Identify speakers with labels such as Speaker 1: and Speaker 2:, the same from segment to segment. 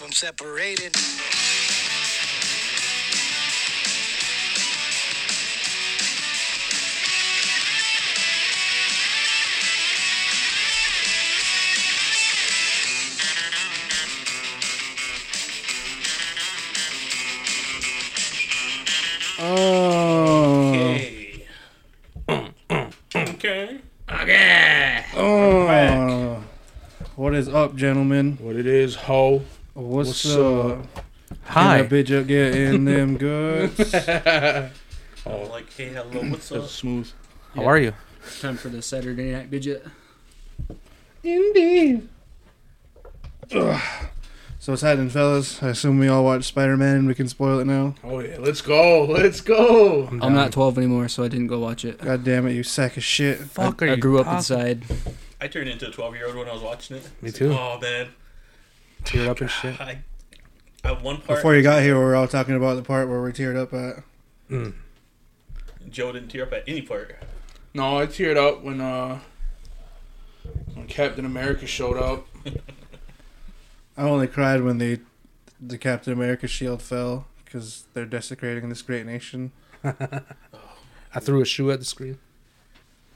Speaker 1: them separated.
Speaker 2: Oh.
Speaker 3: Hey. okay.
Speaker 2: Oh. What is up, gentlemen?
Speaker 3: What it is, ho.
Speaker 2: What's,
Speaker 3: What's
Speaker 2: up?
Speaker 3: up?
Speaker 2: Hi.
Speaker 4: Hi.
Speaker 2: bitch up getting them goods.
Speaker 3: Oh,
Speaker 5: Like, hey, hello, what's up?
Speaker 3: that's smooth.
Speaker 4: How are you?
Speaker 6: Time for the Saturday night bidget.
Speaker 2: Indeed. Ugh. So what's happening, fellas? I assume we all watched Spider-Man and we can spoil it now.
Speaker 3: Oh, yeah. Let's go. Let's go.
Speaker 6: I'm not 12 anymore, so I didn't go watch it.
Speaker 2: God damn it, you sack of shit.
Speaker 4: Fuck,
Speaker 6: I
Speaker 4: are you
Speaker 6: grew up
Speaker 4: talking-
Speaker 6: inside.
Speaker 5: I turned into a 12 year old when I was watching it.
Speaker 4: Me
Speaker 5: It's
Speaker 4: too.
Speaker 5: Like, oh, man.
Speaker 4: Teared up and shit.
Speaker 5: I, at one part,
Speaker 2: Before you got here, we were all talking about the part where we teared up at.
Speaker 5: Joe didn't tear up at any part.
Speaker 3: No, I teared up when uh when Captain America showed up.
Speaker 2: I only cried when the the Captain America shield fell because they're desecrating this great nation.
Speaker 4: I threw a shoe at the screen.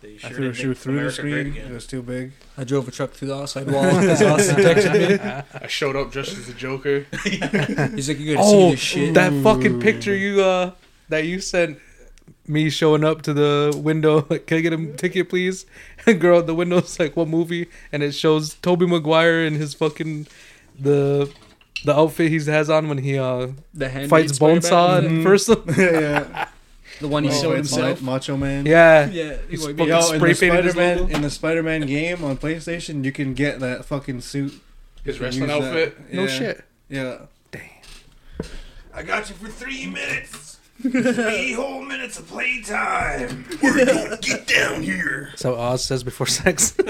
Speaker 5: They
Speaker 2: I
Speaker 5: sure
Speaker 2: threw a
Speaker 5: did
Speaker 2: shoe
Speaker 5: make
Speaker 2: through the
Speaker 5: America great
Speaker 2: screen.
Speaker 5: again.
Speaker 2: It was too big.
Speaker 6: I drove a truck through the outside wall because Austin texted
Speaker 3: I showed up just as the Joker.
Speaker 6: me. He's like, you gotta see
Speaker 4: Oh,
Speaker 6: this shit.
Speaker 4: that fucking picture you uh that you sent me showing up to the window. Like, can I get a ticket, please? And girl, at the window's like, what movie? And it shows Toby Maguire and his fucking the the outfit he has on when he uh
Speaker 6: the hand
Speaker 4: fights Bonesaw and first.
Speaker 2: yeah,
Speaker 6: The one he
Speaker 2: Oh,
Speaker 6: sewed
Speaker 2: it's
Speaker 6: himself.
Speaker 2: Ma- Macho Man.
Speaker 4: yeah.
Speaker 6: Yeah, he
Speaker 4: He's
Speaker 6: might be-
Speaker 4: fucking
Speaker 2: Yo, in
Speaker 4: spray
Speaker 2: the
Speaker 4: painted his
Speaker 2: Spider-Man
Speaker 4: logo.
Speaker 2: in the Spider-Man game on PlayStation, you can get that fucking suit.
Speaker 3: His
Speaker 2: You can use
Speaker 3: wrestling
Speaker 2: that.
Speaker 3: outfit.
Speaker 4: No
Speaker 2: Yeah.
Speaker 4: shit.
Speaker 2: Yeah.
Speaker 1: I got you for three minutes. three whole minutes of playtime. We're gonna get down here.
Speaker 4: So Oz says before sex.
Speaker 6: we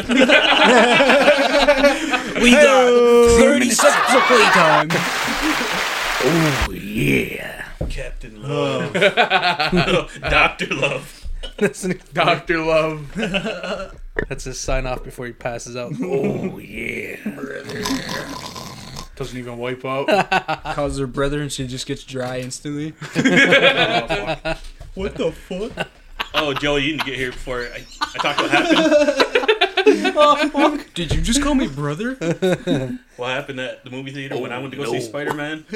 Speaker 6: got 30 seconds of playtime.
Speaker 5: Captain Love.
Speaker 2: Oh.
Speaker 5: Dr. Love.
Speaker 4: That's an-
Speaker 3: Doctor Love.
Speaker 4: That's his sign off before he passes out.
Speaker 3: Doesn't even wipe up.
Speaker 6: Cause her brethren, she just gets dry instantly.
Speaker 5: What the fuck? Oh, Joe, you didn't get here before I, I talked what happened.
Speaker 6: Did you just call me brother?
Speaker 5: What happened at the movie theater
Speaker 3: Oh,
Speaker 5: when I went to go see Spider Man?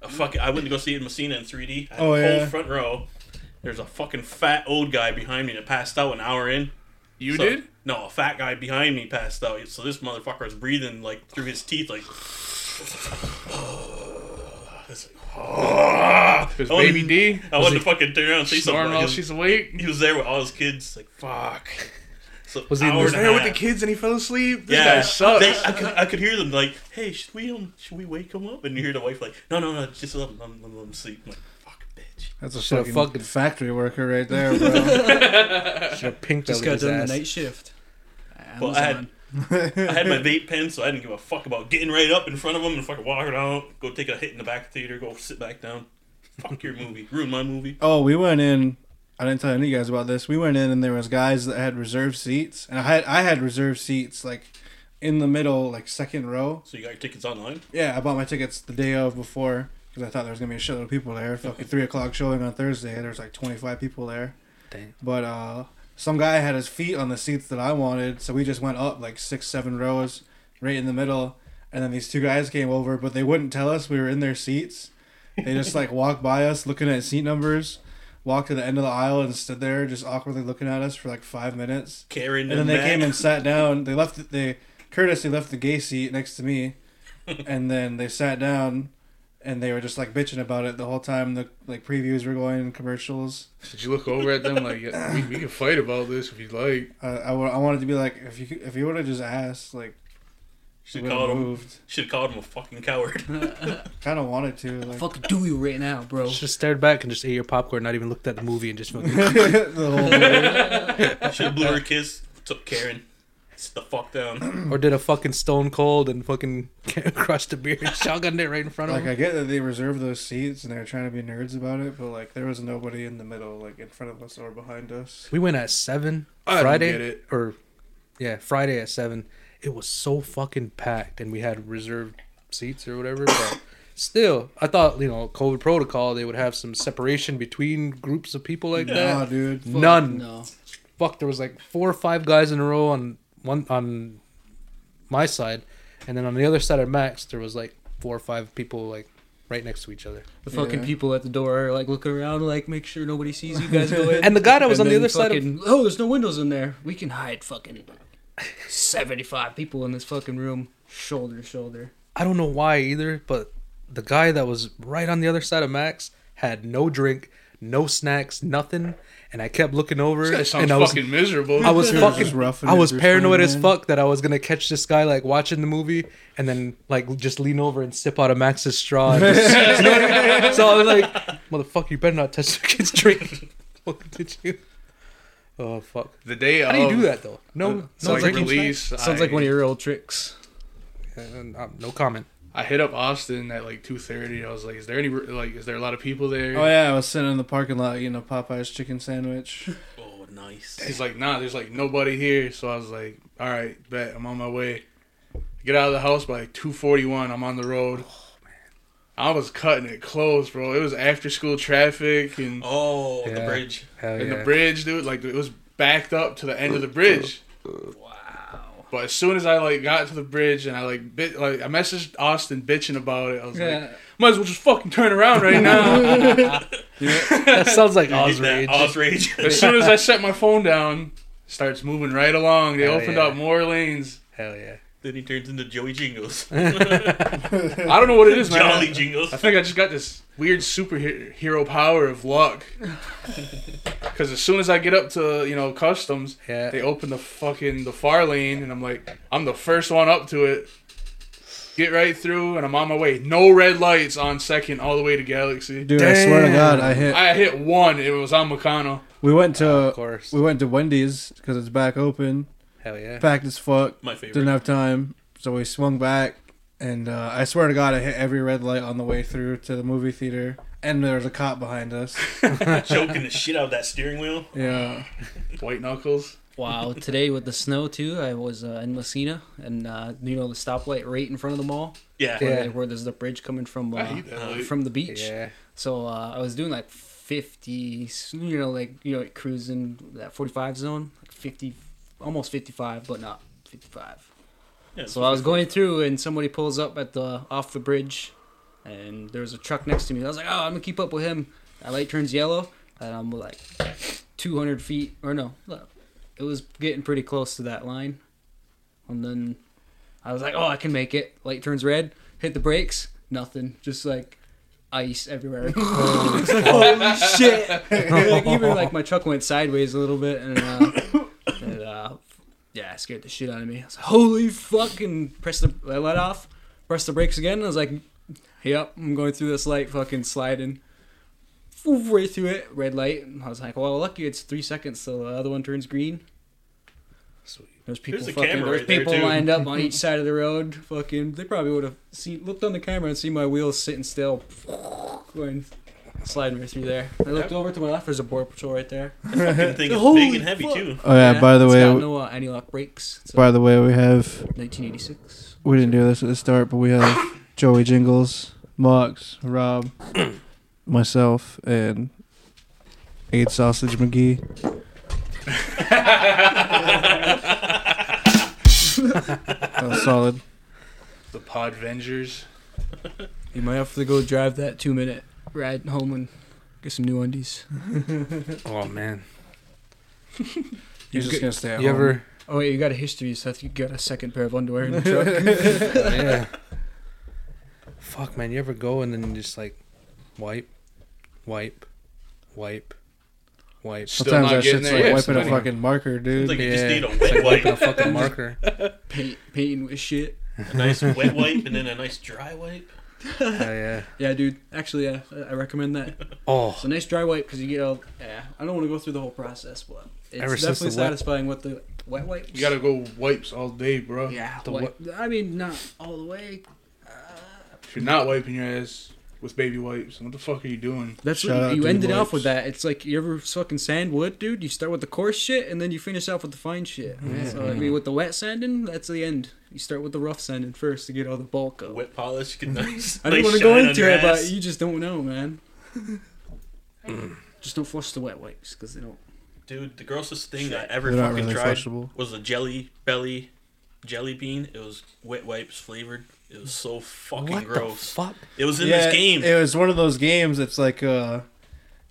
Speaker 5: Fuck, I went to go see it in Messina in 3D. I had
Speaker 2: Oh,
Speaker 5: a whole
Speaker 2: yeah.
Speaker 5: front row. There's a fucking fat old guy behind me that passed out an hour in.
Speaker 3: You
Speaker 5: So-
Speaker 3: did?
Speaker 5: No, a fat guy behind me passed out. So this motherfucker was breathing like through his teeth, like. It's like, ah.
Speaker 3: Because
Speaker 4: Oh,
Speaker 5: I wanted-
Speaker 3: Baby D
Speaker 5: I wanted to fucking turn around and say something.
Speaker 3: snoring
Speaker 5: Like,
Speaker 3: while
Speaker 5: he-
Speaker 3: she's awake.
Speaker 5: he was there with all his kids. Like fuck. So
Speaker 4: Was he in
Speaker 5: hour
Speaker 4: the-
Speaker 5: and a
Speaker 3: There with the
Speaker 5: half.
Speaker 3: kids and he fell asleep. This
Speaker 5: Yeah,
Speaker 3: guy sucks.
Speaker 5: They- I, could, I could hear them like, "Hey, should we um, should we wake him up?" And you hear the wife like, "No, no, no, just let him, let him, let him sleep." I'm like, fuck, bitch.
Speaker 2: That's a
Speaker 4: Should've
Speaker 2: fucking,
Speaker 4: fucking-
Speaker 2: factory worker right there, bro.
Speaker 4: Should have pink
Speaker 6: just got done the night shift.
Speaker 5: Well, I had I had my vape pen, so I didn't give a fuck about getting right up in front of him and fucking walking out, go take a hit in the back of the theater, go sit back down. Fuck your movie, ruin my movie.
Speaker 2: oh, we went in. I didn't tell any of you guys about this. We went in and there was guys that had reserved seats, and I had I had reserved seats like in the middle, like second row.
Speaker 5: So you got your tickets online?
Speaker 2: Yeah, I bought my tickets the day of before because I thought there was gonna be a shitload of people there. Fucking three o'clock showing on Thursday. There was like twenty five people there.
Speaker 4: Damn.
Speaker 2: But uh, some guy had his feet on the seats that I wanted, so we just went up like six, seven rows, right in the middle. And then these two guys came over, but they wouldn't tell us we were in their seats. They just like walked by us, looking at seat numbers, walked to the end of the aisle and stood there, just awkwardly looking at us for like five minutes.
Speaker 5: Karen
Speaker 2: And then they
Speaker 5: Matt.
Speaker 2: came and sat down. They left. They courteously left the gay seat next to me, and then they sat down, and they were just like bitching about it the whole time. The like previews were going, and commercials.
Speaker 3: Did you look over at them like yeah, we, we can fight about this if you'd like?
Speaker 2: I, I, wa- I wanted to be like, if you could- if you would have just asked, like,
Speaker 5: Should
Speaker 2: we
Speaker 5: have
Speaker 2: would've
Speaker 5: called him.
Speaker 2: moved.
Speaker 5: Should have called him a fucking coward.
Speaker 2: Kind of wanted to. Like,
Speaker 6: Fuck do you right now, bro?
Speaker 4: Just stared back and just ate your popcorn, not even looked at the movie, and just fucking.
Speaker 2: the whole movie.
Speaker 5: Should have blew her a kiss. Took Karen. Sit the fuck down.
Speaker 4: or did a fucking stone cold and fucking crushed a beer and shotgunned it right in front of
Speaker 2: like
Speaker 4: him.
Speaker 2: I get that they reserved those seats and they were trying to be nerds about it, but like there was nobody in the middle, like in front of us or behind us.
Speaker 4: we went at seven
Speaker 3: I don't
Speaker 4: Friday,
Speaker 3: get it.
Speaker 4: or yeah, Friday at seven. It was so fucking packed, and we had reserved seats or whatever. But still, I thought you know COVID protocol they would have some separation between groups of people like
Speaker 2: Nah,
Speaker 4: that.
Speaker 2: dude.
Speaker 6: Fuck
Speaker 4: None.
Speaker 6: No.
Speaker 4: Fuck, there was like four or five guys in a row on one on my side, and then on the other side of Max there was like four or five people like right next to each other.
Speaker 6: The fucking
Speaker 2: Yeah.
Speaker 6: people at the door are like looking around, like make sure nobody sees you guys go in.
Speaker 4: And the guy that was on the
Speaker 6: then
Speaker 4: other side of-
Speaker 6: fucking, oh, there's no windows in there. We can hide fucking seventy-five people in this fucking room, shoulder to shoulder.
Speaker 4: I don't know why either, but the guy that was right on the other side of Max had no drink, no snacks, nothing, and I kept looking over
Speaker 3: That sounds
Speaker 4: and I was
Speaker 3: fucking miserable.
Speaker 4: I was
Speaker 2: Sure,
Speaker 4: fucking
Speaker 2: just roughing
Speaker 4: I
Speaker 2: it
Speaker 4: was
Speaker 2: just
Speaker 4: paranoid
Speaker 2: fine,
Speaker 4: as
Speaker 2: man.
Speaker 4: fuck that I was gonna catch this guy like watching the movie and then like just lean over and sip out of Max's straw. and just- so I was like, "Motherfucker, you better not touch the kid's drink." Fuck, did you? Oh fuck!
Speaker 3: the day uh,
Speaker 4: How do you do that though? No, no
Speaker 3: like
Speaker 4: drinking
Speaker 3: release.
Speaker 6: Sounds
Speaker 3: I,
Speaker 6: like one of your old tricks.
Speaker 4: snacks? And, um, no comment.
Speaker 3: I hit up Austin at like two thirty. I was like, "Is there any like? Is there a lot of people there?"
Speaker 2: Oh yeah, I was sitting in the parking lot eating a Popeyes chicken sandwich.
Speaker 5: Oh, nice.
Speaker 3: He's like, "Nah, there's like nobody here." So I was like, "All right, bet I'm on my way." Get out of the house by like two forty one. I'm on the road.
Speaker 4: Oh,
Speaker 3: I was cutting it close, bro. It was after school traffic and
Speaker 5: Oh, the
Speaker 4: Yeah.
Speaker 5: bridge.
Speaker 4: Hell
Speaker 3: and
Speaker 4: yeah.
Speaker 3: the bridge, dude. Like it was backed up to the end of the bridge. Wow. But as soon as I like got to the bridge and I like bit like I messaged Austin bitching about it, I was like, might as well just fucking turn around right now.
Speaker 4: that sounds like
Speaker 5: Oz
Speaker 4: Oz rage.
Speaker 5: Oz rage.
Speaker 3: as soon as I set my phone down, starts moving right along. They
Speaker 4: Hell
Speaker 3: opened
Speaker 4: yeah.
Speaker 3: up more lanes.
Speaker 4: Hell yeah.
Speaker 5: then he turns into Joey Jingles.
Speaker 3: I don't know what it is, man.
Speaker 5: Jolly Jingles.
Speaker 3: I think I just got this weird superhero power of luck. Because as soon as I get up to you know customs,
Speaker 4: Yeah.
Speaker 3: they open the fucking the far lane, and I'm like, I'm the first one up to it. Get right through, and I'm on my way. No red lights on second, all the way to Galaxy.
Speaker 2: Dude, I swear to
Speaker 4: Damn.
Speaker 2: God, I hit.
Speaker 3: I hit one. It was on Meccano.
Speaker 2: We went to
Speaker 4: of course.
Speaker 2: we went to Wendy's because it's back open,
Speaker 4: Hell yeah.
Speaker 2: packed as fuck.
Speaker 5: My favorite.
Speaker 2: Didn't have time, so we swung back, and uh, I swear to God, I hit every red light on the way through to the movie theater, and there was a cop behind us.
Speaker 5: Choking the shit out of that steering wheel.
Speaker 2: Yeah,
Speaker 3: White knuckles.
Speaker 6: Wow, today with the snow too, I was uh, in Messina, and uh, you know the stoplight right in front of the mall,
Speaker 5: Yeah.
Speaker 6: where,
Speaker 4: Yeah.
Speaker 6: they- where there's the bridge coming from
Speaker 3: I
Speaker 6: uh,
Speaker 3: hate that light.
Speaker 6: from the beach.
Speaker 4: Yeah.
Speaker 6: So uh, I was doing like 50, you know, like you know, like cruising that 45 zone, like 50, almost 55, but not 55.
Speaker 5: Yeah,
Speaker 6: So I was going through, and somebody pulls up at the off the bridge, and there's a truck next to me. I was like, oh, I'm gonna keep up with him. That light turns yellow, and I'm like 200 feet, or no, look, it was getting pretty close to that line, and then I was like, oh, I can make it. Light turns red, hit the brakes, nothing, just like ice everywhere. It's like, holy shit! like, even like my truck went sideways a little bit, and, uh, and uh, yeah, it scared the shit out of me. I was like, holy fucking! Press the I let off, press the brakes again. And I was like, yep, I'm going through this light, fucking sliding. Oof, Right through it, red light. And I was like, well, lucky it's three seconds till the other one turns green.
Speaker 4: Sweet.
Speaker 6: There's people
Speaker 5: There's a
Speaker 6: fucking.
Speaker 5: camera
Speaker 6: There's
Speaker 5: right there,
Speaker 6: people
Speaker 5: too.
Speaker 6: lined up on each side of the road. Fucking, they probably would have seen looked on the camera and seen my wheels sitting still, going sliding right through there. I looked over to my left. There's a border patrol right there.
Speaker 5: Fucking thing is
Speaker 6: Holy
Speaker 5: big and heavy
Speaker 6: fuck.
Speaker 5: too.
Speaker 2: oh yeah. by the
Speaker 6: it's
Speaker 2: way,
Speaker 6: got no uh, anti-lock brakes. It's a
Speaker 2: by the way, we have
Speaker 6: 1986.
Speaker 2: we didn't do this at the start, but we have Joey Jingles, Mox, Rob, myself, and Aid Sausage McGee. that was solid.
Speaker 3: The Podvengers.
Speaker 6: You might have to go drive that two-minute ride home and get some new undies.
Speaker 4: Oh man.
Speaker 2: You're just gonna stay at
Speaker 4: You
Speaker 2: home.
Speaker 4: ever?
Speaker 6: Oh wait, you got a history, so I think you got a second pair of underwear in the truck.
Speaker 4: yeah. Fuck man, you ever go and then just like wipe, wipe, wipe, wipe.
Speaker 3: Still
Speaker 2: Sometimes
Speaker 3: not
Speaker 2: that
Speaker 3: getting
Speaker 2: shit's
Speaker 3: there
Speaker 2: like
Speaker 3: yet.
Speaker 2: wiping a
Speaker 3: Somebody-
Speaker 2: fucking marker, dude.
Speaker 5: It's like you just
Speaker 4: Yeah.
Speaker 5: need a
Speaker 4: It's like
Speaker 5: wet
Speaker 4: wiping a
Speaker 5: wipe,
Speaker 4: fucking marker.
Speaker 6: Paint, painting with shit.
Speaker 5: a nice wet wipe, and then a nice dry wipe.
Speaker 4: Hell yeah.
Speaker 6: Yeah, dude. Actually, yeah, I- I recommend that.
Speaker 4: Oh,
Speaker 6: It's a nice dry wipe because you get all. Yeah, I don't want to go through the whole process, but it's
Speaker 4: Ever since
Speaker 6: definitely
Speaker 4: the wet-
Speaker 6: satisfying with the wet wipes.
Speaker 3: You gotta go wipes all day, bro.
Speaker 6: Yeah,
Speaker 4: the
Speaker 6: wipe- I mean, not all the way.
Speaker 3: If you're not wiping your ass with baby wipes, what the fuck are you doing?
Speaker 6: That's
Speaker 2: Shout
Speaker 6: what
Speaker 2: out
Speaker 6: you
Speaker 2: to the
Speaker 6: ended off
Speaker 2: wipes.
Speaker 6: with. That it's like you ever fucking sand wood, dude. You start with the coarse shit and then you finish off with the fine shit. So I mean, with the wet sanding, that's the end. You start with the rough sanding first to get all the bulk up.
Speaker 5: Wet polish get nice.
Speaker 6: I didn't want to go into it, but you just don't know, man. just don't flush the wet wipes because they don't.
Speaker 5: dude, the grossest thing I ever
Speaker 2: They're not
Speaker 5: fucking
Speaker 2: really
Speaker 5: tried
Speaker 2: flushable.
Speaker 5: was a jelly belly jelly bean. It was wet wipes flavored. It was so fucking
Speaker 4: What
Speaker 5: gross.
Speaker 4: the fuck?
Speaker 5: It was in
Speaker 2: Yeah,
Speaker 5: this game.
Speaker 2: It was one of those games. It's like uh,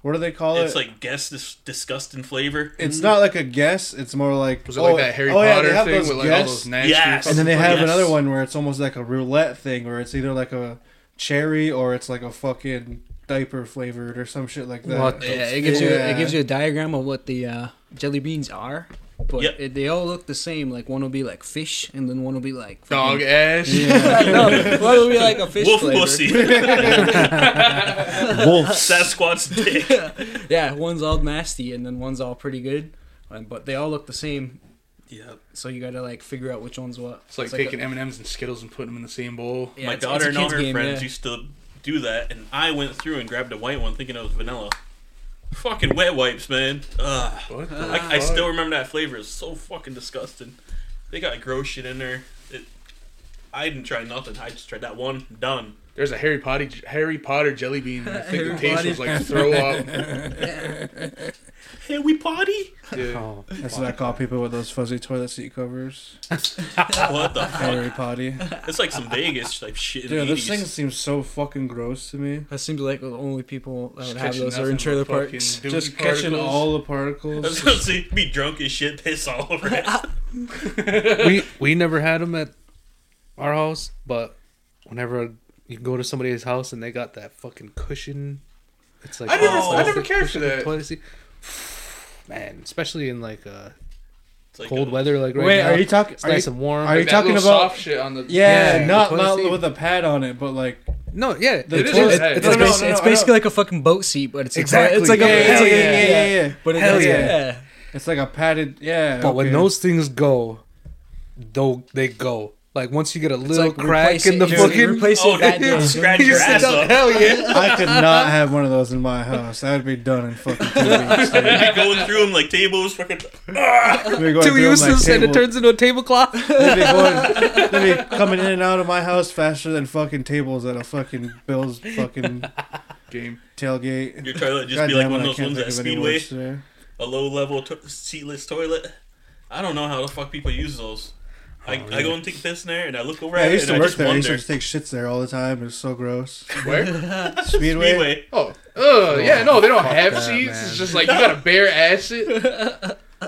Speaker 2: what do they call
Speaker 5: it's
Speaker 2: it?
Speaker 5: like guess this disgusting flavor.
Speaker 2: it's not like a guess. It's more like oh,
Speaker 3: Was it like that Harry Potter
Speaker 2: have
Speaker 3: thing
Speaker 2: those
Speaker 3: with like all
Speaker 2: guess-
Speaker 3: those nasty?
Speaker 5: Yes.
Speaker 3: fucking-
Speaker 2: And then they have
Speaker 5: Yes.
Speaker 2: another one where it's almost like a roulette thing, where it's either like a cherry or it's like a fucking diaper flavored or some shit like that.
Speaker 4: What
Speaker 6: Yeah, it gives you
Speaker 2: Yeah.
Speaker 6: it gives you a diagram of what the uh, jelly beans are, but
Speaker 5: Yep.
Speaker 6: it, they all look the same. Like one will be like fish, and then one will be like
Speaker 3: dog
Speaker 6: fucking-
Speaker 3: ass.
Speaker 6: no, one will be like a fish
Speaker 5: Wolf
Speaker 6: flavor.
Speaker 5: pussy.
Speaker 2: Wolf's
Speaker 5: Sasquatch dick.
Speaker 6: Yeah, one's all nasty, and then one's all pretty good, and, but they all look the same.
Speaker 5: Yep.
Speaker 6: So you gotta like figure out which one's what.
Speaker 3: It's like taking M and M's and Skittles and putting them in the same bowl.
Speaker 6: yeah,
Speaker 5: My
Speaker 6: it's- it's a
Speaker 5: daughter and all
Speaker 6: kid's
Speaker 5: her
Speaker 6: game,
Speaker 5: friends
Speaker 6: yeah.
Speaker 5: used to do that, and I went through and grabbed a white one thinking it was vanilla. Fucking wet wipes, man. Ugh.
Speaker 3: What the
Speaker 5: I, I
Speaker 3: fuck?
Speaker 5: still remember that flavor. It's so fucking disgusting. They got gross shit in there. It, I didn't try nothing. I just tried that one. Done.
Speaker 3: There's a Harry Potter Harry Potter jelly bean. I think the
Speaker 6: Harry
Speaker 3: taste
Speaker 6: Potter.
Speaker 3: was like throw up.
Speaker 5: Hey, we potty?
Speaker 3: Yeah.
Speaker 4: Oh.
Speaker 2: That's what I call people with those fuzzy toilet seat covers.
Speaker 5: What the fuck?
Speaker 2: Harry potty.
Speaker 5: It's like some Vegas type shit in
Speaker 2: Dude,
Speaker 5: the
Speaker 2: this thing
Speaker 5: 80s.
Speaker 2: seems so fucking gross to me.
Speaker 6: That seems like the only people that would have
Speaker 3: Catching
Speaker 6: those
Speaker 3: nothing
Speaker 6: are in
Speaker 3: but
Speaker 6: trailer
Speaker 3: fucking
Speaker 6: parks.
Speaker 3: dookie
Speaker 2: Just catching
Speaker 3: particles.
Speaker 2: all the
Speaker 5: I was
Speaker 2: particles.
Speaker 5: gonna say, be drunk as shit, piss all over it.
Speaker 4: we we never had them at our house, but whenever you go to somebody's house and they got that fucking cushion, it's like
Speaker 3: I never-
Speaker 5: I never
Speaker 4: plastic
Speaker 3: cared for
Speaker 4: cushion
Speaker 3: that.
Speaker 4: toilet seat. Man, especially in like uh,
Speaker 5: It's like uh,
Speaker 4: cold
Speaker 5: a-
Speaker 4: weather, like right
Speaker 2: Wait,
Speaker 4: now,
Speaker 2: are you talking?
Speaker 4: It's
Speaker 2: Are
Speaker 4: nice
Speaker 2: you,
Speaker 4: and warm.
Speaker 2: are you
Speaker 3: That
Speaker 2: talking
Speaker 3: little
Speaker 2: about-
Speaker 3: soft shit on the
Speaker 2: yeah,
Speaker 4: Yeah,
Speaker 2: not
Speaker 4: the toilet
Speaker 2: not
Speaker 4: seat.
Speaker 2: with a pad on it, but like
Speaker 4: no, yeah,
Speaker 2: the
Speaker 3: is
Speaker 2: toilet.
Speaker 3: a pad.
Speaker 2: it's
Speaker 6: It's,
Speaker 2: no,
Speaker 6: basi-
Speaker 2: no, no,
Speaker 6: it's
Speaker 2: no,
Speaker 6: basically
Speaker 2: no.
Speaker 6: like a fucking boat seat, but it's
Speaker 4: Exactly.
Speaker 6: A, it's like
Speaker 2: Yeah,
Speaker 6: a, it's like a-
Speaker 2: yeah, yeah, yeah, yeah.
Speaker 6: But it
Speaker 4: Hell
Speaker 6: has-
Speaker 4: yeah.
Speaker 6: yeah.
Speaker 2: It's like a padded. Yeah.
Speaker 4: But when
Speaker 2: okay.
Speaker 4: those things go, though they go. Like once you get a little
Speaker 6: like
Speaker 4: crack
Speaker 6: replace
Speaker 4: in
Speaker 6: it-
Speaker 4: the
Speaker 6: dude,
Speaker 4: fucking,
Speaker 6: replace it
Speaker 5: Oh,
Speaker 6: that
Speaker 5: dude,
Speaker 6: day.
Speaker 5: scratch
Speaker 4: you
Speaker 5: your
Speaker 4: sit
Speaker 5: ass
Speaker 4: down.
Speaker 5: up.
Speaker 4: Hell yeah!
Speaker 2: I could not have one of those in my house. That would be done in fucking two weeks. dude.
Speaker 5: You'd be going through them like tables, fucking.
Speaker 2: We'd be going
Speaker 4: Two
Speaker 2: through 'em like
Speaker 4: uses and it
Speaker 2: table-
Speaker 4: turns into a tablecloth.
Speaker 2: They'd be, going, they'd be coming in and out of my house faster than fucking tables at a fucking Bills fucking
Speaker 3: game.
Speaker 2: tailgate.
Speaker 5: Your toilet just
Speaker 2: God
Speaker 5: be like
Speaker 2: damn it,
Speaker 5: one
Speaker 2: I
Speaker 5: of those
Speaker 2: can't
Speaker 5: ones
Speaker 2: think
Speaker 5: at
Speaker 2: of any
Speaker 5: Speedway,
Speaker 2: words today.
Speaker 5: a low level to- seatless toilet. I don't know how the fuck people use those. I, I go and take piss in there and I look over
Speaker 2: Oh, Yeah, I
Speaker 5: at it
Speaker 2: used to
Speaker 5: and I
Speaker 2: work
Speaker 5: just
Speaker 2: there. I used
Speaker 5: wonder.
Speaker 2: to just take shits there all the time. It was so gross.
Speaker 3: Where?
Speaker 2: Speedway.
Speaker 5: Anyway,
Speaker 3: Oh, ugh, yeah, no, they don't have
Speaker 4: that,
Speaker 3: seats.
Speaker 4: man.
Speaker 3: It's just like you got a bare ass it.
Speaker 5: I,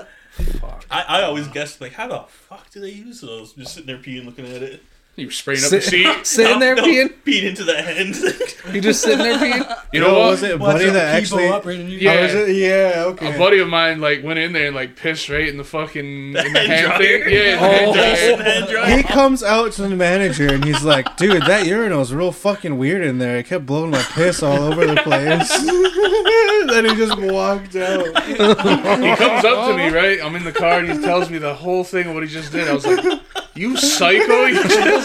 Speaker 5: I always guessed like, how the fuck do they use those? Just sitting there peeing, looking at it.
Speaker 3: You're spraying up the
Speaker 4: Sit-
Speaker 3: seat.
Speaker 4: sitting there
Speaker 5: No,
Speaker 4: peeing.
Speaker 5: peeing into the hand.
Speaker 4: You just sitting there peeing.
Speaker 3: You know what?
Speaker 2: was it a buddy that
Speaker 6: Watch them people
Speaker 2: actually?
Speaker 6: up right in your-
Speaker 3: Yeah.
Speaker 2: Oh, was it? Yeah. Okay.
Speaker 3: A buddy of mine like went in there and like pissed right in the fucking in the
Speaker 5: hand
Speaker 3: hand
Speaker 5: dryer. Oh.
Speaker 3: thing. Yeah, in the hand dryer.
Speaker 5: hand dryer.
Speaker 2: He comes out to the manager and he's like, "Dude, that urinal's real fucking weird in there. It kept blowing my piss all over the place." then he just walked out.
Speaker 3: He comes up to me, right? I'm in the car and he tells me the whole thing of what he just did. I was like, "You psycho!" You just-"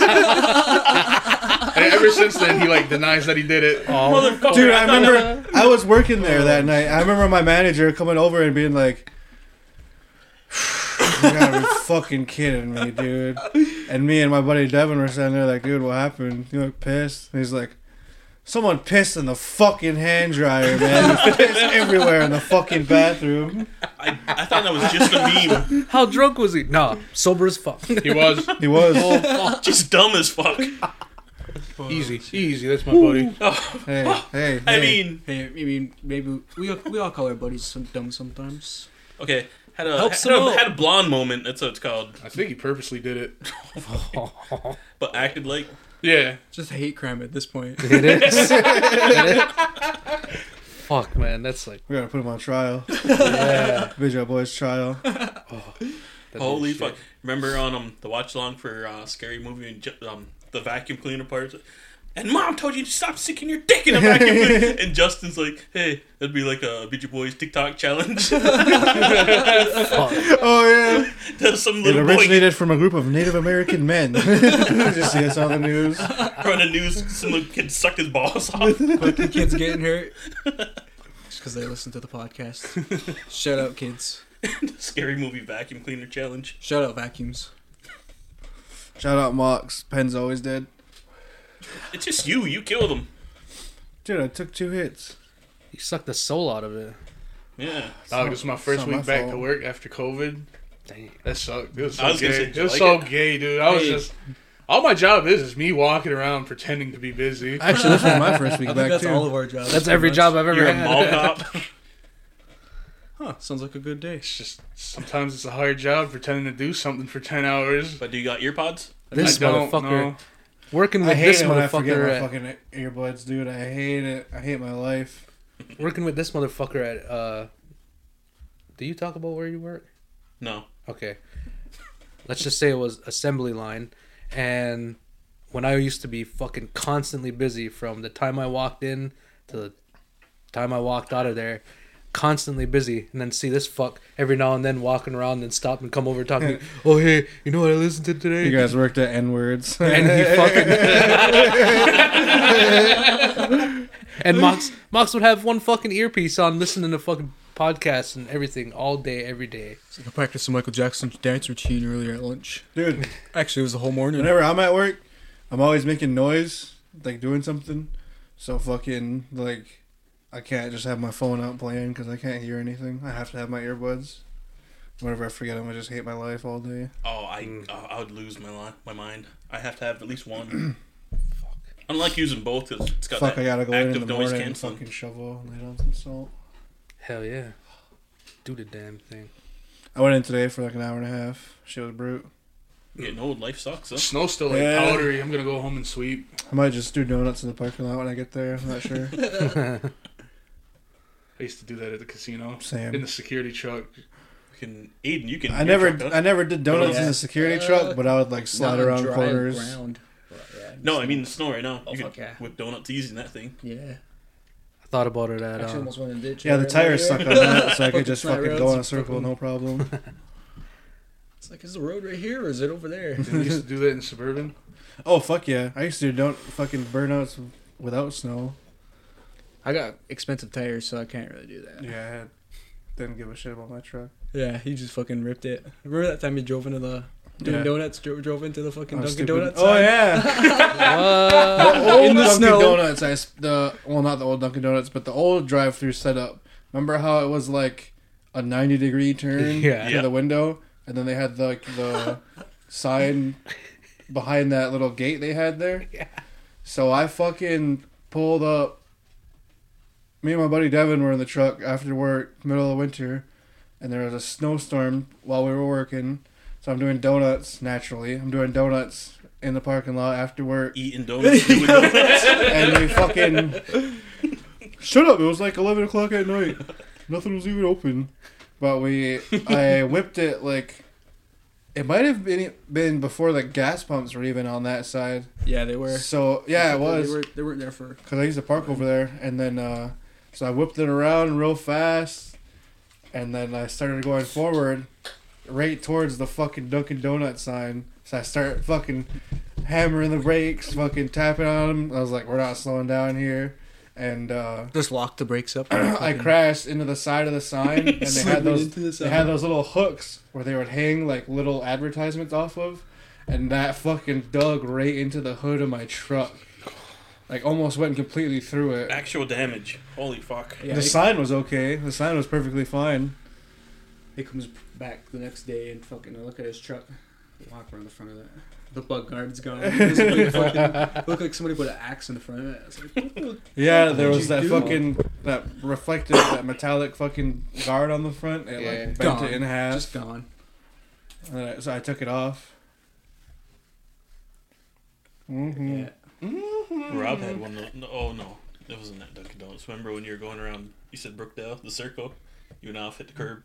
Speaker 3: and ever since then, he like denies that he did it. Um,
Speaker 5: Motherfucker,
Speaker 2: Dude, I
Speaker 5: Oh, I thought
Speaker 2: remember I was working there that night. I remember my manager coming over and being like, "You gotta be fucking kidding me, dude!" And me and my buddy Devin were sitting there like, "Dude, what happened? You look pissed." And he's like. Someone pissed in the fucking hand dryer, man. There's piss everywhere in the fucking bathroom.
Speaker 5: I, I thought that was just a meme.
Speaker 4: How drunk was he? Nah, sober as fuck.
Speaker 3: He was
Speaker 2: He was.
Speaker 5: Oh. Just dumb as fuck.
Speaker 3: easy, easy. That's my buddy.
Speaker 2: Hey, hey,
Speaker 5: I
Speaker 2: hey.
Speaker 5: mean,
Speaker 6: Hey, maybe maybe we we all call our buddies some dumb sometimes.
Speaker 5: okay. Had a,
Speaker 4: Help
Speaker 5: had,
Speaker 4: some
Speaker 5: a,
Speaker 4: out.
Speaker 5: had a blonde moment. That's what it's called.
Speaker 3: I think he purposely did it.
Speaker 5: But acted like
Speaker 3: Yeah,
Speaker 6: Just hate crime at this point.
Speaker 4: It is. It is. Fuck, man, that's like
Speaker 2: We gotta put him on trial.
Speaker 4: yeah.
Speaker 2: Visual Boys trial.
Speaker 4: That'd be
Speaker 5: holy
Speaker 4: shit.
Speaker 5: fuck. Remember on um the watch along for uh, scary movie and Ju- um the vacuum cleaner part. And mom told you to stop sticking your dick in a vacuum cleaner. And Justin's like, hey, that'd be like a BG Boys TikTok challenge.
Speaker 4: Fuck.
Speaker 2: Oh yeah.
Speaker 5: There's some
Speaker 2: It
Speaker 5: little boy
Speaker 2: originated from a group of Native American men. Just see us on the news.
Speaker 5: on the news. Some little kid sucked his balls off.
Speaker 6: Fucking kids getting hurt just because they listen to the podcast. Shut up, kids.
Speaker 5: scary movie vacuum cleaner challenge.
Speaker 6: Shut up, vacuums.
Speaker 2: Shout out Mox. Penn's always dead.
Speaker 5: It's just you. You killed him.
Speaker 2: Dude, I took two hits.
Speaker 4: You sucked the soul out of it.
Speaker 5: Yeah.
Speaker 3: Dog, this is my first
Speaker 2: it's not
Speaker 3: week
Speaker 2: my
Speaker 3: back to
Speaker 2: fault.
Speaker 3: work after COVID.
Speaker 4: Damn.
Speaker 3: That sucked. It was so
Speaker 5: I was
Speaker 3: gay.
Speaker 5: gonna say, did
Speaker 3: it
Speaker 5: you
Speaker 3: was
Speaker 5: like
Speaker 3: so
Speaker 5: it?
Speaker 3: gay, dude. I was
Speaker 5: Hey.
Speaker 3: just all my job is is me walking around pretending to be busy.
Speaker 2: Actually, this was my first week back
Speaker 6: that's
Speaker 2: too.
Speaker 6: all of our jobs.
Speaker 4: That's every job I've ever
Speaker 5: You're a
Speaker 4: had.
Speaker 5: mall cop.
Speaker 6: Huh? Sounds like a good day.
Speaker 3: It's just sometimes it's a hard job pretending to do something for ten hours.
Speaker 5: But do you got ear pods?
Speaker 4: This
Speaker 3: I don't
Speaker 4: motherfucker.
Speaker 3: know.
Speaker 4: Working
Speaker 2: I
Speaker 4: with
Speaker 2: hate
Speaker 4: this
Speaker 2: it when I forget
Speaker 4: motherfucker.
Speaker 2: my
Speaker 4: At,
Speaker 2: fucking earbuds, dude. I hate it. I hate my life.
Speaker 4: working with this motherfucker at. uh Do you talk about where you work?
Speaker 5: No.
Speaker 4: Okay. Let's just say it was assembly line, and when I used to be fucking constantly busy from the time I walked in to the time I walked out of there, constantly busy, and then see this fuck every now and then walking around and stop and come over and talk to me. Oh hey, you know what I listened to today?
Speaker 2: You guys worked at N words.
Speaker 4: and he fucking and Mox Mox would have one fucking earpiece on listening to fucking podcasts and everything all day every day.
Speaker 7: I practiced some Michael Jackson dance routine earlier at lunch.
Speaker 2: dude.
Speaker 7: Actually, it was the whole morning.
Speaker 2: Whenever I'm at work, I'm always making noise, like doing something. So fucking like, I can't just have my phone out playing because I can't hear anything. I have to have my earbuds. Whenever I forget them, I just hate my life all day.
Speaker 5: Oh, I oh, I would lose my li- my mind. I have to have at least one. Fuck. Unlike using both, 'cause it's got
Speaker 2: Fuck,
Speaker 5: that
Speaker 2: I gotta go in
Speaker 5: active
Speaker 2: in the
Speaker 5: noise
Speaker 2: morning and
Speaker 5: canceling.
Speaker 2: fucking shovel and lay down some salt.
Speaker 4: Hell yeah. Do the damn thing.
Speaker 2: I went in today for like an hour and a half. Shit was brute.
Speaker 5: Getting old, life sucks. Huh?
Speaker 3: Snow's still like
Speaker 2: Yeah.
Speaker 3: powdery. I'm gonna go home and sweep.
Speaker 2: I might just do donuts in the parking lot when I get there. I'm not sure.
Speaker 3: I used to do that at the casino in
Speaker 2: Same.
Speaker 3: the security truck.
Speaker 5: Fucking Aiden, you can.
Speaker 2: I never,
Speaker 5: you're
Speaker 2: I never did donuts in
Speaker 6: Yeah.
Speaker 2: the security
Speaker 6: Uh,
Speaker 2: truck, but I would like slide
Speaker 6: Not on
Speaker 2: around
Speaker 6: dry
Speaker 2: corners.
Speaker 6: ground, but, yeah,
Speaker 5: No, I mean the snow right now.
Speaker 6: Oh,
Speaker 5: you
Speaker 6: fuck
Speaker 5: can,
Speaker 6: yeah.
Speaker 5: With donuts easy in that thing.
Speaker 6: yeah.
Speaker 4: I thought about it at
Speaker 6: Actually,
Speaker 4: um,
Speaker 6: almost went in a ditch.
Speaker 2: Yeah, the
Speaker 6: earlier.
Speaker 2: tires suck on that, so I could
Speaker 6: Fucking
Speaker 2: just
Speaker 6: flat
Speaker 2: fucking go
Speaker 6: roads.
Speaker 2: in a circle, no problem.
Speaker 6: It's like, is the road right here or is it over there?
Speaker 3: Didn't we used to do that in suburban.
Speaker 2: Oh fuck yeah! I used to don't fucking burnouts without snow.
Speaker 6: I got expensive tires, so I can't really do that.
Speaker 2: Yeah, I had, didn't give a shit about my truck.
Speaker 6: Yeah, he just fucking ripped it. Remember that time you drove into the doing
Speaker 2: Yeah.
Speaker 6: donuts? Drove, drove into the fucking
Speaker 2: I'm
Speaker 6: Dunkin'
Speaker 2: stupid.
Speaker 6: Donuts.
Speaker 2: Oh yeah,
Speaker 4: uh,
Speaker 2: the old
Speaker 6: In the
Speaker 2: Dunkin'
Speaker 6: snow.
Speaker 2: Donuts. I s- the well, not the old Dunkin' Donuts, but the old drive-through setup. Remember how it was like a ninety degree turn
Speaker 4: Yeah.
Speaker 2: to
Speaker 5: Yeah.
Speaker 2: the window, and then they had like the sign behind that little gate they had there. Yeah. So I fucking pulled up. Me and my buddy Devin were in the truck after work, middle of winter, and there was a snowstorm while we were working. So I'm doing donuts naturally. I'm doing donuts in the parking lot after work
Speaker 5: Eating donuts, doing donuts.
Speaker 2: and we fucking shut up. It was like eleven o'clock at night. Nothing was even open, but we I whipped it like it might have been been before the gas pumps were even on that side.
Speaker 6: Yeah, they were.
Speaker 2: So yeah, it
Speaker 6: They,
Speaker 2: was
Speaker 6: were, they weren't there for.
Speaker 2: because I used to park over there, and then uh, so I whipped it around real fast, and then I started going forward, right towards the fucking Dunkin' Donut sign. So I start fucking hammering the brakes, fucking tapping on them. I was like, "We're not slowing down here," and uh,
Speaker 6: Just locked the brakes up.
Speaker 2: I crashed into the side of the sign, and they had those they had those little hooks where they would hang like little advertisements off of, and that fucking dug right into the hood of my truck. Like almost went completely through it.
Speaker 5: Actual damage. Holy fuck.
Speaker 6: Yeah,
Speaker 2: the
Speaker 6: it,
Speaker 2: sign was okay. The sign was perfectly fine.
Speaker 6: it comes back the next day and fucking I look at his truck. Walk around the front of it. The bug guard's gone. There's a big fucking- Looked like somebody put an axe in the front of it. I was like, what the-
Speaker 2: Yeah, there
Speaker 6: did
Speaker 2: was
Speaker 6: you
Speaker 2: that
Speaker 6: do?
Speaker 2: fucking that reflective, that metallic fucking guard on the front. It
Speaker 4: Yeah.
Speaker 2: like bent
Speaker 6: Gone.
Speaker 2: it in half.
Speaker 6: Just gone.
Speaker 2: And then I- so I took it off. Mm-hmm.
Speaker 6: Yeah.
Speaker 5: Rob had one. of the- Oh no, it wasn't that Dunkin' Donuts. Remember when you were going around? You said Brookdale, the circle. You and Alf hit the curb.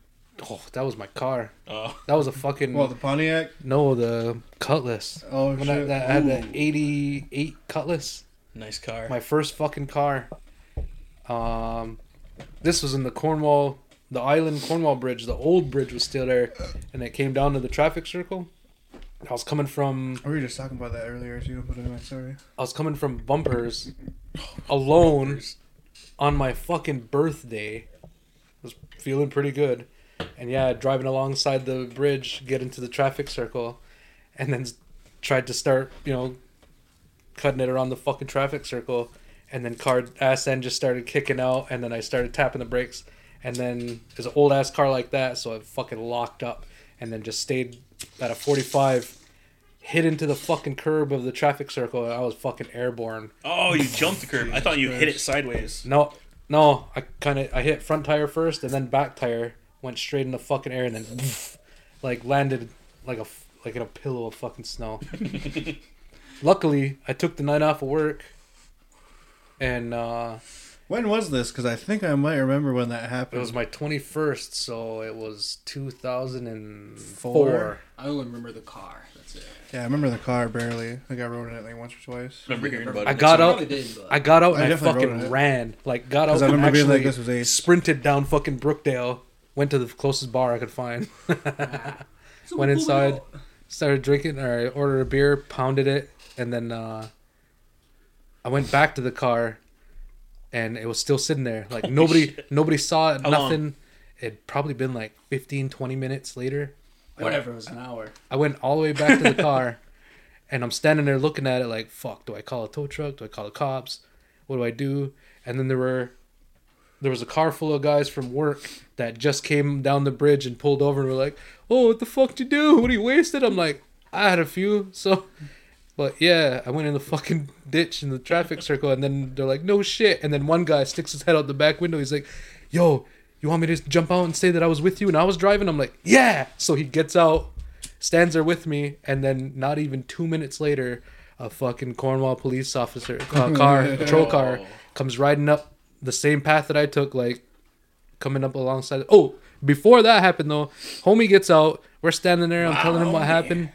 Speaker 4: oh, that was my car.
Speaker 5: Oh,
Speaker 4: That was a fucking
Speaker 2: Well, the Pontiac.
Speaker 4: no, the Cutlass.
Speaker 2: Oh
Speaker 4: When I,
Speaker 2: shit!
Speaker 4: that, I had that '88 Cutlass.
Speaker 5: nice car.
Speaker 4: my first fucking car. Um, this was in the Cornwall, the Island Cornwall Bridge. The old bridge was still there, and it came down to the traffic circle. I was coming from
Speaker 2: we were just talking about that earlier too, but anyway, sorry.
Speaker 4: I was coming from bumpers, alone, on my fucking birthday. I was feeling pretty good, and yeah, driving alongside the bridge, get into the traffic circle, and then tried to start, you know, cutting it around the fucking traffic circle, and then car ass end just started kicking out, and then I started tapping the brakes, and then it's an old ass car like that, so I fucking locked up, and then just stayed at a forty five. Hit into the fucking curb of the traffic circle, and I was fucking airborne.
Speaker 5: Oh, you jumped the curb. I thought you hit it sideways.
Speaker 4: No, no, I kind of I hit front tire first and then back tire went straight in the fucking air and then like landed like a f- like in a pillow of fucking snow. Luckily, I took the night off of work, and uh,
Speaker 2: When was this? Because I think I might remember when that
Speaker 4: it
Speaker 2: happened.
Speaker 4: was my twenty first, so it was two thousand and
Speaker 2: Four.
Speaker 4: four.
Speaker 6: I only remember the car. That's it.
Speaker 2: yeah, I remember the car barely. I think I rode in it like once or twice.
Speaker 5: Remember hearing about it?
Speaker 4: I got
Speaker 6: I
Speaker 4: out.
Speaker 6: probably did, but
Speaker 4: I got out
Speaker 2: I
Speaker 4: and I,
Speaker 2: definitely rode in
Speaker 4: fucking
Speaker 2: it.
Speaker 4: ran. Like got out.
Speaker 2: Because I
Speaker 4: and
Speaker 2: remember being
Speaker 4: actually
Speaker 2: like, "This was ace."
Speaker 4: Sprinted down fucking Brookdale. Went to the closest bar I could find. went inside, started drinking, or I ordered a beer, pounded it, and then uh, I went back to the car, and it was still sitting there. Like nobody, nobody saw it.
Speaker 5: How long?
Speaker 4: nothing. It'd probably been like 15, 20 minutes later.
Speaker 6: whatever. It was an hour.
Speaker 4: I went all the way back to the car, and I'm standing there looking at it like, "Fuck! Do I call a tow truck? Do I call the cops? What do I do?" And then there were, there was a car full of guys from work that just came down the bridge and pulled over and were like, "Oh, what the fuck did you do? What are you wasted?" I'm like, "I had a few, so." But yeah, I went in the fucking ditch in the traffic circle, and then they're like, "No shit!" And then one guy sticks his head out the back window. He's like, "Yo, you want me to just jump out and say that I was with you and I was driving?" I'm like, "Yeah!" So he gets out, stands there with me, and then not even two minutes later, a fucking Cornwall police officer uh, car, patrol car, comes riding up the same path that I took, like coming up alongside. Oh, before that happened though, homie gets out. We're standing there. I'm telling him what happened.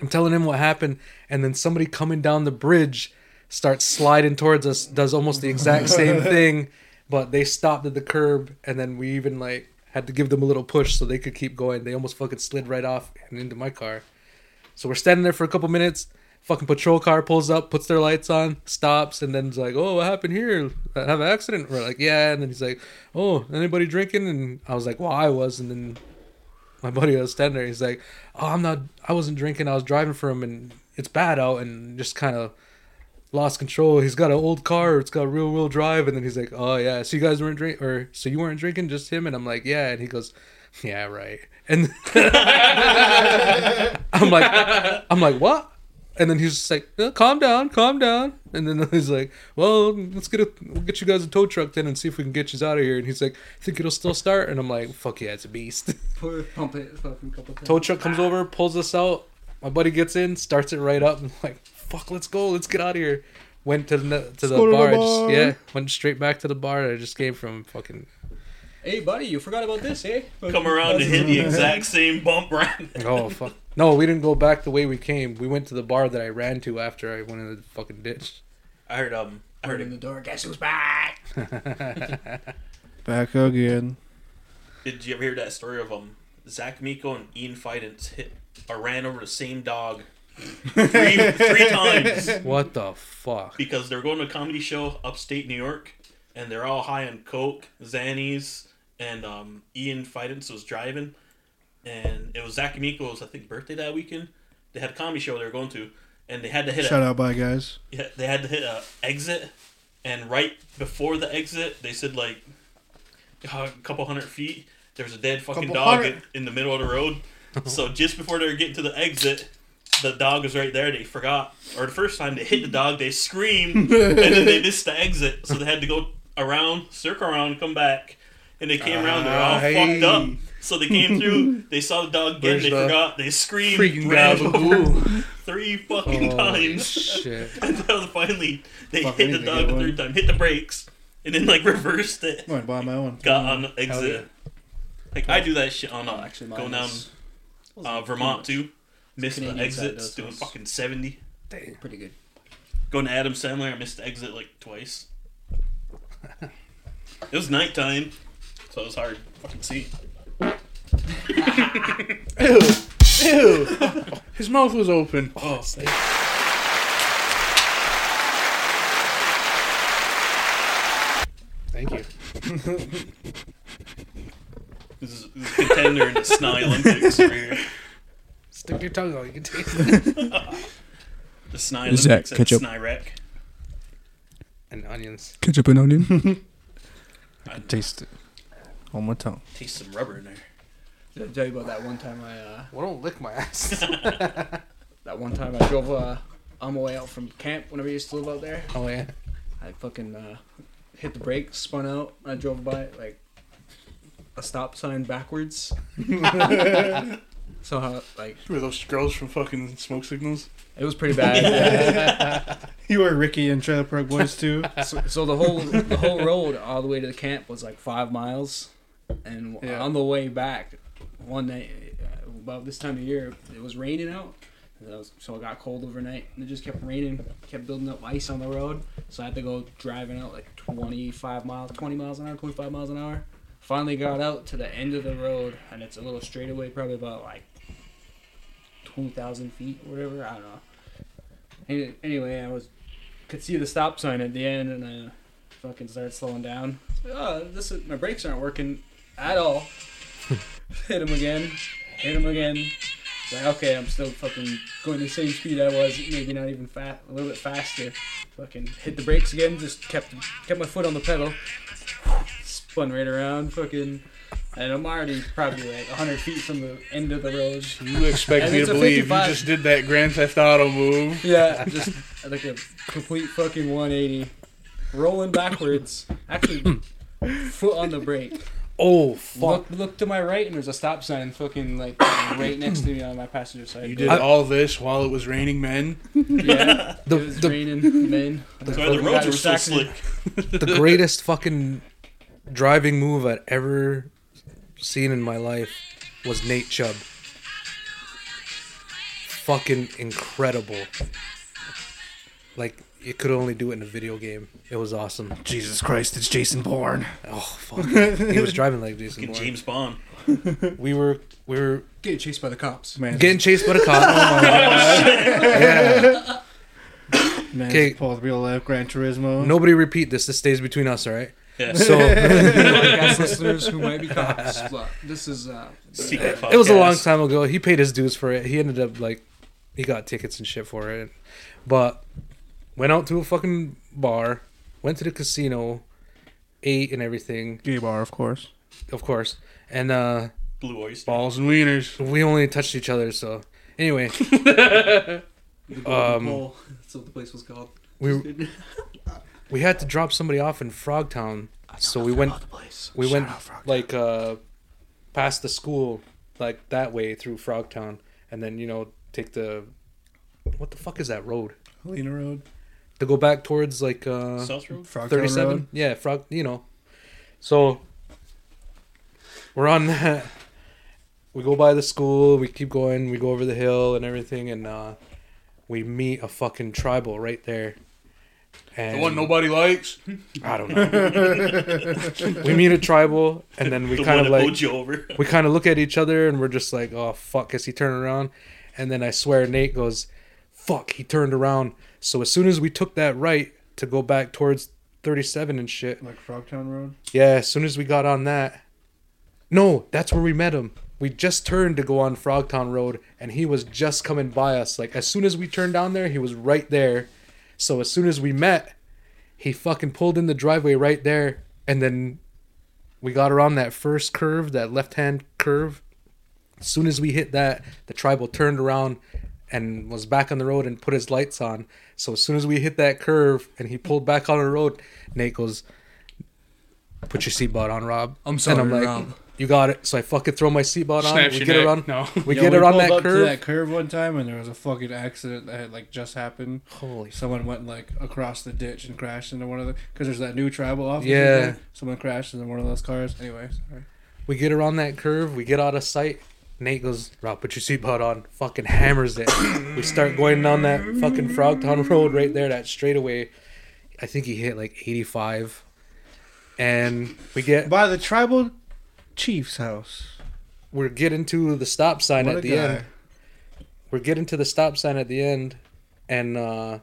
Speaker 4: I'm telling him what happened, and then somebody coming down the bridge starts sliding towards us, does almost the exact same thing, but they stopped at the curb, and then we even like had to give them a little push so they could keep going. They almost fucking slid right off and into my car. So we're standing there for a couple minutes. Fucking patrol car pulls up, puts their lights on, stops, and then's like, "Oh, what happened here? I have an accident." We're like, "Yeah," and then he's like, "Oh, anybody drinking?" And I was like, "Well, I was," and then my buddy was standing there. He's like, "Oh, I'm not. I wasn't drinking. I was driving for him, and it's bad out, and just kind of lost control. He's got an old car. It's got real wheel drive." And then he's like, "Oh yeah. So you guys weren't drink, or so you weren't drinking, just him?" And I'm like, "Yeah." And he goes, "Yeah, right." And I'm like, I'm like, what? And then he's just like, "Uh, calm down, calm down. And then he's like, well, let's get a, we'll get you guys a tow truck then and see if we can get you out of here. And he's like, think it'll still start? And I'm like, fuck yeah, it's a beast.
Speaker 6: Pour, pump it a fucking couple times.
Speaker 4: tow truck comes over, pulls us out. My buddy gets in, starts it right up, and I'm like, fuck, let's go, let's get out of here. Went to the to the
Speaker 2: go to the
Speaker 4: bar. I just,
Speaker 2: bar.
Speaker 4: yeah, went straight back to the bar. I just came from fucking.
Speaker 6: Hey, buddy, you forgot about this, eh?
Speaker 5: Come around to hit the exact same bump right.
Speaker 4: Oh fuck! No, we didn't go back the way we came. We went to the bar that I ran to after I went in the fucking ditch.
Speaker 5: I heard um I heard
Speaker 6: Heard in the door. Guess who's back?
Speaker 2: Back again.
Speaker 5: Did you ever hear that story of um Zach Miko and Ian Fidens hit or ran over the same dog three, three times
Speaker 4: What the fuck?
Speaker 5: because they're going to a comedy show upstate New York and they're all high on coke, Xannies, and um, Ian Fidens was driving and it was Zach Miko's I think birthday that weekend. They had a comedy show they were going to and they had to hit a
Speaker 2: Shout out, bye guys.
Speaker 5: Yeah, they had to hit a exit, and right before the exit, they said like "Oh, a couple hundred feet. There was a dead fucking
Speaker 2: Couple
Speaker 5: dog in,
Speaker 2: hundred.
Speaker 5: in the middle of the road. so just before they were getting to the exit, the dog was right there. They forgot, or the first time they hit the dog, they screamed, and then they missed the exit. So they had to go around, circle around, come back, and they came around. They're all
Speaker 4: Ah,
Speaker 5: fucked up.
Speaker 4: hey.
Speaker 5: So they came through. They saw the dog again.
Speaker 4: Where's
Speaker 5: they
Speaker 4: the
Speaker 5: forgot. They screamed.
Speaker 4: Freaking Oh,
Speaker 5: ran over
Speaker 4: gabagool.
Speaker 5: three fucking
Speaker 4: Holy
Speaker 5: times.
Speaker 4: shit.
Speaker 5: Until finally they
Speaker 2: Fuck, we
Speaker 5: hit the
Speaker 2: need to
Speaker 5: dog
Speaker 2: get
Speaker 5: the
Speaker 2: one.
Speaker 5: third time, hit the brakes, and then like reversed it.
Speaker 2: I'm gonna buy my own.
Speaker 5: Got on the exit.
Speaker 4: yeah.
Speaker 5: Like I do that shit on uh,
Speaker 6: Oh, Actually, mine
Speaker 5: go down
Speaker 6: was
Speaker 5: uh, Vermont too. Missed the
Speaker 6: Canadian side
Speaker 5: exits,
Speaker 6: does
Speaker 5: doing
Speaker 6: those.
Speaker 5: fucking seventy.
Speaker 6: pretty good.
Speaker 5: Going to Adam Sandler, I missed the exit like twice. it was nighttime, so it was hard to fucking see.
Speaker 3: Ew. Ew. His mouth was open.
Speaker 5: Oh,
Speaker 4: Thank you.
Speaker 5: this is, this is contender in the Sny Olympics. right here.
Speaker 4: Stick your tongue out. You can taste
Speaker 5: The Sny
Speaker 7: Is
Speaker 5: Olympics
Speaker 7: that
Speaker 5: at
Speaker 7: ketchup?
Speaker 5: Sny Rack.
Speaker 4: And onions.
Speaker 7: Ketchup and onion.
Speaker 5: I
Speaker 2: Taste it on my tongue.
Speaker 5: taste some rubber in there.
Speaker 6: Did I tell you about that one time I uh,
Speaker 4: Well, don't lick my ass.
Speaker 6: that one time I drove uh, on my way out from camp whenever I used to live out there?
Speaker 4: oh yeah.
Speaker 6: I fucking uh, hit the brakes, spun out, and I drove by like a stop sign backwards. so uh, like
Speaker 3: Were those girls from fucking Smoke Signals?
Speaker 6: it was pretty bad.
Speaker 2: You are Ricky and Trailer Park Boys too.
Speaker 6: so, so the whole the whole road all the way to the camp was like five miles, and
Speaker 3: Yeah.
Speaker 6: on the way back, one night uh, about this time of year, it was raining out. And I was- So it got cold overnight, and it just kept raining, kept building up ice on the road. So I had to go driving out like 25 miles, 20 miles an hour, 25 miles an hour. Finally got out to the end of the road, and it's a little straightaway, probably about like 2,000 feet or whatever. I don't know. Any- Anyway, I was could see the stop sign at the end, and I fucking started slowing down. It's like, oh, this is, my brakes aren't working at all. hit him again, hit him again. It's like, okay, I'm still fucking going the same speed I was, maybe not even fat, a little bit faster. Fucking hit the brakes again, just kept kept my foot on the pedal, spun right around, fucking. And I'm already probably like 100 feet from the end of the road.
Speaker 3: You expect
Speaker 6: And
Speaker 3: me to
Speaker 6: it's a
Speaker 3: believe you
Speaker 6: 55.
Speaker 3: just did that Grand Theft Auto move?
Speaker 6: Yeah, just like a complete fucking 180, rolling backwards. Actually, foot on the brake.
Speaker 4: Oh fuck.
Speaker 6: Look, look to my right, and there's a stop sign, fucking like right next to me on my passenger side.
Speaker 3: You did all this while it was raining men.
Speaker 6: Yeah,
Speaker 4: The-
Speaker 6: it was
Speaker 4: the-
Speaker 6: raining, man.
Speaker 5: That's why the roads were so slick.
Speaker 4: the greatest fucking driving move I'd ever seen in my life was Nate Chubb. Fucking incredible. Like you could only do it in a video game. It was awesome.
Speaker 2: Jesus Christ, it's Jason Bourne.
Speaker 4: Oh fuck. he was driving like Jason
Speaker 5: Fucking
Speaker 4: Bourne.
Speaker 5: James Bond.
Speaker 4: We were we were
Speaker 6: Getting chased by the cops.
Speaker 2: Man,
Speaker 4: getting chased by the cop. yeah.
Speaker 2: man,
Speaker 4: Okay.
Speaker 2: it's Paul's real life Gran Turismo.
Speaker 4: Nobody repeat this. This stays between us, all right?
Speaker 5: Yeah.
Speaker 4: So
Speaker 6: Podcast listeners who might be cops. Look, this is uh,
Speaker 5: Secret
Speaker 4: it was a long
Speaker 5: podcast.
Speaker 4: time ago. He paid his dues for it. He ended up like he got tickets and shit for it. But went out to a fucking bar, went to the casino, ate and everything,
Speaker 2: Gay bar, of course.
Speaker 4: of course. And uh
Speaker 5: Blue Oyster.
Speaker 3: Balls and wieners.
Speaker 4: we only touched each other, so anyway,
Speaker 6: the
Speaker 4: Um,
Speaker 6: Golden Pole. That's what the place was called.
Speaker 4: we we had to drop somebody off in Frogtown. So we went
Speaker 6: The place.
Speaker 4: we went like uh past the school like that way through Frogtown and then you know take the what the fuck is that road?
Speaker 2: Helena Road.
Speaker 4: to go back towards like uh
Speaker 5: South Road?
Speaker 2: Frog
Speaker 4: 37
Speaker 2: Road.
Speaker 4: yeah frog you know so we're on that we go by the school we keep going we go over the hill and everything and uh we meet a fucking tribal right there and
Speaker 3: The one nobody likes.
Speaker 4: i don't know we meet a tribal and then we
Speaker 5: The
Speaker 4: kind
Speaker 5: one that
Speaker 4: of like
Speaker 5: bowed you over.
Speaker 4: we kind of look at each other and we're just like, oh fuck, is he turning around? And then I swear Nate goes, fuck, he turned around. So as soon as we took that right to go back towards 37 and shit,
Speaker 2: Like Frogtown Road.
Speaker 4: yeah, as soon as we got on that, no, that's where we met him. We just turned to go on Frogtown Road and he was just coming by us. Like as soon as we turned down there, he was right there. So as soon as we met, he fucking pulled in the driveway right there and then we got around that first curve, that left hand curve. As soon as we hit that, the tribal turned around and was back on the road and put his lights on. So as soon as we hit that curve and he pulled back on the road, Nate goes, Put your seatbelt on, Rob.
Speaker 7: I'm sorry,
Speaker 4: and I'm like,
Speaker 7: Rob.
Speaker 4: You got it. So I fucking throw my seatbelt on.
Speaker 3: Snaps
Speaker 4: we
Speaker 3: your
Speaker 4: get
Speaker 3: neck.
Speaker 4: around
Speaker 3: No.
Speaker 4: we
Speaker 2: Yo,
Speaker 4: get around
Speaker 2: pulled
Speaker 4: that
Speaker 2: up to
Speaker 4: curve.
Speaker 2: that curve one time, and there was a fucking accident that had like just happened.
Speaker 4: Holy s-
Speaker 2: Someone went like across the ditch and crashed into one of the because there's that new tribal office.
Speaker 4: Yeah.
Speaker 2: there. Someone crashed into one of those cars. Anyway, sorry.
Speaker 4: We get around that curve, we get out of sight. Nate goes, Rob, put your seatbelt on. Fucking hammers it. we start going down that fucking Frogtown Road right there, that straightaway. I think he hit like 85. And we get
Speaker 2: By the tribal chief's house.
Speaker 4: we're getting to the stop sign
Speaker 2: What a
Speaker 4: at the
Speaker 2: guy.
Speaker 4: end. We're getting to the stop sign at the end, and uh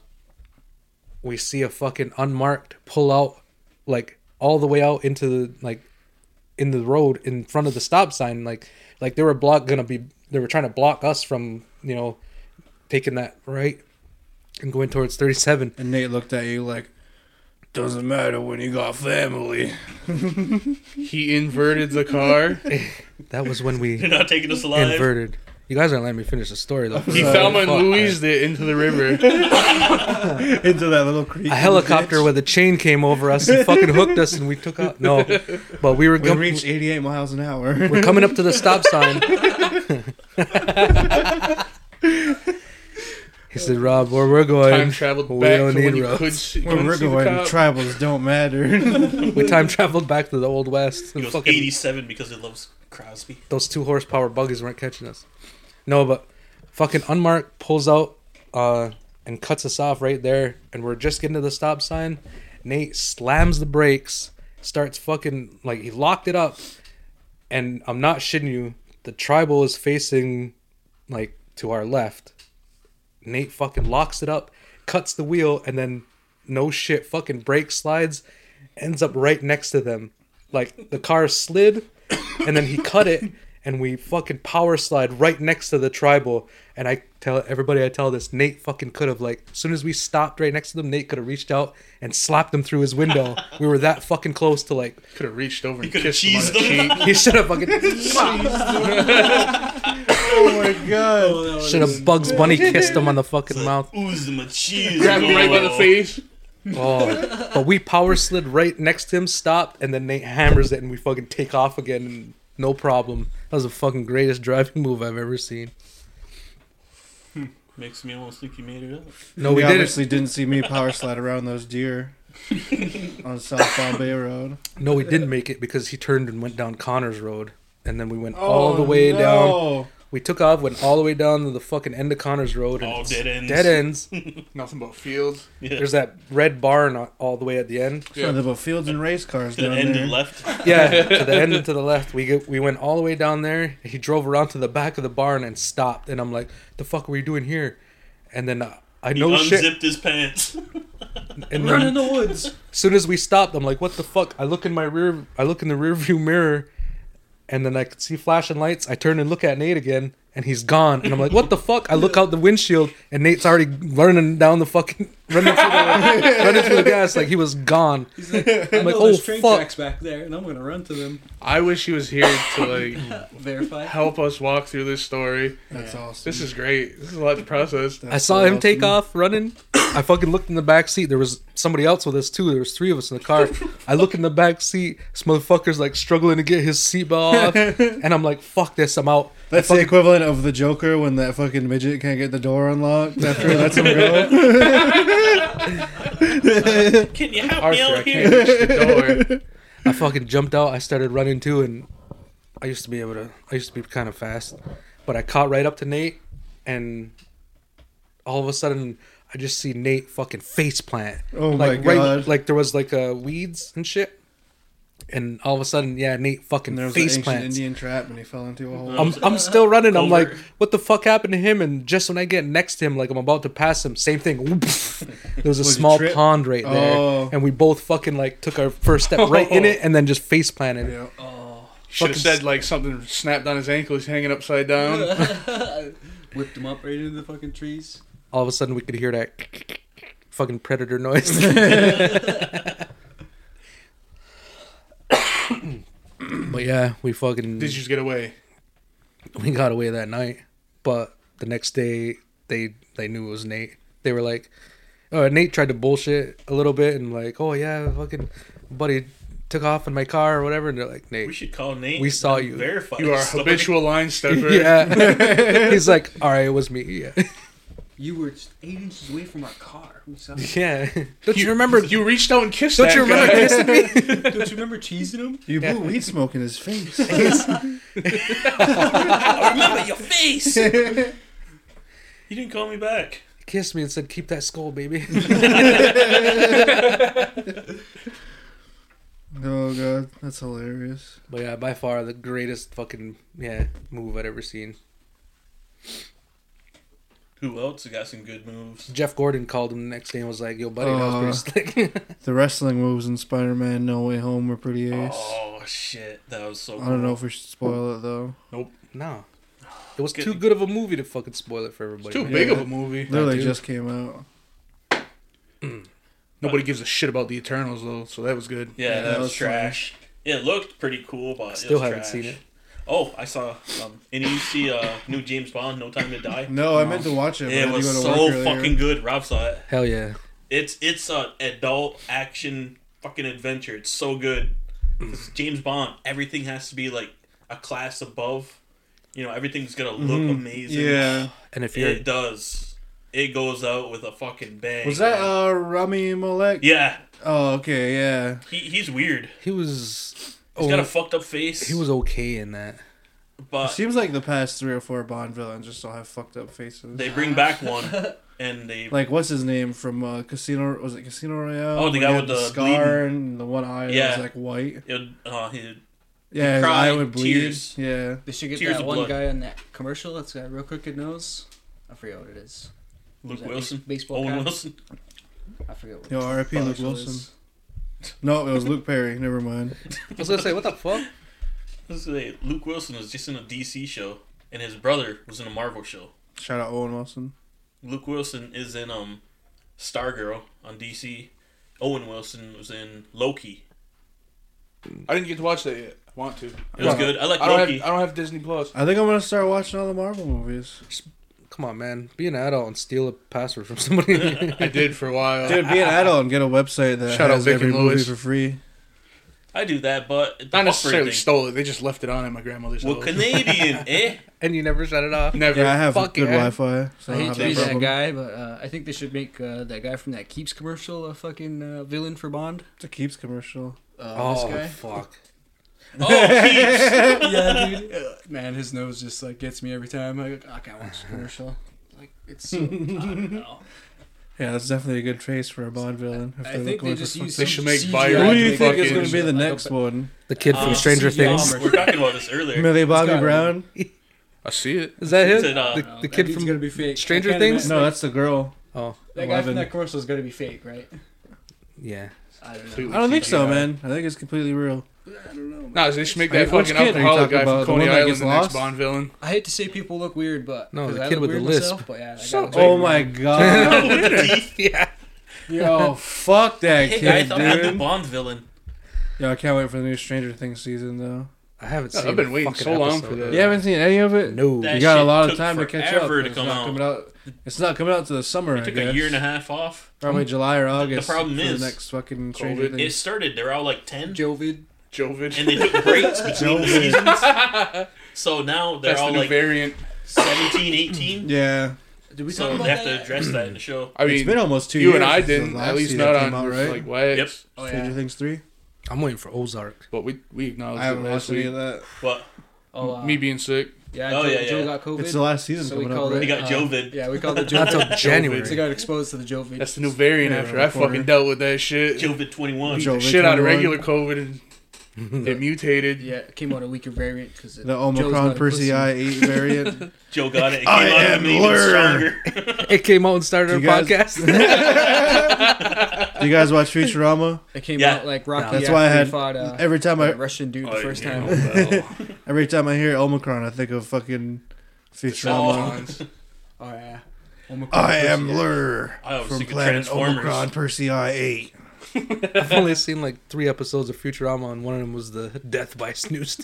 Speaker 4: we see a fucking unmarked pull out like all the way out into the like in the road in front of the stop sign. Like like they were block gonna be they were trying to block us from you know taking that right and going towards 37.
Speaker 2: And Nate looked at you like, doesn't matter when you got family.
Speaker 3: He inverted the car.
Speaker 4: That was when we
Speaker 5: You're not taking us alive.
Speaker 4: inverted. You guys aren't letting me finish the story though.
Speaker 3: He Thelma and Louised it into the river.
Speaker 2: Into that little creek.
Speaker 4: a helicopter with a chain came over us and fucking hooked us and we took out no but we were
Speaker 2: We
Speaker 4: gum-
Speaker 2: reached 88 miles an hour.
Speaker 4: we're coming up to the stop sign he said rob where we're
Speaker 3: Time
Speaker 4: going
Speaker 3: traveled
Speaker 4: We
Speaker 3: back
Speaker 4: don't
Speaker 3: to when
Speaker 4: need
Speaker 3: you
Speaker 4: roads.
Speaker 3: could see,
Speaker 2: Where
Speaker 3: couldn't
Speaker 2: we're
Speaker 3: see the
Speaker 2: going,
Speaker 3: cop.
Speaker 2: tribals don't matter.
Speaker 4: we time traveled back to the old west
Speaker 5: He
Speaker 4: and
Speaker 5: goes
Speaker 4: fucking
Speaker 5: 87 because he loves Crosby.
Speaker 4: those two horsepower buggies weren't catching us no but fucking unmarked pulls out uh and cuts us off right there and we're just getting to the stop sign nate slams the brakes starts fucking like he locked it up and I'm not shitting you, the tribal is facing like to our left. Nate fucking locks it up, cuts the wheel, and then no shit, fucking brake slides, ends up right next to them. Like the car slid, and then he cut it, and we fucking power slide right next to the tribal. And I tell everybody I tell this, Nate fucking could have like as soon as we stopped right next to them, Nate could have reached out and slapped him through his window. we were that fucking close to like
Speaker 3: Could have reached over and
Speaker 5: could have
Speaker 3: kissed him on
Speaker 5: cheesed
Speaker 3: the
Speaker 5: him.
Speaker 3: cheek.
Speaker 4: he should have fucking
Speaker 2: oh my god.
Speaker 4: Should have Bugs Bunny kissed him on the fucking mouth.
Speaker 5: Ooze him a cheese.
Speaker 3: Grabbed him right by the
Speaker 5: Oh.
Speaker 3: face.
Speaker 4: Oh, but we power slid right next to him, stopped, and then Nate hammers it, and we fucking take off again, and no problem. That was the fucking greatest driving move I've ever seen.
Speaker 5: Makes me almost think you made it up.
Speaker 4: No,
Speaker 2: we,
Speaker 4: we didn't.
Speaker 2: obviously didn't see me power slide around those deer on South Bombay Road.
Speaker 4: No, we didn't make it because he turned and went down Connors Road, and then we
Speaker 2: Oh,
Speaker 4: went all the way down. We took off, went all the way down to the fucking end of Connors Road, and
Speaker 5: All
Speaker 4: it's
Speaker 5: dead ends.
Speaker 4: Dead ends.
Speaker 3: Nothing but fields.
Speaker 5: Yeah.
Speaker 4: There's that red barn a- all the way at the end.
Speaker 2: Yeah. About fields and race cars
Speaker 5: to the
Speaker 2: down
Speaker 5: end
Speaker 2: there.
Speaker 5: and left.
Speaker 4: Yeah, to the end and to the left. We get, we went all the way down there. He drove around to the back of the barn and stopped. And I'm like, "The fuck were you doing here?" And then uh, I
Speaker 5: He
Speaker 4: know shit.
Speaker 5: unzipped his pants.
Speaker 4: And then,
Speaker 6: the woods.
Speaker 4: as soon as we stopped, I'm like, "What the fuck?" I look in my rear. I look in the rearview mirror, and then I could see flashing lights. I turn and look at Nate again, and he's gone. And I'm like, "What the fuck?" I look out the windshield, and Nate's already running down the fucking running through the, running through the gas like he was gone.
Speaker 6: I'm
Speaker 4: like,
Speaker 6: like,
Speaker 4: "Oh,
Speaker 6: oh, train
Speaker 4: fuck."
Speaker 6: tracks back there, and I'm gonna run to them.
Speaker 3: I wish he was here to like
Speaker 6: Verify.
Speaker 3: help us walk through this story.
Speaker 2: That's awesome.
Speaker 3: This is great. This is a lot to process.
Speaker 4: I saw him
Speaker 2: hmm.
Speaker 4: take off running. I fucking looked in the back seat. There was somebody else with us too. There was three of us in the car. I look in the back seat. This motherfucker's like struggling to get his seatbelt off, and I'm like, "Fuck this! I'm out."
Speaker 2: That's the equivalent of the Joker when that fucking midget can't get the door unlocked after he lets him go.
Speaker 5: Can you help
Speaker 3: Arthur,
Speaker 5: me
Speaker 3: I
Speaker 5: out
Speaker 3: can't
Speaker 5: here?
Speaker 3: reach the door.
Speaker 4: I fucking jumped out. I started running too, and I used to be able to. I used to be kind of fast, but I caught right up to Nate, and all of a sudden, I just see Nate fucking face plant.
Speaker 2: Oh my
Speaker 4: like, right-
Speaker 2: God.
Speaker 4: like there was like uh, weeds and shit, and all of a sudden, yeah, Nate fucking
Speaker 2: And there was an
Speaker 4: face
Speaker 2: ancient
Speaker 4: plants.
Speaker 2: Indian trap and he fell into a hole.
Speaker 4: I'm, I'm still running. I'm like,
Speaker 5: Over.
Speaker 4: what the fuck happened to him? And just when I get next to him, like I'm about to pass him, same thing. Whoop. There was a
Speaker 2: you
Speaker 4: small
Speaker 2: trip?
Speaker 4: pond right there,
Speaker 2: Oh.
Speaker 4: and we both fucking like took our first step right in it, and then just face planted.
Speaker 2: Yeah.
Speaker 6: Oh.
Speaker 3: Should have
Speaker 4: Fucking-
Speaker 3: said like something snapped on his ankle. He's hanging upside down.
Speaker 6: Whipped them up right into the fucking trees.
Speaker 4: All of a sudden, we could hear that fucking predator noise. but yeah, we fucking
Speaker 3: Did you get away?
Speaker 4: we got away that night, but the next day they they knew it was Nate. They were like, "Oh, Nate tried to bullshit a little bit and like, oh yeah, fucking buddy took off in my car or whatever." And they're like,
Speaker 5: We
Speaker 4: "Nate,
Speaker 5: should call Nate.
Speaker 4: We saw
Speaker 5: and
Speaker 4: you.
Speaker 5: Verify
Speaker 3: You are
Speaker 5: this
Speaker 3: a
Speaker 5: story.
Speaker 3: habitual line stepper.
Speaker 4: yeah." He's like, "All right, it was me." Yeah,
Speaker 6: You were just eight inches away from our car. We saw.
Speaker 4: yeah. Don't you, remember?
Speaker 3: You reached out and kissed
Speaker 4: don't
Speaker 3: that
Speaker 4: you remember
Speaker 3: guy.
Speaker 4: kissing me?
Speaker 6: Don't you remember cheesing him?
Speaker 2: You blew weed smoke in his face.
Speaker 5: I remember your face. you didn't call me back.
Speaker 4: Kissed me and said, "Keep that skull, baby."
Speaker 2: oh god, that's hilarious.
Speaker 4: but yeah, by far the greatest fucking yeah move I'd ever seen.
Speaker 5: Who else got some good moves?
Speaker 4: Jeff Gordon called him the next day and was like, "Yo, buddy, that was
Speaker 3: Uh.
Speaker 4: pretty slick."
Speaker 2: The wrestling moves in Spider Man No Way Home were pretty ace.
Speaker 5: Oh shit, that was so.
Speaker 2: I don't know if we should spoil it though.
Speaker 4: no, it was
Speaker 5: Good.
Speaker 4: too good of a movie to fucking spoil it for everybody.
Speaker 3: It's too
Speaker 4: man.
Speaker 3: big of a movie.
Speaker 2: Literally
Speaker 4: dude.
Speaker 2: just came out.
Speaker 3: Nobody gives a shit about the Eternals though, so that was good.
Speaker 5: Yeah, that, was, trash. It looked pretty cool, but it
Speaker 4: Still
Speaker 5: was
Speaker 4: haven't
Speaker 5: trash.
Speaker 4: seen it.
Speaker 5: Oh, I saw. Um, and you see uh, new James Bond, No Time to Die.
Speaker 2: No, I meant to watch it. but I
Speaker 5: It
Speaker 2: had to
Speaker 5: was
Speaker 2: go to
Speaker 5: so
Speaker 2: work earlier.
Speaker 5: fucking good. Rob saw it.
Speaker 4: Hell yeah!
Speaker 5: It's it's a adult action fucking adventure. It's so good.
Speaker 4: Mm.
Speaker 5: 'Cause James Bond. Everything has to be like a class above. You know, everything's gonna look amazing.
Speaker 2: Mm-hmm. Yeah.
Speaker 4: And if you're
Speaker 5: it does. It goes out with a fucking bang.
Speaker 2: Was that
Speaker 5: man.
Speaker 2: uh Rami Malek?
Speaker 5: yeah,
Speaker 2: Oh, okay, yeah.
Speaker 5: he, he's weird.
Speaker 4: he was,
Speaker 5: He's
Speaker 4: oh,
Speaker 5: got a fucked up face.
Speaker 4: he was okay in that.
Speaker 5: but
Speaker 2: Seems like the past three or four Bond villains just all have fucked up faces.
Speaker 5: They bring back one, and they
Speaker 2: like what's his name from uh, Casino? Was it Casino Royale?
Speaker 5: Oh, the
Speaker 2: When
Speaker 5: guy
Speaker 2: he
Speaker 5: with
Speaker 2: had
Speaker 5: the
Speaker 2: scar and the one eye that
Speaker 5: Yeah.
Speaker 2: was like white.
Speaker 5: it, uh, he,
Speaker 2: Yeah, his
Speaker 5: cried,
Speaker 2: eye would bleed.
Speaker 5: tears.
Speaker 2: Yeah,
Speaker 6: They should get
Speaker 5: Tears
Speaker 6: that
Speaker 5: of
Speaker 6: one
Speaker 5: blood.
Speaker 6: guy on that commercial that's got a real crooked nose. I forget what it is.
Speaker 5: Luke
Speaker 6: that
Speaker 5: Wilson,
Speaker 6: base- baseball
Speaker 5: Owen
Speaker 6: cap?
Speaker 5: Wilson.
Speaker 6: I forget what
Speaker 2: yo, R.I.P. Luke
Speaker 6: commercial
Speaker 2: Wilson.
Speaker 6: is.
Speaker 2: No, it was Luke Perry. Never mind.
Speaker 4: I was gonna say, what the fuck?
Speaker 5: Let's say Luke Wilson was just in a DC show, and his brother was in a Marvel show.
Speaker 2: Shout out Owen Wilson.
Speaker 5: Luke Wilson is in um, Stargirl on DC. Owen Wilson was in Loki.
Speaker 3: I didn't get to watch that yet. I want to.
Speaker 5: It was
Speaker 4: Yeah.
Speaker 5: good. I like
Speaker 3: I don't
Speaker 5: Loki.
Speaker 3: have I don't have Disney Plus.
Speaker 2: I think I'm gonna start watching all the Marvel movies.
Speaker 4: Come on, man, be an adult and steal a password from somebody.
Speaker 3: I did for a while.
Speaker 2: Dude, be an adult and get a website that
Speaker 3: Shout out
Speaker 2: has
Speaker 3: Vic
Speaker 2: every
Speaker 3: and
Speaker 2: movie
Speaker 3: Louis.
Speaker 2: for free.
Speaker 5: I do that, but the
Speaker 3: Not
Speaker 5: Hopper
Speaker 3: necessarily
Speaker 5: thing.
Speaker 3: stole it. They just left it on at my grandmother's
Speaker 5: well,
Speaker 3: house.
Speaker 5: Canadian, eh?
Speaker 4: and you never shut it off.
Speaker 3: Never.
Speaker 2: Yeah, I have
Speaker 4: Fuck
Speaker 2: good
Speaker 4: yeah.
Speaker 2: Wi-Fi. So
Speaker 6: I
Speaker 2: I don't
Speaker 6: hate
Speaker 2: have
Speaker 6: to be
Speaker 2: that
Speaker 6: that
Speaker 2: problem.
Speaker 6: guy, but uh, I think they should make uh, that guy from that Keeps commercial a fucking uh, villain for Bond.
Speaker 2: It's a keeps commercial.
Speaker 6: Uh,
Speaker 4: Oh
Speaker 6: this
Speaker 4: fuck!
Speaker 5: Oh, Keeps.
Speaker 6: guy. yeah, dude. Uh, man, his nose just like gets me every time. I, I can't watch the commercial. Like it's. So, I don't know.
Speaker 2: Yeah, that's definitely a good trace for a Bond villain. if
Speaker 6: I
Speaker 2: they're
Speaker 6: think
Speaker 2: going
Speaker 6: they
Speaker 2: for
Speaker 6: just
Speaker 2: fuck-
Speaker 6: use.
Speaker 3: They
Speaker 6: some
Speaker 3: should make
Speaker 6: CGI
Speaker 3: Byron
Speaker 2: Who do
Speaker 6: to
Speaker 2: you
Speaker 6: make
Speaker 2: think
Speaker 6: it
Speaker 2: is
Speaker 3: fucking-
Speaker 2: going to be the
Speaker 6: look
Speaker 2: next
Speaker 6: better.
Speaker 2: one?
Speaker 4: The kid
Speaker 5: Um,
Speaker 4: from Stranger
Speaker 6: CGI
Speaker 4: Things.
Speaker 5: We're talking about this earlier.
Speaker 2: Millie Bobby
Speaker 6: gotta be.
Speaker 2: Brown?
Speaker 3: I see it.
Speaker 4: Is that
Speaker 5: Is
Speaker 4: him?
Speaker 5: it, uh,
Speaker 4: the,
Speaker 6: No,
Speaker 4: the
Speaker 6: that
Speaker 4: kid
Speaker 6: dude's
Speaker 4: from
Speaker 6: gonna be fake. I
Speaker 4: Stranger
Speaker 6: can't
Speaker 4: Things?
Speaker 6: imagine-
Speaker 2: No, that's the girl.
Speaker 4: Oh
Speaker 6: That guy from
Speaker 2: 11.
Speaker 6: that commercial is gonna be fake, right?
Speaker 4: yeah.
Speaker 6: I don't know.
Speaker 3: Completely
Speaker 2: I don't think so,
Speaker 3: CGI.
Speaker 2: man. I think it's completely real.
Speaker 6: I don't know.
Speaker 3: No, they should make
Speaker 2: Wait,
Speaker 3: that
Speaker 2: which
Speaker 3: fucking
Speaker 2: kid are you
Speaker 3: alcoholic
Speaker 2: talking
Speaker 3: guy from
Speaker 2: about? The
Speaker 3: Coney
Speaker 2: one that
Speaker 3: Island
Speaker 2: gets
Speaker 3: the next
Speaker 2: lost?
Speaker 3: Bond villain.
Speaker 6: I hate to say people look weird, but
Speaker 4: No,
Speaker 6: 'cause
Speaker 4: the
Speaker 6: I
Speaker 4: kid
Speaker 6: look
Speaker 4: with the
Speaker 6: weird
Speaker 4: lisp.
Speaker 6: Myself, but yeah, I
Speaker 4: Shut
Speaker 6: gotta
Speaker 4: up.
Speaker 6: check
Speaker 2: Oh
Speaker 6: it
Speaker 2: my
Speaker 6: out.
Speaker 2: god.
Speaker 5: With the teeth.
Speaker 4: Yeah.
Speaker 2: Yo, fuck that
Speaker 5: Hey, I
Speaker 2: kid,
Speaker 5: thought I'm the
Speaker 2: dude.
Speaker 5: Bond villain.
Speaker 2: Yo, I can't wait for the new Stranger Things season, though.
Speaker 4: I haven't
Speaker 3: Yeah,
Speaker 4: seen.
Speaker 3: I've been
Speaker 4: a
Speaker 3: waiting
Speaker 4: fucking
Speaker 3: so long
Speaker 4: episode
Speaker 3: for
Speaker 4: of
Speaker 3: that.
Speaker 4: it.
Speaker 2: You haven't seen any of it?
Speaker 4: No.
Speaker 5: That
Speaker 2: You got a
Speaker 5: shit
Speaker 2: lot of
Speaker 5: took
Speaker 2: time to catch up.
Speaker 5: forever to
Speaker 2: it's
Speaker 5: come
Speaker 2: not
Speaker 5: out.
Speaker 2: coming out. It's not coming out to the summer.
Speaker 5: It took
Speaker 2: I guess.
Speaker 5: a year and a half off.
Speaker 2: Probably July or August.
Speaker 5: problem
Speaker 2: for
Speaker 5: is,
Speaker 2: the next fucking Stranger
Speaker 3: COVID.
Speaker 5: It
Speaker 2: Things.
Speaker 5: started. They're all like ten.
Speaker 6: Jovid.
Speaker 3: Jovid.
Speaker 5: and they took breaks between the seasons. So now they're
Speaker 3: That's the
Speaker 5: all
Speaker 3: new
Speaker 5: like
Speaker 3: variant.
Speaker 5: 17, 18.
Speaker 2: Yeah,
Speaker 6: Did we talk
Speaker 5: So
Speaker 6: about
Speaker 5: they have to
Speaker 6: that?
Speaker 5: address that in the show.
Speaker 3: I
Speaker 2: it's been
Speaker 3: mean,
Speaker 2: almost two
Speaker 3: you
Speaker 2: years.
Speaker 3: and I
Speaker 2: since the
Speaker 3: didn't.
Speaker 2: last
Speaker 3: At least
Speaker 2: season
Speaker 3: not
Speaker 2: came
Speaker 3: on
Speaker 2: out, right?
Speaker 3: like wax.
Speaker 5: Yep.
Speaker 6: Oh
Speaker 2: Stranger
Speaker 6: yeah.
Speaker 2: Things three.
Speaker 4: I'm waiting for Ozark.
Speaker 3: But we we acknowledged
Speaker 2: I haven't
Speaker 3: it last
Speaker 2: watched any of
Speaker 3: week.
Speaker 2: that.
Speaker 5: But
Speaker 6: Oh, uh,
Speaker 3: Me being sick.
Speaker 6: Yeah,
Speaker 5: Oh,
Speaker 6: Joe,
Speaker 5: yeah,
Speaker 6: Joe
Speaker 5: yeah.
Speaker 6: got COVID.
Speaker 2: It's the last season
Speaker 6: so we
Speaker 2: coming
Speaker 6: called
Speaker 2: up.
Speaker 6: it.
Speaker 5: He
Speaker 2: Right?
Speaker 5: got
Speaker 6: uh,
Speaker 5: Jovid.
Speaker 6: Yeah, we called it
Speaker 4: Not
Speaker 6: Jovid.
Speaker 4: till January.
Speaker 6: So I got exposed to the Jovid.
Speaker 3: That's the new variant.
Speaker 2: Yeah,
Speaker 3: after I
Speaker 2: before-
Speaker 3: fucking dealt with that shit,
Speaker 5: Jovid 21.
Speaker 2: Jovid
Speaker 3: shit out of
Speaker 2: 21.
Speaker 3: regular COVID, and it mutated.
Speaker 6: yeah, it came out a weaker variant because
Speaker 2: The Omicron Persei eight variant.
Speaker 5: Joe got it. It came
Speaker 2: I
Speaker 5: out
Speaker 2: am
Speaker 5: of me
Speaker 2: Lur.
Speaker 5: stronger.
Speaker 4: It came out and started our
Speaker 2: You guys-
Speaker 4: podcast.
Speaker 2: Do you guys watch Futurama?
Speaker 6: It came
Speaker 5: Yeah. Oh,
Speaker 6: out like Rocky.
Speaker 2: That's why I
Speaker 6: after he
Speaker 2: had
Speaker 6: fought, uh,
Speaker 2: every time
Speaker 6: the
Speaker 2: I
Speaker 6: Russian dude the
Speaker 5: I
Speaker 6: first
Speaker 5: know.
Speaker 6: time.
Speaker 2: every time I hear Omicron, I think of fucking Futurama.
Speaker 3: Sounds.
Speaker 6: Oh yeah. Omicron
Speaker 2: I am
Speaker 6: Persei.
Speaker 2: Lur
Speaker 5: I always
Speaker 2: from
Speaker 5: think of
Speaker 2: Planet
Speaker 5: Transformers.
Speaker 2: Omicron Persei eight.
Speaker 4: I've only seen like three episodes of Futurama, and one of them was the death by snooze.
Speaker 5: the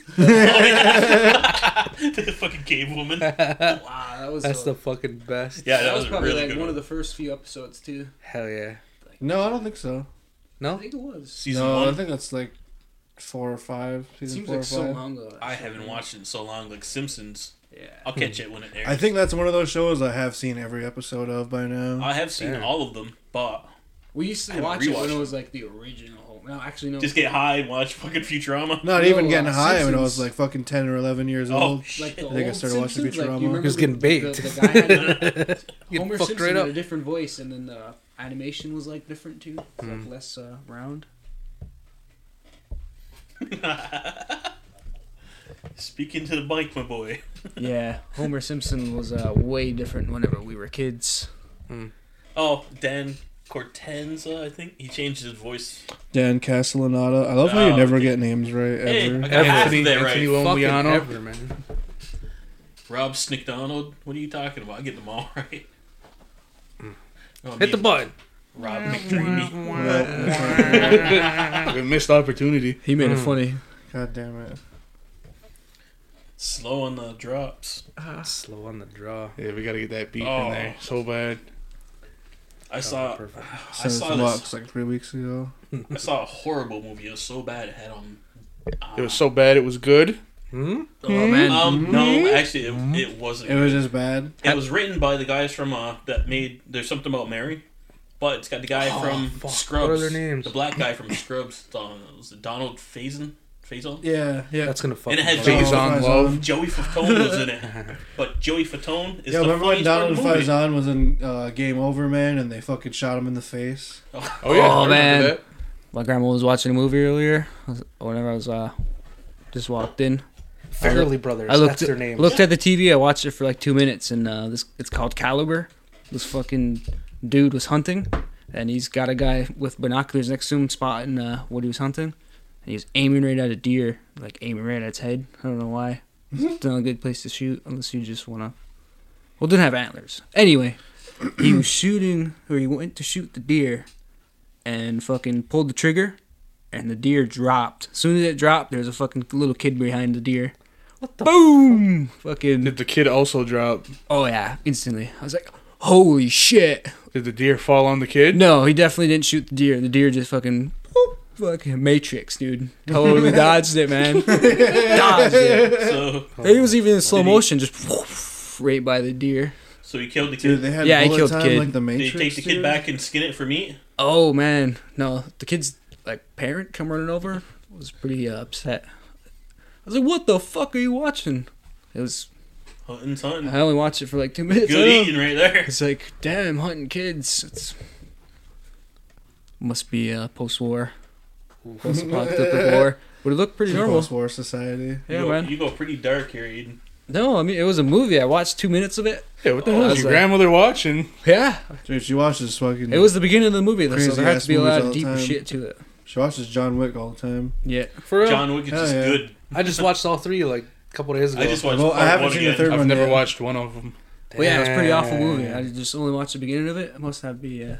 Speaker 5: fucking cave woman.
Speaker 6: Wow, that was
Speaker 4: That's
Speaker 6: a-
Speaker 4: the fucking best.
Speaker 5: Yeah,
Speaker 6: that
Speaker 5: that
Speaker 6: was
Speaker 5: was a
Speaker 6: probably
Speaker 5: really
Speaker 6: like
Speaker 5: good
Speaker 6: one,
Speaker 5: one.
Speaker 6: of the first few episodes too.
Speaker 4: Hell yeah.
Speaker 2: No, I don't think so.
Speaker 6: I
Speaker 4: No,
Speaker 6: think it was.
Speaker 5: Season
Speaker 2: no, I
Speaker 5: one.
Speaker 2: think that's like four or five.
Speaker 6: It
Speaker 2: Season
Speaker 6: seems
Speaker 2: four
Speaker 6: like so
Speaker 2: or five.
Speaker 6: long ago.
Speaker 5: I haven't watched it in so long, like Simpsons.
Speaker 6: Yeah.
Speaker 5: I'll catch it when it airs.
Speaker 2: I think that's one of those shows I have seen every episode of by now.
Speaker 5: I have seen
Speaker 4: Damn.
Speaker 5: all of them, but
Speaker 6: We used
Speaker 5: I
Speaker 6: to
Speaker 5: haven't
Speaker 6: watch it when
Speaker 5: rewatched
Speaker 6: it was like the original. No, actually no.
Speaker 5: just get high and watch fucking Futurama.
Speaker 2: Not
Speaker 6: No,
Speaker 2: even getting
Speaker 6: uh,
Speaker 2: high when I was
Speaker 6: Simpsons.
Speaker 2: like fucking ten or eleven years
Speaker 5: Oh,
Speaker 2: old.
Speaker 6: like the
Speaker 2: I think I
Speaker 6: old
Speaker 2: started watching
Speaker 6: Simpsons, like,
Speaker 2: Futurama.
Speaker 6: you remember
Speaker 4: He was getting
Speaker 6: the-
Speaker 4: baked.
Speaker 6: The, the guy had
Speaker 4: Getting
Speaker 6: Homer
Speaker 4: fucked
Speaker 6: Simpson
Speaker 4: right
Speaker 6: had
Speaker 4: up.
Speaker 6: a different voice, and then the animation was like different too, It's, like less uh, round.
Speaker 5: Speaking to the mic, my boy.
Speaker 6: yeah, Homer Simpson was uh, way different whenever we were kids.
Speaker 5: Oh, Dan Cortenza, I think he changed his voice.
Speaker 2: Dan Castellanata. I love how you
Speaker 5: Oh,
Speaker 2: never get names right
Speaker 5: Hey,
Speaker 2: ever.
Speaker 5: I got half of
Speaker 3: Anthony,
Speaker 5: that
Speaker 3: Anthony
Speaker 5: right.
Speaker 3: Lombiano.
Speaker 4: Fucking ever, man.
Speaker 5: Rob Snickdonald. What are you talking about? I get them all right. Oh,
Speaker 4: Hit the
Speaker 5: me-
Speaker 4: button.
Speaker 5: Rob McDreamy.
Speaker 3: We missed opportunity.
Speaker 7: He made it
Speaker 5: Hmm.
Speaker 7: funny.
Speaker 2: God damn it.
Speaker 5: Slow on the drops.
Speaker 4: Uh, Slow on the draw.
Speaker 3: Yeah, we gotta get that beat
Speaker 5: Oh.
Speaker 3: in there so bad.
Speaker 5: I saw.
Speaker 4: perfect.
Speaker 5: I
Speaker 2: Sent us
Speaker 5: saw
Speaker 2: Lux
Speaker 5: this.
Speaker 2: like three weeks ago.
Speaker 5: I saw a horrible movie. It was so bad. It had um.
Speaker 3: It was so bad. It was good.
Speaker 4: Hmm?
Speaker 5: Oh man. Um. No, actually, it, it wasn't.
Speaker 2: It was just bad.
Speaker 5: It was written by the guys from uh that made there's something about Mary, but it's got the guy from Scrubs.
Speaker 4: Oh, What are their names?
Speaker 5: The black guy from Scrubs. Don, was it Donald Faison. Faison.
Speaker 2: Yeah, yeah.
Speaker 4: That's gonna fuck.
Speaker 5: And it has
Speaker 3: Faison
Speaker 5: Joey,
Speaker 2: Donald
Speaker 3: Love.
Speaker 2: Faison.
Speaker 5: Joey Fatone was in it, but Joey Fatone is
Speaker 2: Yeah,
Speaker 5: the
Speaker 2: remember when
Speaker 5: funniest part of
Speaker 2: Donald
Speaker 5: the movie.
Speaker 2: Faison was in uh, Game Over Man and they fucking shot him in the face?
Speaker 3: Oh yeah, I
Speaker 6: Oh,
Speaker 3: remember
Speaker 6: man.
Speaker 3: that.
Speaker 6: My grandma was watching a movie earlier. I was- Whenever I was uh, just walked in,
Speaker 4: Fairly Brothers.
Speaker 6: I looked
Speaker 4: That's their name.
Speaker 6: looked at the TV. I watched it for like two minutes, and uh, this it's called Caliber. This fucking dude was hunting, and he's got a guy with binoculars next to him spotting uh, what he was hunting, and he's aiming right at a deer, like aiming right at its head. I don't know why. It's not a good place to shoot unless you just wanna. Well, it didn't have antlers. Anyway, he was shooting, or he went to shoot the deer, and fucking pulled the trigger. And the deer dropped. As soon as it dropped, there was a fucking little kid behind the deer. What the boom? Fucking
Speaker 3: Did the kid also drop?
Speaker 6: Oh yeah, instantly. I was like, "Holy shit!"
Speaker 3: Did the deer fall on the kid?
Speaker 6: No, he definitely didn't shoot the deer. The deer just fucking, boop, fucking Matrix, dude. Totally dodged it, man. dodged it.
Speaker 5: So,
Speaker 6: It was even in slow
Speaker 5: Did he-
Speaker 6: motion, just right by the deer.
Speaker 5: so he killed the kid.
Speaker 2: Dude, they had
Speaker 6: Yeah, he
Speaker 2: bullet
Speaker 6: killed
Speaker 2: time
Speaker 6: kid.
Speaker 2: like the
Speaker 5: Did he
Speaker 2: Matrix.
Speaker 5: take the kid
Speaker 2: dude.
Speaker 5: back and skin it for meat?
Speaker 6: Oh man, no, the kid's like parent come running over was pretty uh, upset. I was like, "What the fuck are you watching?" It was.
Speaker 5: Hunting son.
Speaker 6: I only watched it for like two minutes. I
Speaker 5: Good
Speaker 6: don't-
Speaker 5: eating right there.
Speaker 6: It's like, damn, hunting kids. It's must be uh, post-war, post-apocalyptic war. But it looked pretty normal.
Speaker 2: Post-war society.
Speaker 5: you,
Speaker 6: Yeah,
Speaker 5: go,
Speaker 6: man.
Speaker 5: you go pretty dark here, Aiden.
Speaker 6: No, I mean it was a movie. I watched two minutes of it.
Speaker 3: Yeah, what the
Speaker 6: Oh,
Speaker 3: hell
Speaker 6: that's
Speaker 3: is your
Speaker 6: a-
Speaker 3: grandmother watching?
Speaker 6: Yeah,
Speaker 2: Dude, she watches fucking.
Speaker 6: it was the beginning of the movie, though, so
Speaker 2: Crazy
Speaker 6: there had
Speaker 2: ass
Speaker 6: to be a
Speaker 2: movies
Speaker 6: lot
Speaker 2: all
Speaker 6: of
Speaker 2: the
Speaker 6: deeper
Speaker 2: time.
Speaker 6: shit to it.
Speaker 2: She watches John Wick all the time.
Speaker 6: Yeah,
Speaker 4: For real?
Speaker 5: John Wick is
Speaker 2: Hell
Speaker 5: just
Speaker 2: yeah.
Speaker 5: good.
Speaker 4: I just watched all three like a couple days ago.
Speaker 5: I just watched
Speaker 2: Well, I
Speaker 5: part
Speaker 2: haven't
Speaker 5: one
Speaker 2: seen the
Speaker 5: again. Uh,
Speaker 2: third
Speaker 3: I've
Speaker 2: one
Speaker 3: never
Speaker 2: yet.
Speaker 3: watched one of them.
Speaker 6: but yeah, it was a pretty awful movie.
Speaker 4: Damn.
Speaker 6: I just only watched the beginning of it. It must have be uh,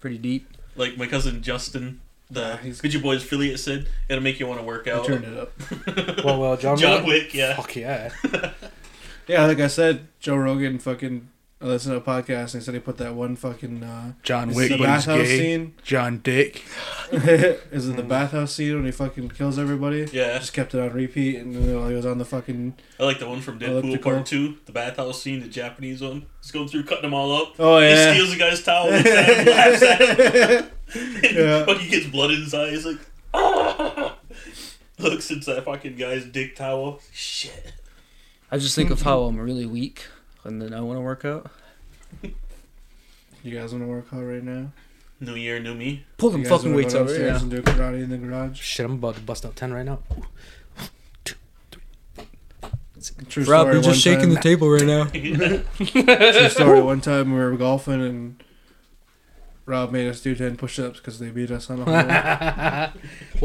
Speaker 6: pretty deep.
Speaker 5: Like my cousin Justin, the
Speaker 2: Nah, he's-
Speaker 5: Bitchy Boys affiliate said, it'll make you want to work
Speaker 2: I
Speaker 5: out.
Speaker 2: turned it up.
Speaker 4: Well, well, John,
Speaker 5: John Wick, yeah.
Speaker 4: Fuck yeah.
Speaker 2: Yeah, like I said, Joe Rogan fucking I listened to a podcast and he said he put that one fucking uh,
Speaker 3: John
Speaker 2: is
Speaker 3: Wick,
Speaker 2: it the
Speaker 3: but he's
Speaker 2: bathhouse
Speaker 3: gay.
Speaker 2: scene.
Speaker 3: John Dick.
Speaker 2: is it the bathhouse scene when he fucking kills everybody?
Speaker 5: Mm. Yeah,
Speaker 2: Just kept it on repeat and then while he was on the fucking
Speaker 5: I like the one from Deadpool
Speaker 2: Elliptical.
Speaker 5: Part Two, the bathhouse scene, the Japanese one. He's going through cutting them all up.
Speaker 2: Oh yeah.
Speaker 5: He steals the guy's towel, looks at him, laughs at him,
Speaker 2: Yeah.
Speaker 5: fucking gets blood in his eye. He's like, "Ah!" looks into that fucking guy's dick towel. Shit.
Speaker 6: I just think of how I'm really weak, and then I want to work out.
Speaker 2: You guys wanna work out right now?
Speaker 5: New year, new me.
Speaker 6: Pull
Speaker 2: You
Speaker 6: them
Speaker 2: guys
Speaker 6: fucking
Speaker 2: wanna
Speaker 6: weights
Speaker 2: go
Speaker 6: over
Speaker 2: downstairs
Speaker 6: yeah.
Speaker 2: and do karate in the garage.
Speaker 4: Shit, I'm about to bust out 10 right now.
Speaker 2: True
Speaker 6: Rob,
Speaker 2: story.
Speaker 6: you're just
Speaker 2: one
Speaker 6: shaking the
Speaker 2: time,
Speaker 6: table right now.
Speaker 2: True story. One time we were golfing and Rob made us do ten push-ups because they beat us on a hole.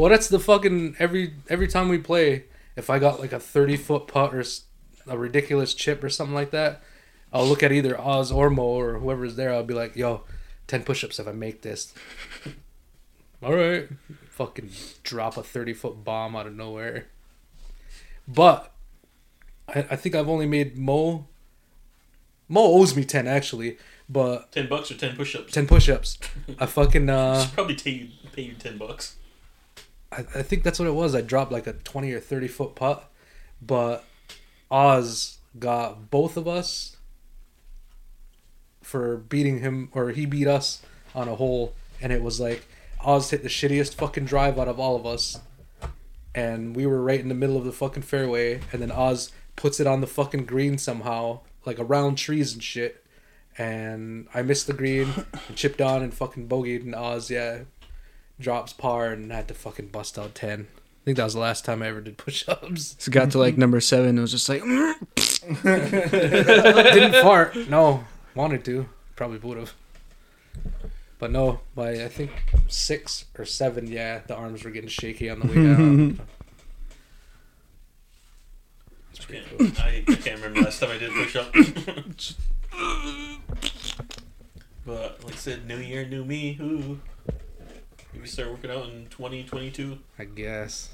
Speaker 4: well, that's the fucking every every time we play. If I got like a thirty foot putt or s- a ridiculous chip or something like that, I'll look at either Oz or Mo or whoever's there. I'll be like, "Yo, ten push-ups if I make this." All right, fucking drop a thirty foot bomb out of nowhere. But I, I think I've only made Mo. Mo owes me ten actually, but
Speaker 5: Ten bucks or ten push-ups.
Speaker 4: ten push-ups. I fucking uh.
Speaker 5: Should probably pay you, pay you ten bucks.
Speaker 4: I, I think that's what it was. I dropped like a 20 or 30 foot putt, but Oz got both of us for beating him, or he beat us on a hole, and it was like Oz hit the shittiest fucking drive out of all of us, and we were right in the middle of the fucking fairway, and then Oz puts it on the fucking green somehow, like around trees and shit. And I missed the green and chipped on and fucking bogeyed and Oz, yeah, drops par and had to fucking bust out ten. think that was the last time I ever did push-ups.
Speaker 6: So got to like number seven and was just like, "Mm."
Speaker 4: Didn't fart. No, wanted to. Probably would have. But no, by I think six or seven, yeah, the arms were getting shaky on the way down.
Speaker 5: I can't, I, I can't remember the last time I did push up. but like I said, new year, new me. Who? Maybe start working out in 2022.
Speaker 4: I guess.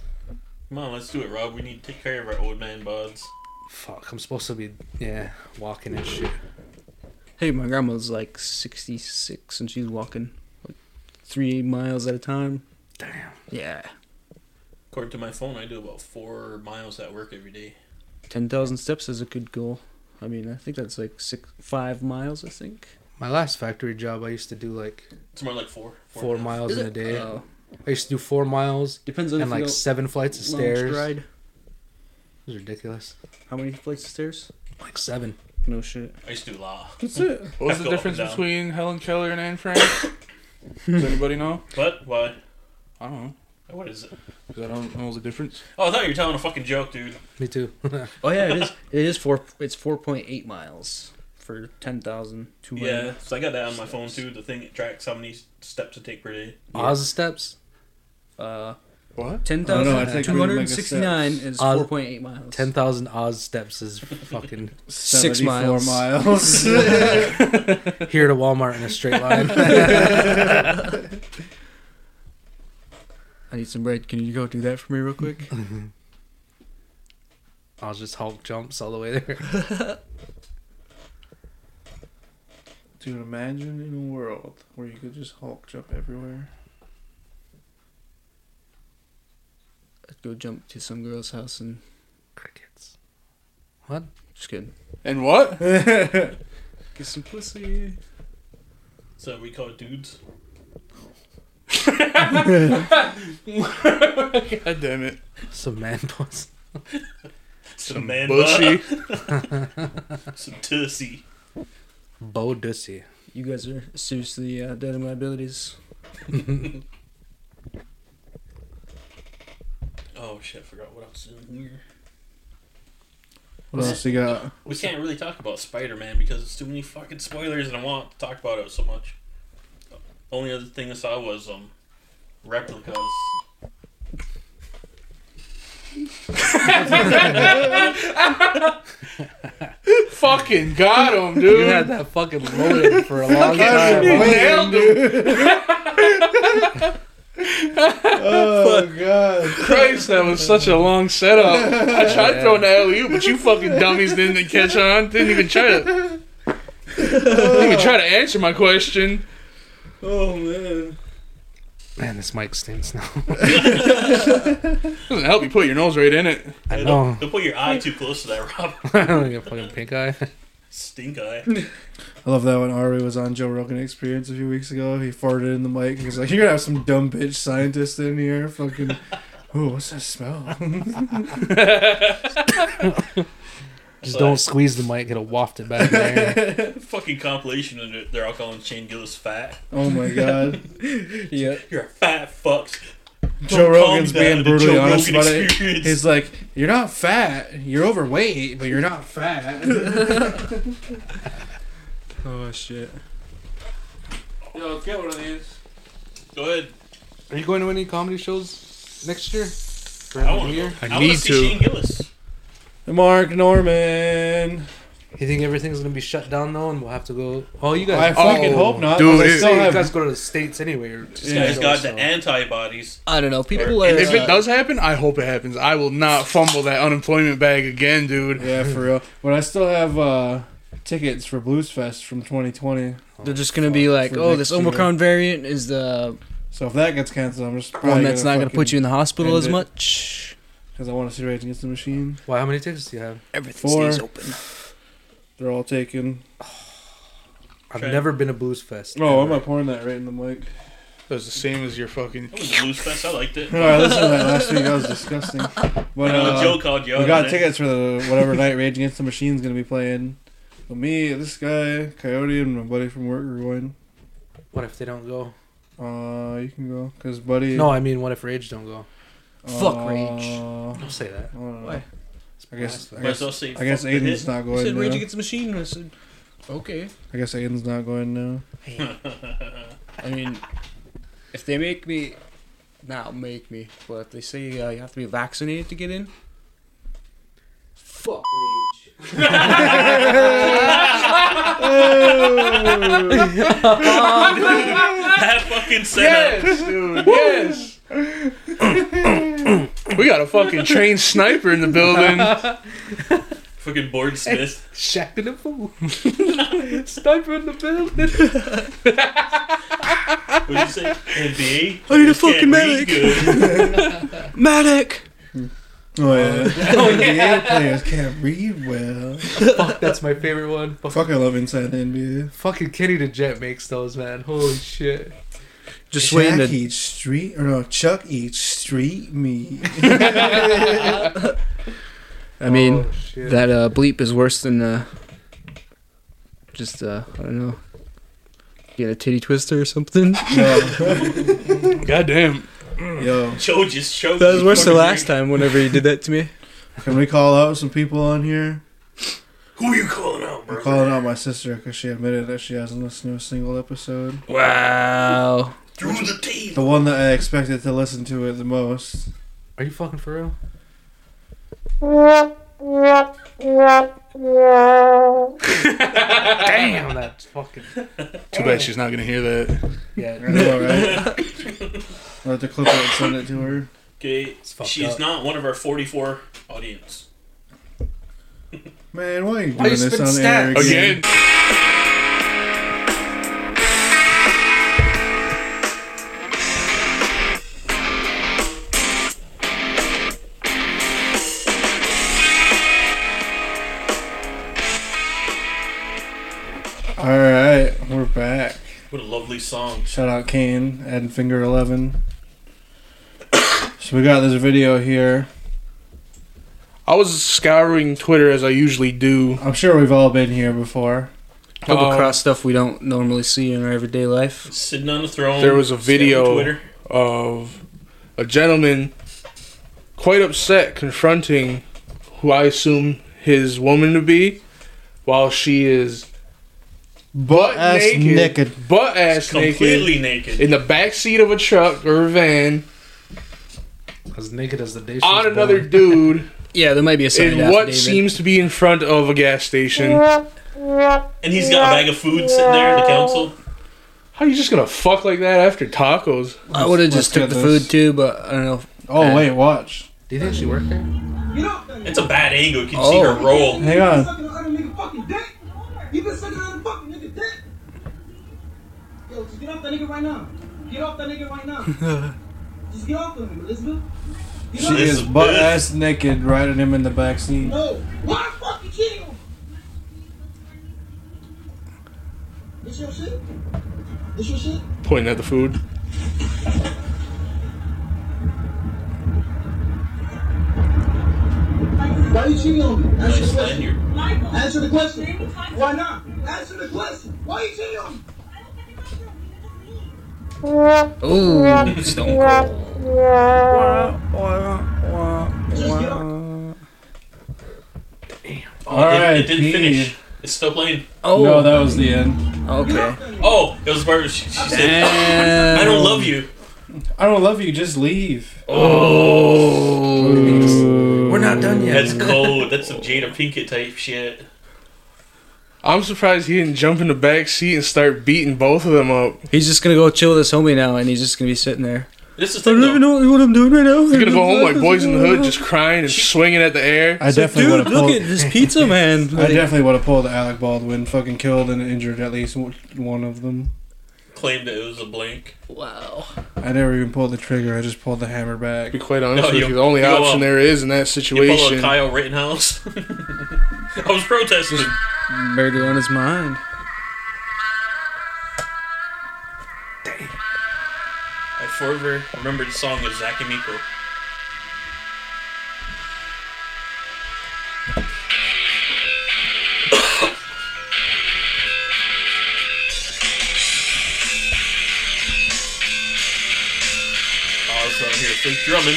Speaker 5: Come on, let's do it, Rob. We need to take care of our old man bods.
Speaker 4: Fuck, I'm supposed to be yeah walking and shit.
Speaker 6: hey, my grandma's like 66 and she's walking like three miles at a time.
Speaker 4: Damn.
Speaker 6: Yeah.
Speaker 5: According to my phone, I do about four miles at work every day.
Speaker 6: 10,000 steps is a good goal. I mean, I think that's like six, five miles, I think.
Speaker 4: My last factory job, I used to do like
Speaker 5: It's more like four.
Speaker 4: four,
Speaker 5: and a half.
Speaker 4: miles
Speaker 6: Is
Speaker 4: in
Speaker 6: it?
Speaker 4: a day.
Speaker 6: Oh.
Speaker 4: I used to do four miles
Speaker 6: Depends on
Speaker 4: and
Speaker 6: if you
Speaker 4: like
Speaker 6: go
Speaker 4: seven flights of
Speaker 6: long
Speaker 4: stairs. It
Speaker 6: stride.
Speaker 4: was ridiculous.
Speaker 6: How many flights of stairs?
Speaker 4: Like seven.
Speaker 6: No shit.
Speaker 5: I used to do law.
Speaker 3: What was
Speaker 5: Have
Speaker 3: the
Speaker 5: to go up and
Speaker 3: difference
Speaker 5: down.
Speaker 3: between Helen Keller and Anne Frank? Does anybody know?
Speaker 5: What? Why?
Speaker 3: I don't know.
Speaker 5: What is it?
Speaker 3: 'Cause I don't know the difference.
Speaker 5: Oh, I thought you were telling a fucking joke, dude.
Speaker 4: Me too.
Speaker 6: Oh yeah, it is. It is four. It's four point eight miles for ten thousand two hundred.
Speaker 5: Yeah, so I got that on my phone too. The thing that tracks how many steps I take per day.
Speaker 4: Oz steps.
Speaker 6: Uh,
Speaker 3: What?
Speaker 6: ten
Speaker 2: I don't know, I
Speaker 6: thousand
Speaker 2: think
Speaker 6: two
Speaker 2: we
Speaker 6: hundred
Speaker 2: make a
Speaker 6: sixty nine
Speaker 2: step.
Speaker 6: is
Speaker 4: Uh,
Speaker 6: four point eight miles.
Speaker 4: Ten thousand Oz steps is fucking
Speaker 6: Six
Speaker 2: 74
Speaker 6: miles.
Speaker 2: miles.
Speaker 4: here to Walmart in a straight line.
Speaker 6: I need some bread. Can you go do that for me real quick?
Speaker 4: I was just Hulk jumps all the way there.
Speaker 2: Dude, imagine in a world where you could just Hulk jump everywhere.
Speaker 6: I'd go jump to some girl's house and
Speaker 4: Crickets. What?
Speaker 6: just kidding.
Speaker 3: And what?
Speaker 6: Get some pussy.
Speaker 5: So we call it dudes.
Speaker 3: God damn it.
Speaker 4: Some man puss.
Speaker 5: Some, man
Speaker 3: Bushy.
Speaker 5: butt. Some tussy.
Speaker 4: Bo Dussy.
Speaker 6: You guys are seriously uh, dead in my abilities.
Speaker 5: Oh shit! I forgot what else is in here.
Speaker 2: What else you got?
Speaker 5: We can't really talk about Spider Man because it's too many fucking spoilers, and I want to talk about it so much. Only other thing I saw was um replicas.
Speaker 3: Fucking got him,
Speaker 4: You
Speaker 3: dude.
Speaker 4: had that fucking loaded for a long time.
Speaker 3: You nailed him.
Speaker 2: Oh god.
Speaker 3: Christ, that was such a long setup. I tried throwing the LU, but you fucking dummies didn't catch on. Didn't even try to. Didn't even try to answer my question.
Speaker 2: Oh man.
Speaker 4: Man, this mic stinks now.
Speaker 3: Doesn't help you put your nose right in it.
Speaker 4: I
Speaker 5: Hey,
Speaker 4: know.
Speaker 5: Don't, don't put your eye too close to that, Rob.
Speaker 4: I don't get fucking pink eye.
Speaker 5: Stink eye.
Speaker 2: I love that when Ari was on Joe Rogan Experience a few weeks ago, he farted in the mic and was like, You're gonna have some dumb bitch scientist in here fucking Oh, what's that smell?
Speaker 4: Just don't squeeze the mic; it'll waft it back in there.
Speaker 5: fucking compilation, and they're- they're all calling Shane Gillis fat.
Speaker 2: oh my god.
Speaker 6: Yeah.
Speaker 5: You're a fat fuck.
Speaker 2: Joe
Speaker 5: Don't call
Speaker 2: Rogan's
Speaker 5: me that
Speaker 2: being
Speaker 5: in the
Speaker 2: brutally
Speaker 5: Joe
Speaker 2: honest
Speaker 5: Rogan
Speaker 2: about it.
Speaker 5: experience.
Speaker 2: He's like, You're not fat, you're overweight, but you're not fat.
Speaker 7: Oh shit.
Speaker 3: Yo, let's get one of these.
Speaker 5: Go ahead.
Speaker 4: Are you going to any comedy shows next year?
Speaker 5: I want to. I, need see Shane Gillis.
Speaker 2: Mark Norman.
Speaker 4: You think everything's gonna be shut down though, and we'll have to go? Oh, you
Speaker 2: I
Speaker 4: guys,
Speaker 2: fucking
Speaker 3: Oh,
Speaker 2: hope not.
Speaker 3: dude,
Speaker 2: 'cause I
Speaker 3: it-
Speaker 2: still
Speaker 4: you
Speaker 2: have-
Speaker 4: guys go to the states anyway. Or
Speaker 5: This guy's
Speaker 4: so-
Speaker 5: got
Speaker 4: so-
Speaker 5: the antibodies.
Speaker 6: I don't know. People
Speaker 5: Or-
Speaker 6: are.
Speaker 3: If
Speaker 6: uh,
Speaker 3: it does happen, I hope it happens. I will not fumble that unemployment bag again, dude.
Speaker 2: Yeah, for real. But I still have uh, tickets for Blues Fest from 2020.
Speaker 6: they're just gonna be like,
Speaker 2: for
Speaker 6: oh,
Speaker 2: next
Speaker 6: this
Speaker 2: year.
Speaker 6: Omicron variant is the
Speaker 2: So if that gets canceled, I'm just probably
Speaker 6: one that's not gonna put you in the hospital
Speaker 2: end
Speaker 6: as
Speaker 2: it.
Speaker 6: much.
Speaker 2: because I want to see Rage Against the Machine.
Speaker 4: Why? How many tickets do you have?
Speaker 6: Everything
Speaker 2: Four.
Speaker 6: stays open.
Speaker 2: They're all taken.
Speaker 4: I've
Speaker 5: Okay.
Speaker 4: never been to Blues Fest.
Speaker 2: Oh, I'm
Speaker 4: ever.
Speaker 2: not pouring that right in the mic.
Speaker 3: That was the same as your fucking.
Speaker 5: It was a blues fest. I liked it.
Speaker 2: No, I listened to that last week. That was disgusting. But
Speaker 5: I know
Speaker 2: uh,
Speaker 5: Joe called you out.
Speaker 2: we got
Speaker 5: on it.
Speaker 2: tickets for the whatever night Rage Against the Machine's gonna be playing. But me, this guy, Coyote, and my buddy from work are going.
Speaker 4: What if they don't go?
Speaker 2: Uh, you can go because buddy.
Speaker 4: No, I mean, what if Rage don't go?
Speaker 6: Fuck rage.
Speaker 2: Aw.
Speaker 4: Don't say that.
Speaker 2: I don't know.
Speaker 6: Why?
Speaker 2: I guess. I
Speaker 5: Might as
Speaker 2: guess,
Speaker 5: well say.
Speaker 2: I guess
Speaker 5: fuck the
Speaker 2: Aiden's
Speaker 5: hit.
Speaker 2: not
Speaker 6: He
Speaker 2: going.
Speaker 6: said Rage
Speaker 2: now.
Speaker 6: Against the Machine. I said, okay.
Speaker 2: I guess Aiden's not going now.
Speaker 6: I mean, if they make me, not make me, but if they say uh, you have to be vaccinated to get in, fuck rage.
Speaker 5: That fucking setup.
Speaker 3: Yes, dude. Yes. we got a fucking trained sniper in the building.
Speaker 5: Fucking Board Smith.
Speaker 4: Shaq in the fool. Sniper in the building.
Speaker 5: What did you say? NBA. I need a
Speaker 6: fucking medic.
Speaker 5: Good.
Speaker 6: Medic.
Speaker 2: Oh yeah. oh, NBA players can't read well.
Speaker 4: Fuck, that's my favorite one. Fuck,
Speaker 2: Fuck, I love Inside the NBA.
Speaker 4: fucking Kenny the Jet makes those, man. Holy shit.
Speaker 7: Just waiting
Speaker 2: Chuck
Speaker 7: to
Speaker 2: eats street, or no, Chuck eats street meat.
Speaker 6: I mean,
Speaker 4: Oh, shit.
Speaker 6: that uh, bleep is worse than uh, just uh, I don't know, get a titty twister or something.
Speaker 2: Yo,
Speaker 3: Goddamn.
Speaker 2: yo,
Speaker 5: Joe just showed
Speaker 6: That was worse than last time. Whenever you did that to me,
Speaker 2: can we call out some people on here?
Speaker 5: Who you calling out,
Speaker 2: I'm
Speaker 5: bro?
Speaker 2: calling out my sister because she admitted that she hasn't listened to a single episode.
Speaker 6: wow.
Speaker 5: Through the tape.
Speaker 2: The one that I expected to listen to it the most.
Speaker 4: Are you fucking for real? Damn, that's fucking.
Speaker 3: Too bad she's not gonna hear that.
Speaker 4: Yeah.
Speaker 2: I know, right? I'll have to clip it and send it to her.
Speaker 5: Okay,
Speaker 4: fucked
Speaker 5: she's
Speaker 4: up.
Speaker 5: not one of our 44 audience.
Speaker 2: Man, why are you doing
Speaker 4: Why you
Speaker 2: this
Speaker 4: spitting
Speaker 2: on air
Speaker 4: stats?
Speaker 2: again?
Speaker 3: Again.
Speaker 2: All right, we're back.
Speaker 5: What a lovely song.
Speaker 2: Shout out Kane and Finger Eleven. So we got this video here.
Speaker 3: I was scouring Twitter as I usually do.
Speaker 2: I'm sure we've all been here before.
Speaker 6: Come
Speaker 3: Um,
Speaker 6: across stuff we don't normally see in our everyday life.
Speaker 5: Sitting on the throne.
Speaker 3: There was a video.
Speaker 5: scrolling Twitter.
Speaker 3: of a gentleman quite upset confronting who I assume his woman to be while she is butt
Speaker 2: Ass
Speaker 3: naked,
Speaker 2: naked.
Speaker 3: butt ass naked
Speaker 5: Completely naked.
Speaker 3: in the back seat of a truck or a van
Speaker 4: As naked as the day she
Speaker 3: on
Speaker 4: was
Speaker 3: another
Speaker 4: born.
Speaker 3: dude
Speaker 6: Yeah, there might be a
Speaker 3: in
Speaker 6: signed
Speaker 3: what
Speaker 6: affidavit.
Speaker 3: seems to be in front of a gas station. How
Speaker 5: And he's got a bag of food sitting there in the council.
Speaker 3: are you just gonna fuck like that after tacos?
Speaker 6: I would have
Speaker 2: Let's
Speaker 6: just took
Speaker 2: get
Speaker 6: the
Speaker 2: this.
Speaker 6: food too, but I don't know.
Speaker 2: Oh
Speaker 6: Uh,
Speaker 2: wait, watch.
Speaker 4: Do you think she worked there?
Speaker 5: It's a bad angle. You can see her
Speaker 6: Oh.
Speaker 5: roll.
Speaker 2: Hang on.
Speaker 8: sucking on other nigga fucking dick. You been sucking on fucking nigga dick. Yo, just get off that nigga right now. Get off that nigga right now. just get off of him, Elizabeth. Get
Speaker 2: She
Speaker 8: off
Speaker 2: is butt ass naked, riding him in the back seat.
Speaker 8: No. Why the fuck you cheating on me? This your shit? This your shit?
Speaker 3: Pointing at the food.
Speaker 8: Why you cheating on me? Answer
Speaker 5: Nice
Speaker 8: the question.
Speaker 5: lanyard.
Speaker 8: Answer the question. Why not? Answer the question. Why you cheating on me?
Speaker 6: Ooh, Stone Cold.
Speaker 8: Just get off.
Speaker 2: All
Speaker 5: it,
Speaker 2: right,
Speaker 5: it didn't
Speaker 2: Pete.
Speaker 5: finish. It's still playing.
Speaker 6: Oh,
Speaker 2: No, that was the end.
Speaker 6: okay.
Speaker 5: Oh, it was part where she, she said,
Speaker 6: Damn.
Speaker 5: I don't love you.
Speaker 2: I don't love you. Just leave.
Speaker 6: We're not done yet.
Speaker 5: That's cold. That's some Jada Pinkett type shit.
Speaker 3: I'm surprised he didn't jump in the back seat and start beating both of them up.
Speaker 6: He's just gonna go chill with his homie now, and he's just gonna be sitting there.
Speaker 5: This is the thing, though.
Speaker 6: know what I'm doing right now.
Speaker 3: You're gonna go home like boys in the hood, just crying and swinging at the air.
Speaker 2: I definitely would
Speaker 6: Dude,
Speaker 2: have
Speaker 6: look
Speaker 2: pulled.
Speaker 6: at this pizza man.
Speaker 2: I definitely would have pulled Alec Baldwin, fucking killed and injured at least w- one of them.
Speaker 5: claimed that it was a blank.
Speaker 6: wow.
Speaker 2: I never even pulled the trigger. I just pulled the hammer
Speaker 3: To be
Speaker 2: back.
Speaker 3: quite honest
Speaker 5: No,
Speaker 3: with
Speaker 5: you-
Speaker 3: you, the only
Speaker 5: you go
Speaker 3: option
Speaker 5: up.
Speaker 3: there is in that
Speaker 5: You pull a
Speaker 3: situation.
Speaker 5: Kyle Rittenhouse. I was protesting.
Speaker 6: Murder on his mind.
Speaker 5: I forever remembered the song of Zach and Miko. Oh, Also, here, fake drumming.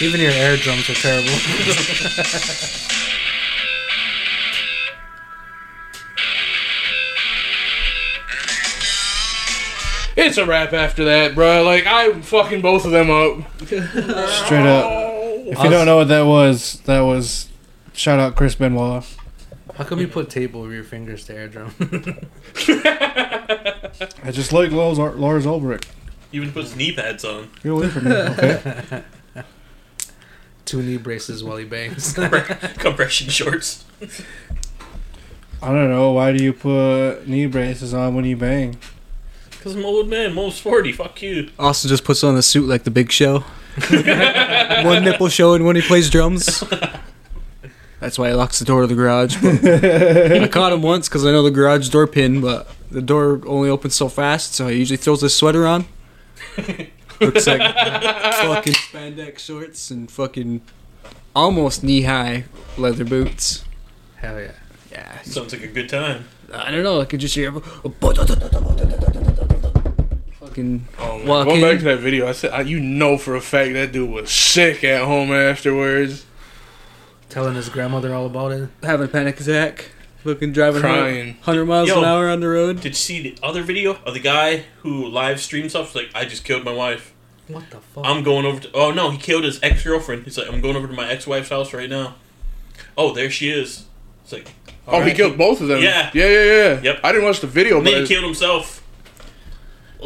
Speaker 4: Even your air drums are terrible.
Speaker 3: It's a wrap after that, bro. Like I'm fucking both of them up.
Speaker 2: Straight up. If you
Speaker 4: Us-
Speaker 2: don't know what that was, that was shout out Chris Benoit.
Speaker 4: How come you put tape over your fingers to air drum?
Speaker 2: I just like Lars, Lars Ulbrich.
Speaker 5: Even puts knee pads on.
Speaker 2: Get away from me. Okay.
Speaker 4: Two knee braces while he bangs.
Speaker 5: Compression shorts.
Speaker 2: I don't know. Why do you put knee braces on when you bang?
Speaker 5: Because I'm an old man, I'm almost 40. Fuck you.
Speaker 7: Austin just puts on a suit like the Big Show. one nipple showing when he plays drums. That's why he locks the door to the garage. but I caught him once because I know the garage door pin, but the door only opens so fast, so he usually throws his sweater on. Looks like fucking spandex shorts and fucking almost knee high leather boots.
Speaker 4: Hell yeah.
Speaker 7: Yeah.
Speaker 5: Sounds like a good time.
Speaker 6: I don't know. I could just hear fucking walk
Speaker 3: Going back
Speaker 6: in.
Speaker 3: to that video, I said I, you know for a fact that dude was sick at home afterwards,
Speaker 4: Telling his grandmother all about it.
Speaker 6: having a panic attack, fucking driving
Speaker 3: crying.
Speaker 6: 100 miles
Speaker 5: Yo.
Speaker 6: an hour on the road.
Speaker 5: Did you see the other video of the guy who live streams stuff? He's like, I just killed my wife.
Speaker 4: What the fuck?
Speaker 5: I'm going over to. Oh no, he killed his ex girlfriend. He's like, I'm going over to my ex wife's house right now. Oh, there she is. It's like,
Speaker 3: Oh, he
Speaker 5: alright.
Speaker 3: killed both of them.
Speaker 5: Yeah.
Speaker 3: yeah, yeah, yeah.
Speaker 5: Yep.
Speaker 3: I didn't watch the video,
Speaker 5: And then he
Speaker 3: but
Speaker 5: killed himself.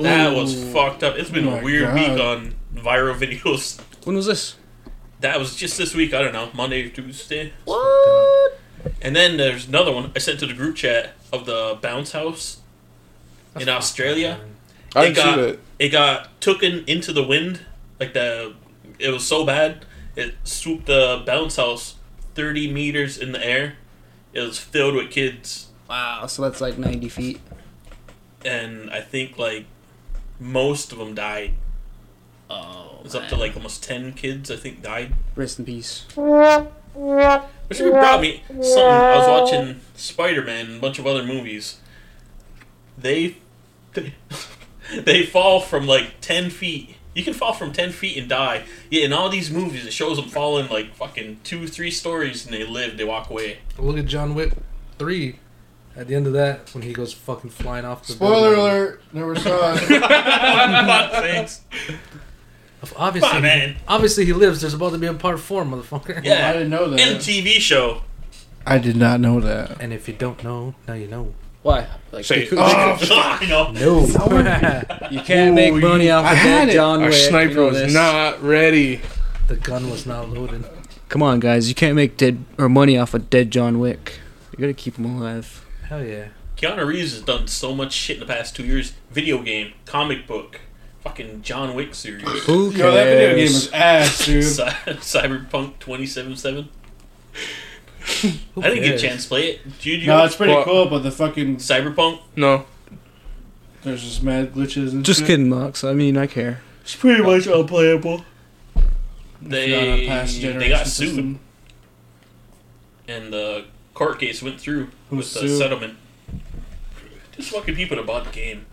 Speaker 5: That was fucked up. It's been
Speaker 2: Oh
Speaker 5: a
Speaker 2: my
Speaker 5: weird
Speaker 2: God.
Speaker 5: week on viral videos.
Speaker 6: When was this?
Speaker 5: That was just this week. I don't know, Monday or Tuesday. What? And then there's another one I sent to the group chat of the bounce house in Australia.
Speaker 3: I
Speaker 5: It
Speaker 3: didn't see
Speaker 5: got
Speaker 3: that.
Speaker 5: it got taken into the wind. Like the it was so bad it swooped the bounce house thirty meters in the air. It was filled with kids,
Speaker 6: Wow, so that's like 90 feet.
Speaker 5: and I think like most of them died.
Speaker 6: Oh,
Speaker 5: It was up to like almost ten kids. I think died.
Speaker 6: rest in peace.
Speaker 5: Which really brought me something. I was watching Spider Man and a bunch of other movies. They, they, they fall from like ten feet. You can fall from ten feet and die. Yeah, in all these movies, it shows them falling like fucking two, three stories, and they live. They walk away.
Speaker 4: Look at John Wick 3. At the end of that, when he goes fucking flying off the
Speaker 2: Spoiler
Speaker 4: building.
Speaker 2: alert. Never saw it.
Speaker 5: Thanks.
Speaker 4: Obviously,
Speaker 5: Come on, man.
Speaker 4: obviously he lives. There's about to be a part four, motherfucker.
Speaker 5: Yeah.
Speaker 2: I didn't know that.
Speaker 5: And TV show.
Speaker 2: I did not know that.
Speaker 4: And if you don't know, now you know.
Speaker 6: Why? Like,
Speaker 3: Say,
Speaker 6: you,
Speaker 2: Oh,
Speaker 5: I know.
Speaker 4: No.
Speaker 6: you can't make money off
Speaker 2: I
Speaker 6: of
Speaker 2: had it.
Speaker 6: that, John
Speaker 3: our
Speaker 6: Wick. you
Speaker 3: sniper
Speaker 6: know
Speaker 3: was
Speaker 6: this.
Speaker 3: not ready.
Speaker 4: the gun was not loaded.
Speaker 6: Come on, guys. You can't make dead or money off of dead John Wick. You gotta keep him alive.
Speaker 4: Hell yeah.
Speaker 5: Keanu Reeves has done so much shit in the past two years: video game, comic book, fucking John Wick series,
Speaker 6: Who
Speaker 2: Yo, that video game is ass, dude.
Speaker 5: Cy- Cyberpunk twenty seven seven. I didn't get a
Speaker 4: cares?
Speaker 5: chance to play it. Dude, you
Speaker 2: No, it's pretty
Speaker 3: Well-
Speaker 2: cool, but the fucking
Speaker 5: Cyberpunk.
Speaker 3: No,
Speaker 2: there's just mad glitches and
Speaker 6: Just
Speaker 2: shit.
Speaker 6: kidding, Mox. I mean, I care.
Speaker 2: It's pretty much unplayable.
Speaker 5: They they got sued, and the court case went through
Speaker 2: Who
Speaker 5: with the
Speaker 2: sued?
Speaker 5: settlement. Just fucking people that bought the game.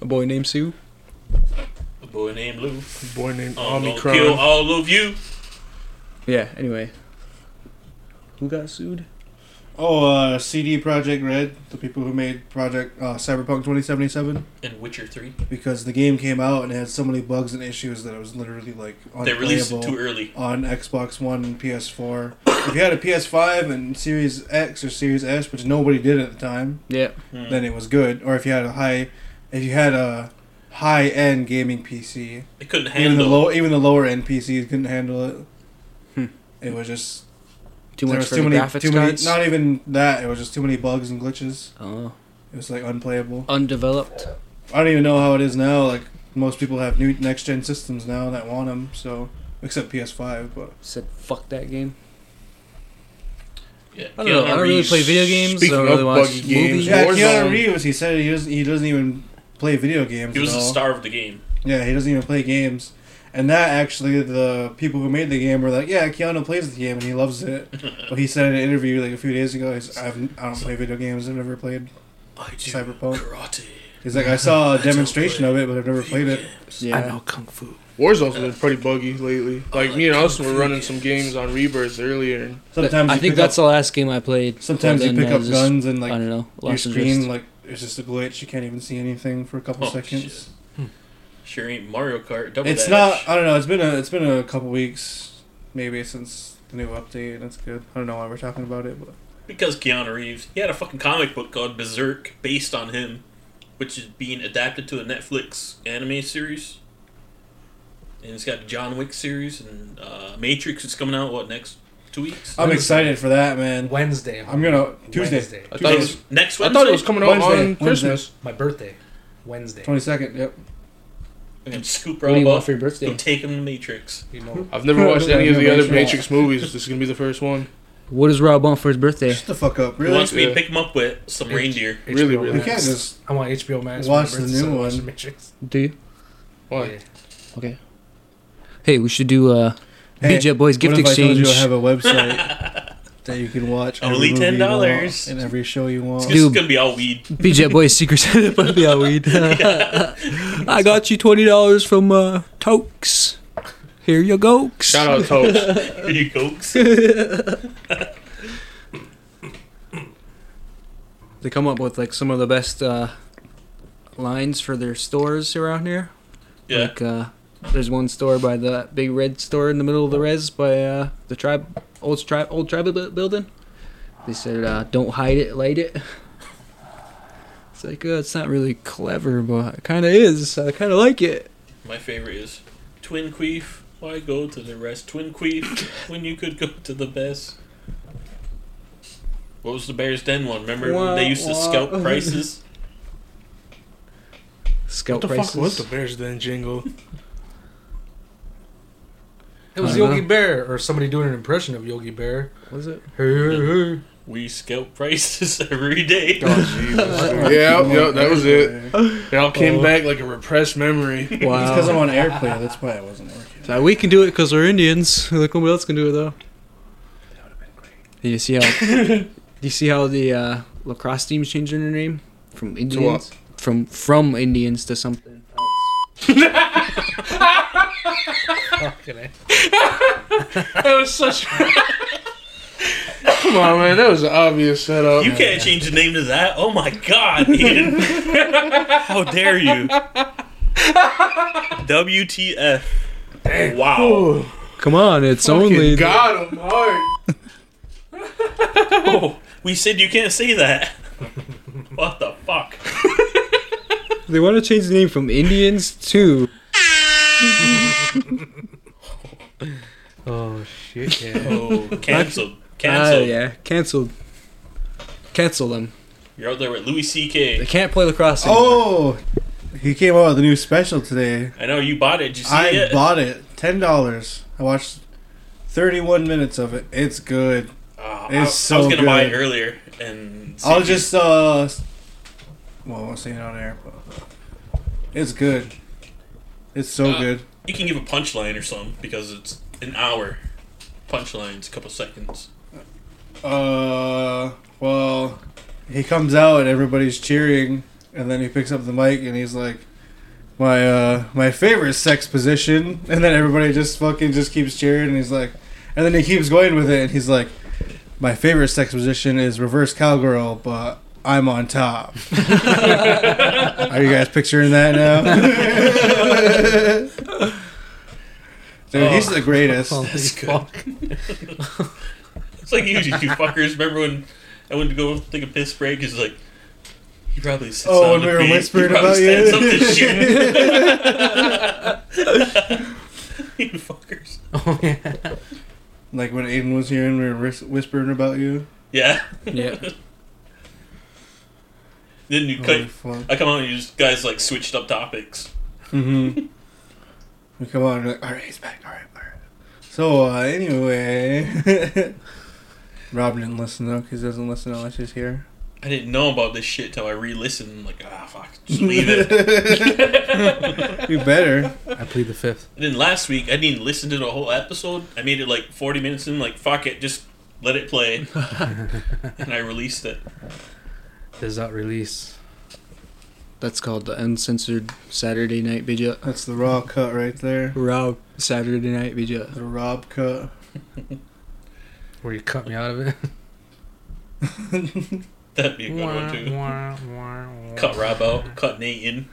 Speaker 7: A boy named Sue.
Speaker 5: A boy named Lou.
Speaker 3: boy named
Speaker 5: I'm gonna
Speaker 3: Omicron.
Speaker 5: Oh, kill all of you.
Speaker 6: Yeah, anyway. Who got sued?
Speaker 2: Oh, uh, CD Project Red, the people who made Project uh, Cyberpunk 2077,
Speaker 5: And Witcher Three.
Speaker 2: because the game came out and had so many bugs and issues that it was literally like
Speaker 5: They released it too
Speaker 2: unplayable
Speaker 5: early.
Speaker 2: on Xbox One and PS4. if you had a PS5 and Series X or Series S, which nobody did at the time,
Speaker 6: Yeah.
Speaker 5: Hmm.
Speaker 2: then it was good. Or if you had a high, if you had a high-end gaming PC,
Speaker 5: They couldn't
Speaker 2: even the
Speaker 5: handle.
Speaker 2: low, even the lower end PCs couldn't handle it. It was just
Speaker 6: Hmm. Too
Speaker 2: there
Speaker 6: much
Speaker 2: was
Speaker 6: for
Speaker 2: too
Speaker 6: the
Speaker 2: many,
Speaker 6: graphics
Speaker 2: too many.
Speaker 6: cards?
Speaker 2: Not even that. It was just too many bugs and glitches.
Speaker 6: oh.
Speaker 2: It was like unplayable.
Speaker 6: Undeveloped.
Speaker 2: I don't even know how it is now. Like most people have new next gen systems now that want them. So except PS5, but
Speaker 6: Said fuck that game.
Speaker 5: Yeah,
Speaker 6: I don't know. I don't really play video games.
Speaker 3: Speaking
Speaker 6: I don't really
Speaker 3: of
Speaker 6: watch
Speaker 3: buggy
Speaker 6: movies.
Speaker 3: games,
Speaker 2: yeah,
Speaker 3: Warzone.
Speaker 2: Keanu Reeves. He said he doesn't. He doesn't even play video games.
Speaker 5: He was
Speaker 2: at
Speaker 5: the
Speaker 2: all.
Speaker 5: star of the game.
Speaker 2: Yeah, he doesn't even play games. And that actually, the people who made the game were like, "Yeah, Keanu plays the game and he loves it." but he said in an interview like a few days ago, he's, I've, "I don't play video games. I've never played
Speaker 5: I do
Speaker 2: Cyberpunk."
Speaker 5: karate.
Speaker 2: He's like, "I saw a demonstration of it, but I've never played it."
Speaker 6: Yeah.
Speaker 4: I know kung fu.
Speaker 3: Warzone's been pretty buggy lately. Like me and Austin were running some games on Rebirth earlier. And
Speaker 2: Sometimes
Speaker 7: I
Speaker 2: you
Speaker 7: think
Speaker 2: pick
Speaker 7: that's
Speaker 2: up,
Speaker 7: the last game I played.
Speaker 2: sometimes you
Speaker 7: Then
Speaker 2: pick
Speaker 7: I
Speaker 2: up
Speaker 7: just-
Speaker 2: guns and
Speaker 7: I
Speaker 2: like
Speaker 7: don't know.
Speaker 2: your
Speaker 7: Lost
Speaker 2: screen
Speaker 7: interest.
Speaker 2: like it's just a glitch. You can't even see anything for a couple
Speaker 5: Oh,
Speaker 2: seconds.
Speaker 5: Sure ain't Mario Kart. Double
Speaker 2: It's
Speaker 5: dash.
Speaker 2: not.
Speaker 3: uh,
Speaker 2: I don't know. It's been a. It's been a couple weeks, maybe since the new update. That's good. I don't know why we're talking about it, but
Speaker 5: Because Keanu Reeves, he had a fucking comic book called Berserk based on him, which is being adapted to a Netflix anime series. And it's got the John Wick series and uh, Matrix is coming out, what, next two weeks?
Speaker 2: I'm excited for that, man.
Speaker 9: Wednesday.
Speaker 2: I'm gonna Tuesday,
Speaker 9: Wednesday.
Speaker 3: I thought it was,
Speaker 5: next, next
Speaker 3: I
Speaker 5: Wednesday?
Speaker 3: thought it was coming out
Speaker 2: Wednesday,
Speaker 3: on
Speaker 2: Wednesday.
Speaker 3: Christmas.
Speaker 9: My birthday. Wednesday.
Speaker 2: twenty second. Yep.
Speaker 5: And scoop
Speaker 7: What do you
Speaker 5: Rob
Speaker 7: want
Speaker 5: up,
Speaker 7: for your
Speaker 5: go
Speaker 7: birthday?
Speaker 5: take him to Matrix.
Speaker 9: You know,
Speaker 3: I've never watched any of the other
Speaker 2: Matrix.
Speaker 3: Matrix movies. This is gonna be the first one.
Speaker 7: What does Rob want for his birthday?
Speaker 2: Shut the fuck up.
Speaker 5: He
Speaker 2: Really?
Speaker 5: wants me
Speaker 3: Yeah.
Speaker 5: to pick him up with some reindeer.
Speaker 3: Really,
Speaker 9: HBO
Speaker 3: really.
Speaker 2: You
Speaker 9: Max.
Speaker 2: can't just.
Speaker 9: I want HBO Max. for
Speaker 2: watch
Speaker 9: my
Speaker 2: the
Speaker 9: birthday, so
Speaker 2: new
Speaker 9: I watch
Speaker 2: one.
Speaker 9: Matrix.
Speaker 7: Do you?
Speaker 3: Why?
Speaker 7: Hey, we should do uh,
Speaker 2: Hey,
Speaker 7: BJ Boys
Speaker 2: what
Speaker 7: gift
Speaker 2: if I told you
Speaker 7: exchange.
Speaker 2: I have a website that you can watch every
Speaker 5: Only
Speaker 2: movie you
Speaker 5: $10.
Speaker 2: want and every show you want.
Speaker 5: It's just
Speaker 7: Dude.
Speaker 5: gonna be all weed.
Speaker 7: BJ Boys Secret Santa Puppy I weed. I got you twenty dollars from uh, Tokes. Here you go.
Speaker 3: Shout out Toast.
Speaker 5: Here you cokes.
Speaker 6: They come up with like some of the best uh, lines for their stores around here.
Speaker 5: Yeah.
Speaker 6: Like, uh, there's one store by the big red store in the middle of the res by uh, the tribe, old tribe, old tribal bu- building. They said, uh, "Don't hide it, light it." It's like uh, it's not really clever, but it kind of is. I kind of like it.
Speaker 5: My favorite is Twin Queef. Why go to the rest? Twin Queef when you could go to the best. What was the Bears Den one? Remember when they used to scout prices?
Speaker 6: Scout
Speaker 3: What the
Speaker 6: prices.
Speaker 3: fuck was the Bears Den jingle?
Speaker 9: It was Yogi Bear or somebody doing an impression of Yogi Bear.
Speaker 6: Was it?
Speaker 9: Hey, hey,
Speaker 5: We scout prices every day.
Speaker 3: yeah, yeah, that was it. It all came back like a repressed memory.
Speaker 2: It's because
Speaker 7: Wow.
Speaker 2: I'm on AirPlay. That's why it wasn't working.
Speaker 7: Now we can do it because we're Indians. Look, nobody else can do it though. You see how? do you see how the uh, lacrosse team's changing their name from Indians from from Indians to something else?
Speaker 9: hey. Fucking A.
Speaker 3: that was such. Come on, man. That was an obvious setup.
Speaker 5: You can't change the name to that. Oh my god, Ian. How dare you? WTF. Wow.
Speaker 3: Oh,
Speaker 7: Come on, it's only
Speaker 3: got him hard.
Speaker 5: Oh, we said you can't say that. What the fuck?
Speaker 7: they want to change the name from Indians to ah,
Speaker 9: Oh shit! Yeah.
Speaker 5: Oh, canceled.
Speaker 7: ah
Speaker 5: Canceled.
Speaker 7: yeah canceled. Cancel them.
Speaker 5: You're out there with Louis
Speaker 7: They
Speaker 5: C.K.
Speaker 7: can't play lacrosse. Anymore.
Speaker 2: Oh, he came out with a new special today.
Speaker 5: I know you bought it. Did you see
Speaker 2: I
Speaker 5: it?
Speaker 2: bought it. Ten dollars. I watched thirty-one minutes of it. It's good.
Speaker 5: Uh,
Speaker 2: It's
Speaker 5: I,
Speaker 2: so
Speaker 5: I was gonna buy it
Speaker 2: good.
Speaker 5: earlier, and
Speaker 2: I'll
Speaker 5: CG
Speaker 2: just uh, s- well, I won't say it on air, but it's good. It's so
Speaker 5: Uh,
Speaker 2: good.
Speaker 5: you can give a punchline or something because it's an hour. Punchlines, a couple seconds.
Speaker 2: Uh, well, he comes out and everybody's cheering, and then he picks up the mic and he's like, "My uh, my favorite sex position," and then everybody just fucking just keeps cheering, and he's like, and then he keeps going with it, and he's like, "My favorite sex position is reverse cowgirl, but." I'm on top. Are you guys picturing that now? Dude, he's the greatest.
Speaker 5: That's good. it's like you, you fuckers. Remember when I went to go take a piss break? It's like he probably sits
Speaker 2: Oh, when
Speaker 5: on the
Speaker 2: we were
Speaker 5: beach.
Speaker 2: whispering
Speaker 5: he probably
Speaker 2: about
Speaker 5: stands
Speaker 2: you?
Speaker 5: up to shit. you fuckers.
Speaker 9: Oh yeah.
Speaker 2: Like when Aiden was here and we were whis- whispering about you.
Speaker 5: Yeah.
Speaker 7: Yeah.
Speaker 5: Then you
Speaker 2: Holy
Speaker 5: cut.
Speaker 2: fuck.
Speaker 5: I come out and you just, guys like switched up topics.
Speaker 2: Mm-hmm. we come on, we're like, all right, he's back, all right, all right. So, uh, anyway, Robin didn't listen though, because he doesn't listen unless he's here.
Speaker 5: I didn't know about this shit till I re-listened. I'm like, ah, fuck, just leave it.
Speaker 2: You better.
Speaker 9: I plead the fifth.
Speaker 5: And then last week, I didn't even listen to the whole episode. I made it like 40 minutes in, like, fuck it, just let it play. and I released it.
Speaker 9: Does not release.
Speaker 7: That's called the uncensored Saturday night video.
Speaker 2: That's the raw cut right there.
Speaker 7: Raw Saturday night video.
Speaker 2: The Rob cut.
Speaker 4: Where you cut me out of it.
Speaker 5: That'd be a good one too. Cut Rob out, cut Nate in.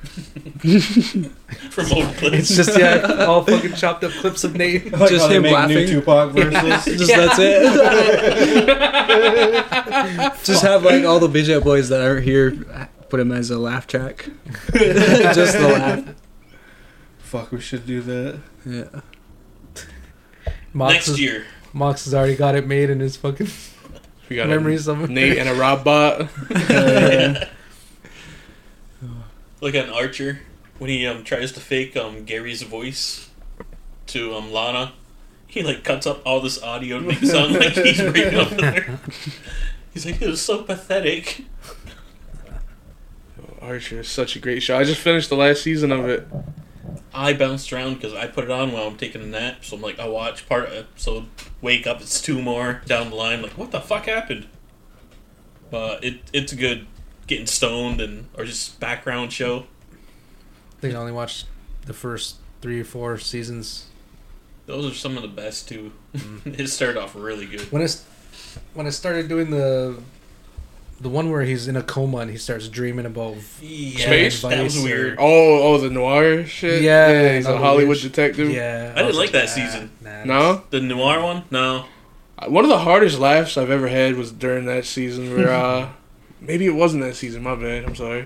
Speaker 5: From old clips.
Speaker 4: It's just yeah, all fucking chopped up clips of Nate.
Speaker 2: I like
Speaker 7: Just
Speaker 2: how they
Speaker 7: him
Speaker 2: make
Speaker 7: laughing.
Speaker 2: New Tupac versus.
Speaker 7: Just that's it. Just have like all the Bija boys that aren't here put him as a laugh track. Just the laugh.
Speaker 2: Fuck, we should do that.
Speaker 7: Yeah.
Speaker 4: Mox,
Speaker 5: Next
Speaker 4: is,
Speaker 5: year.
Speaker 4: Mox has already got it made in his fucking
Speaker 3: We got a
Speaker 4: memories of
Speaker 3: Nate and a robot.
Speaker 5: Like an Archer when he um tries to fake um Gary's voice to um Lana. He like cuts up all this audio to make it sound like he's breaking up with her. He's like, it was so pathetic.
Speaker 3: Archer is such a great show. I just finished the last season of it.
Speaker 5: I bounced around because I put it on while I'm taking a nap. So I'm like, I watch part of it, so wake up, it's two more down the line. like, what the fuck happened? But it it's good getting stoned and or just background show.
Speaker 9: I think I only watched the first three or four seasons.
Speaker 5: Those are some of the best too.
Speaker 3: Mm.
Speaker 5: it started off really good.
Speaker 9: When I, s- when I started doing the the one where he's in a coma and he starts dreaming about
Speaker 5: Yeah,
Speaker 3: Space?
Speaker 5: that was
Speaker 9: Vice or-
Speaker 5: weird.
Speaker 3: Oh, oh, the noir shit.
Speaker 9: Yeah,
Speaker 3: he's a
Speaker 9: another
Speaker 3: Hollywood
Speaker 9: weird sh-
Speaker 3: detective.
Speaker 9: yeah.
Speaker 5: I didn't
Speaker 9: was
Speaker 5: like that
Speaker 9: "Ah,
Speaker 5: season.
Speaker 9: nah,
Speaker 3: No,
Speaker 5: The noir one? No.
Speaker 3: one of the hardest laughs I've ever had was during that season where, uh, maybe it wasn't that season. My bad. I'm sorry.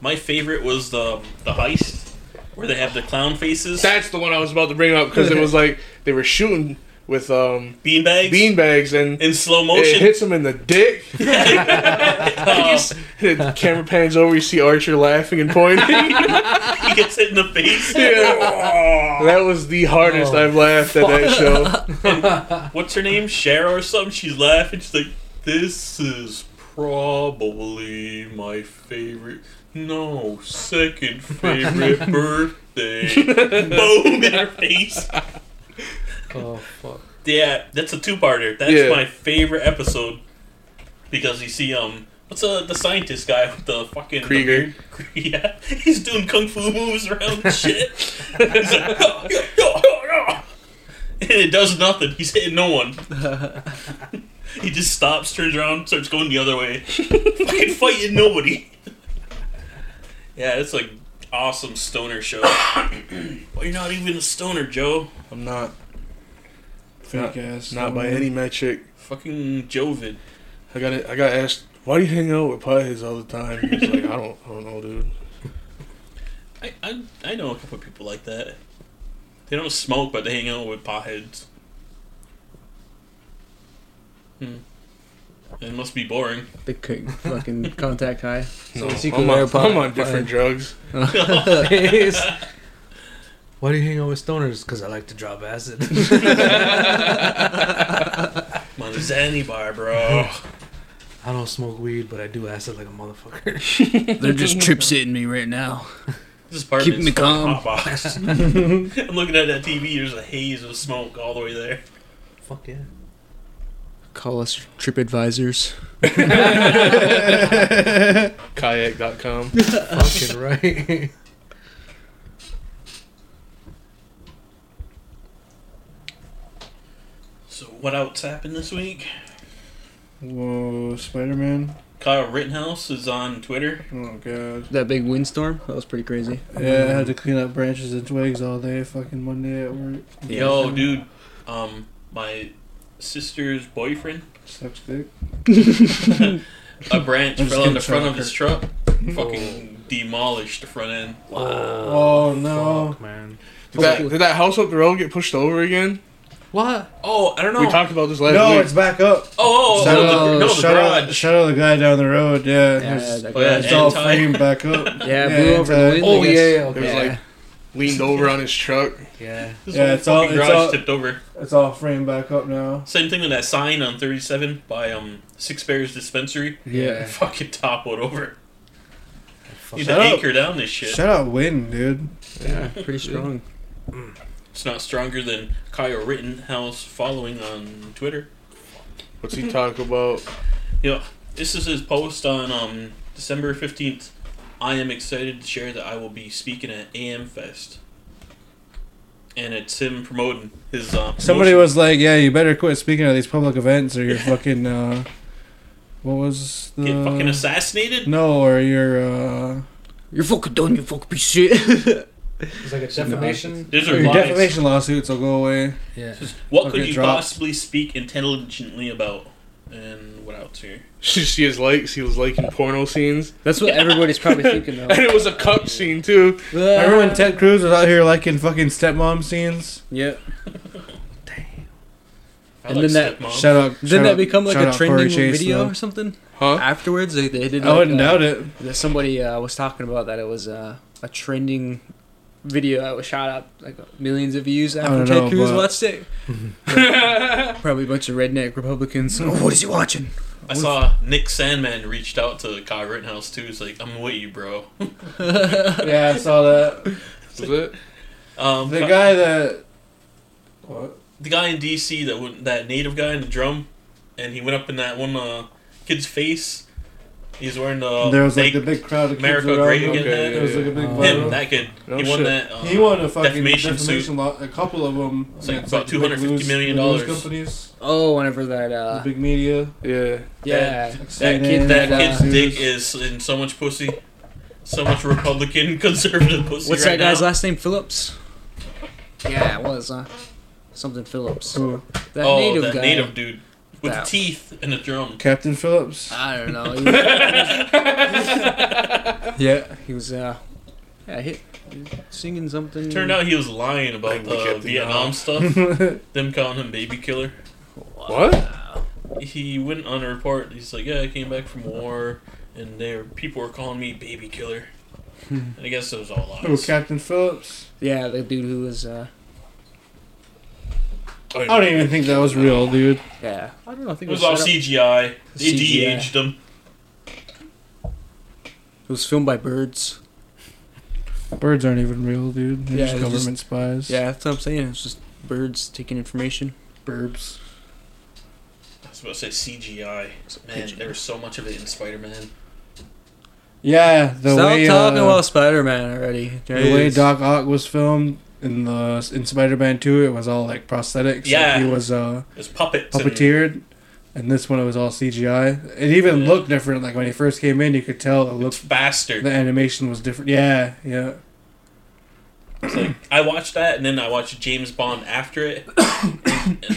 Speaker 5: My favorite was the the heist where they have the clown faces,
Speaker 3: That's the one I was about to bring up because it was like they were shooting with um
Speaker 5: beanbags,
Speaker 3: beanbags and
Speaker 5: in slow
Speaker 3: it
Speaker 5: motion.
Speaker 3: hits him in the dick.
Speaker 5: Uh,
Speaker 3: the camera pans over, you see Archer laughing and pointing. yeah.
Speaker 5: he gets hit in the face.
Speaker 3: That was the hardest I've laughed at that show.
Speaker 5: what's her name, Cheryl or something? She's laughing. She's like, "This is probably my favorite, no, second favorite birthday." Boom in her face.
Speaker 4: Oh fuck.
Speaker 5: Yeah, that's a two-parter. That's
Speaker 3: Yeah.
Speaker 5: my favorite episode because you see, um, what's uh, the scientist guy with the fucking the
Speaker 3: Krieger.
Speaker 5: beard? yeah, he's doing kung fu moves around and shit. he's like, "Yo, yo, yo, yo, yo." and it does nothing. He's hitting no one. he just stops, turns around, starts going the other way, fucking fighting nobody. yeah, it's like awesome stoner show. well, you're not even a stoner, Joe.
Speaker 3: I'm not
Speaker 2: Fake ass.
Speaker 3: not by any metric.
Speaker 5: Fucking Jovid.
Speaker 3: I got I got asked why do you hang out with potheads all the time? He's like I don't I don't know, dude.
Speaker 5: I, I I know a couple of people like that. They don't smoke, but they hang out with potheads. Hmm. It must be boring.
Speaker 7: Big co- fucking contact high.
Speaker 3: No,
Speaker 7: is he
Speaker 3: I'm,
Speaker 7: clear
Speaker 3: on,
Speaker 7: pot-
Speaker 3: I'm on different drugs.
Speaker 9: Why do you hang out with stoners? Because I like to drop acid.
Speaker 5: I'm on a Zanny bar, bro.
Speaker 9: I don't smoke weed, but I do acid like a motherfucker.
Speaker 7: They're just trips hitting me right now.
Speaker 5: This apartment
Speaker 7: Keeping
Speaker 5: is
Speaker 7: me
Speaker 5: fucking
Speaker 7: calm.
Speaker 5: hot box. I'm looking at that TV. There's a haze of smoke all the way there.
Speaker 9: Fuck yeah.
Speaker 7: Call us trip advisors.
Speaker 3: Kayak.com.
Speaker 9: Fucking right.
Speaker 5: So what else happened this week?
Speaker 2: Whoa, Spider Man.
Speaker 5: Kyle Rittenhouse is on Twitter.
Speaker 2: Oh god.
Speaker 7: That big windstorm? That was pretty crazy.
Speaker 2: Yeah, I had to clean up branches and twigs all day. Fucking Monday at work.
Speaker 5: Yo, dude. Um, my sister's boyfriend
Speaker 2: Sucks dick.
Speaker 5: a branch
Speaker 2: I'm just
Speaker 5: fell on
Speaker 2: gonna
Speaker 5: the front
Speaker 2: try
Speaker 5: of his truck, fucking demolished the front end.
Speaker 2: Oh, no.
Speaker 9: Fuck, man.
Speaker 3: Did that, did that house up the road get pushed over again?
Speaker 4: What?
Speaker 5: Oh, I don't know.
Speaker 3: We talked about this last
Speaker 2: No,
Speaker 3: week.
Speaker 2: it's back up.
Speaker 5: oh, oh,
Speaker 2: Shout
Speaker 5: oh, the,
Speaker 2: out-
Speaker 5: no, the
Speaker 2: shout out,
Speaker 5: garage.
Speaker 2: shout out the guy down the road. Yeah,
Speaker 7: Yeah,
Speaker 2: it's-
Speaker 7: that
Speaker 5: Oh, yeah,
Speaker 7: garage.
Speaker 2: it's all
Speaker 5: and tie.
Speaker 2: framed back up.
Speaker 7: Yeah, blew
Speaker 2: and
Speaker 7: over the
Speaker 2: tie.
Speaker 7: wind.
Speaker 9: Oh
Speaker 7: I guess.
Speaker 9: yeah, yeah,
Speaker 3: It
Speaker 9: okay.
Speaker 3: was like leaned over on his truck.
Speaker 9: yeah.
Speaker 5: This
Speaker 2: Yeah,
Speaker 5: whole
Speaker 2: it's all-
Speaker 5: fucking
Speaker 2: it's
Speaker 5: garage
Speaker 2: all-
Speaker 5: tipped over.
Speaker 2: It's all framed back up now.
Speaker 5: Same thing with that sign on 37 by um Six Bears Dispensary.
Speaker 9: Yeah.
Speaker 5: Fucking toppled over. You need
Speaker 2: Shut
Speaker 5: to
Speaker 2: up.
Speaker 5: anchor down this shit.
Speaker 2: Shout out Win, dude.
Speaker 7: Pretty strong.
Speaker 5: It's not stronger than Kyle Rittenhouse following on Twitter.
Speaker 3: What's he talk about?
Speaker 5: Yeah, this is his post on um December 15th. I am excited to share that I will be speaking at AM Fest. And it's him promoting his. Uh,
Speaker 2: Somebody
Speaker 5: promotion.
Speaker 2: was like, "Yeah, you better quit speaking at these public events, or you're fucking uh, what was the
Speaker 5: Get fucking assassinated?
Speaker 2: Mm. no, or you're uh,
Speaker 7: You're fucking done, you fucking piece of shit.
Speaker 9: It's like a defamation.
Speaker 5: These are
Speaker 2: your
Speaker 5: lies.
Speaker 2: defamation lawsuits will go away."
Speaker 9: Yeah.
Speaker 5: What
Speaker 2: Okay,
Speaker 5: could you
Speaker 2: dropped.
Speaker 5: possibly speak intelligently about? And what else here?
Speaker 3: She, she is likes. He was liking porno scenes,
Speaker 6: That's what everybody's probably thinking though.
Speaker 3: and it was a cup scene too.
Speaker 2: Remember when Ted Cruz was out here liking fucking stepmom scenes?
Speaker 6: Yeah.
Speaker 5: I
Speaker 6: And
Speaker 5: like
Speaker 6: then that-
Speaker 5: stepmom.
Speaker 2: Shout out! shout
Speaker 6: Didn't that
Speaker 2: out-
Speaker 6: become like
Speaker 2: shout
Speaker 6: a
Speaker 2: out Corey
Speaker 6: trending
Speaker 2: Chase,
Speaker 6: video
Speaker 2: though. Oh,
Speaker 6: or something?
Speaker 3: Huh?
Speaker 6: Afterwards, they, they did.
Speaker 2: I
Speaker 6: like,
Speaker 2: wouldn't
Speaker 6: uh,
Speaker 2: doubt it.
Speaker 6: that somebody uh, was talking about that it was uh, a trending video that was shot up like millions of views after
Speaker 2: don't
Speaker 6: Ted
Speaker 2: know,
Speaker 6: Cruz
Speaker 2: but-
Speaker 6: watched it. Probably a bunch of redneck Republicans. Oh, what is he watching?
Speaker 5: I saw Nick Sandman reached out to Kyle Rittenhouse too. He's like, "I'm with you, bro."
Speaker 2: yeah, I saw that.
Speaker 3: Was it?
Speaker 5: Um,
Speaker 2: The guy that
Speaker 5: the guy in DC that went, that native guy in the drum, and he went up in that one uh, kid's face. He's wearing the
Speaker 2: there was like
Speaker 5: they-
Speaker 2: the big crowd of
Speaker 5: Uh, America
Speaker 2: kids around
Speaker 5: Great
Speaker 2: him.
Speaker 5: Again
Speaker 3: Okay,
Speaker 2: It was like a big
Speaker 5: him.
Speaker 2: viral.
Speaker 5: That kid,
Speaker 2: No
Speaker 5: he won
Speaker 2: Oh, shit.
Speaker 5: that. Uh,
Speaker 2: he won a fucking
Speaker 5: defamation
Speaker 2: defamation, law. A couple of them.
Speaker 5: It's like about $250 million dollars.
Speaker 2: Companies,
Speaker 6: Oh, whenever that.
Speaker 2: the
Speaker 6: Uh,
Speaker 2: big media.
Speaker 3: Yeah.
Speaker 6: yeah.
Speaker 5: That
Speaker 2: CNN,
Speaker 5: kid, that
Speaker 2: Fox
Speaker 5: kid's dick
Speaker 2: News.
Speaker 5: is in so much pussy, so much Republican conservative pussy
Speaker 6: What's
Speaker 5: right
Speaker 6: that guy's
Speaker 5: now.
Speaker 6: last name? Phillips. Yeah, it was uh, something Phillips.
Speaker 2: Who?
Speaker 6: That
Speaker 5: oh,
Speaker 6: native
Speaker 5: that
Speaker 6: guy.
Speaker 5: native dude with
Speaker 6: That-
Speaker 5: teeth and a drum.
Speaker 2: Captain Phillips.
Speaker 6: I don't know. He was,
Speaker 2: yeah.
Speaker 6: he was, uh, yeah, he, he was singing something.
Speaker 5: Turned out he was lying
Speaker 3: Like
Speaker 5: about
Speaker 3: the
Speaker 5: the
Speaker 3: Captain
Speaker 5: Vietnam stuff. Them calling him baby killer.
Speaker 3: What?
Speaker 5: he went on a report. He's like, yeah, I came back from war, and there people were calling me baby killer.
Speaker 6: Hmm.
Speaker 5: and I guess it was all
Speaker 2: Who?
Speaker 5: lies.
Speaker 2: Oh, Captain Phillips.
Speaker 6: Yeah, the dude who was. Uh,
Speaker 2: I don't even think that was real, dude.
Speaker 6: yeah, I don't know. I
Speaker 5: It
Speaker 6: think
Speaker 5: was
Speaker 6: set
Speaker 5: all
Speaker 6: up-
Speaker 5: CGI. They
Speaker 6: CGI.
Speaker 5: de-aged him.
Speaker 6: It was filmed by birds.
Speaker 2: Birds aren't even real, dude. They're
Speaker 6: Yeah,
Speaker 2: just
Speaker 6: it's just-
Speaker 2: government spies.
Speaker 6: Yeah, that's what I'm saying. It's just birds taking information.
Speaker 2: Burbs.
Speaker 5: I was about to say CGI. Man, there was so much of it in Spider-Man.
Speaker 2: Yeah. The
Speaker 6: Stop
Speaker 2: way
Speaker 6: talking
Speaker 2: uh,
Speaker 6: about Spider-Man already.
Speaker 2: the way Doc Ock was filmed in the in Spider-Man 2, it was all like prosthetics. like,
Speaker 5: Yeah.
Speaker 2: he was uh,
Speaker 5: There's puppets. and-
Speaker 2: puppeteered, and this one it was all CGI. It even
Speaker 5: Yeah.
Speaker 2: looked different. Like when he first came in, you could tell it
Speaker 5: It's
Speaker 2: looked
Speaker 5: faster.
Speaker 2: the animation was different. Yeah, yeah.
Speaker 5: I watched that, and then I watched James Bond after it. And, uh,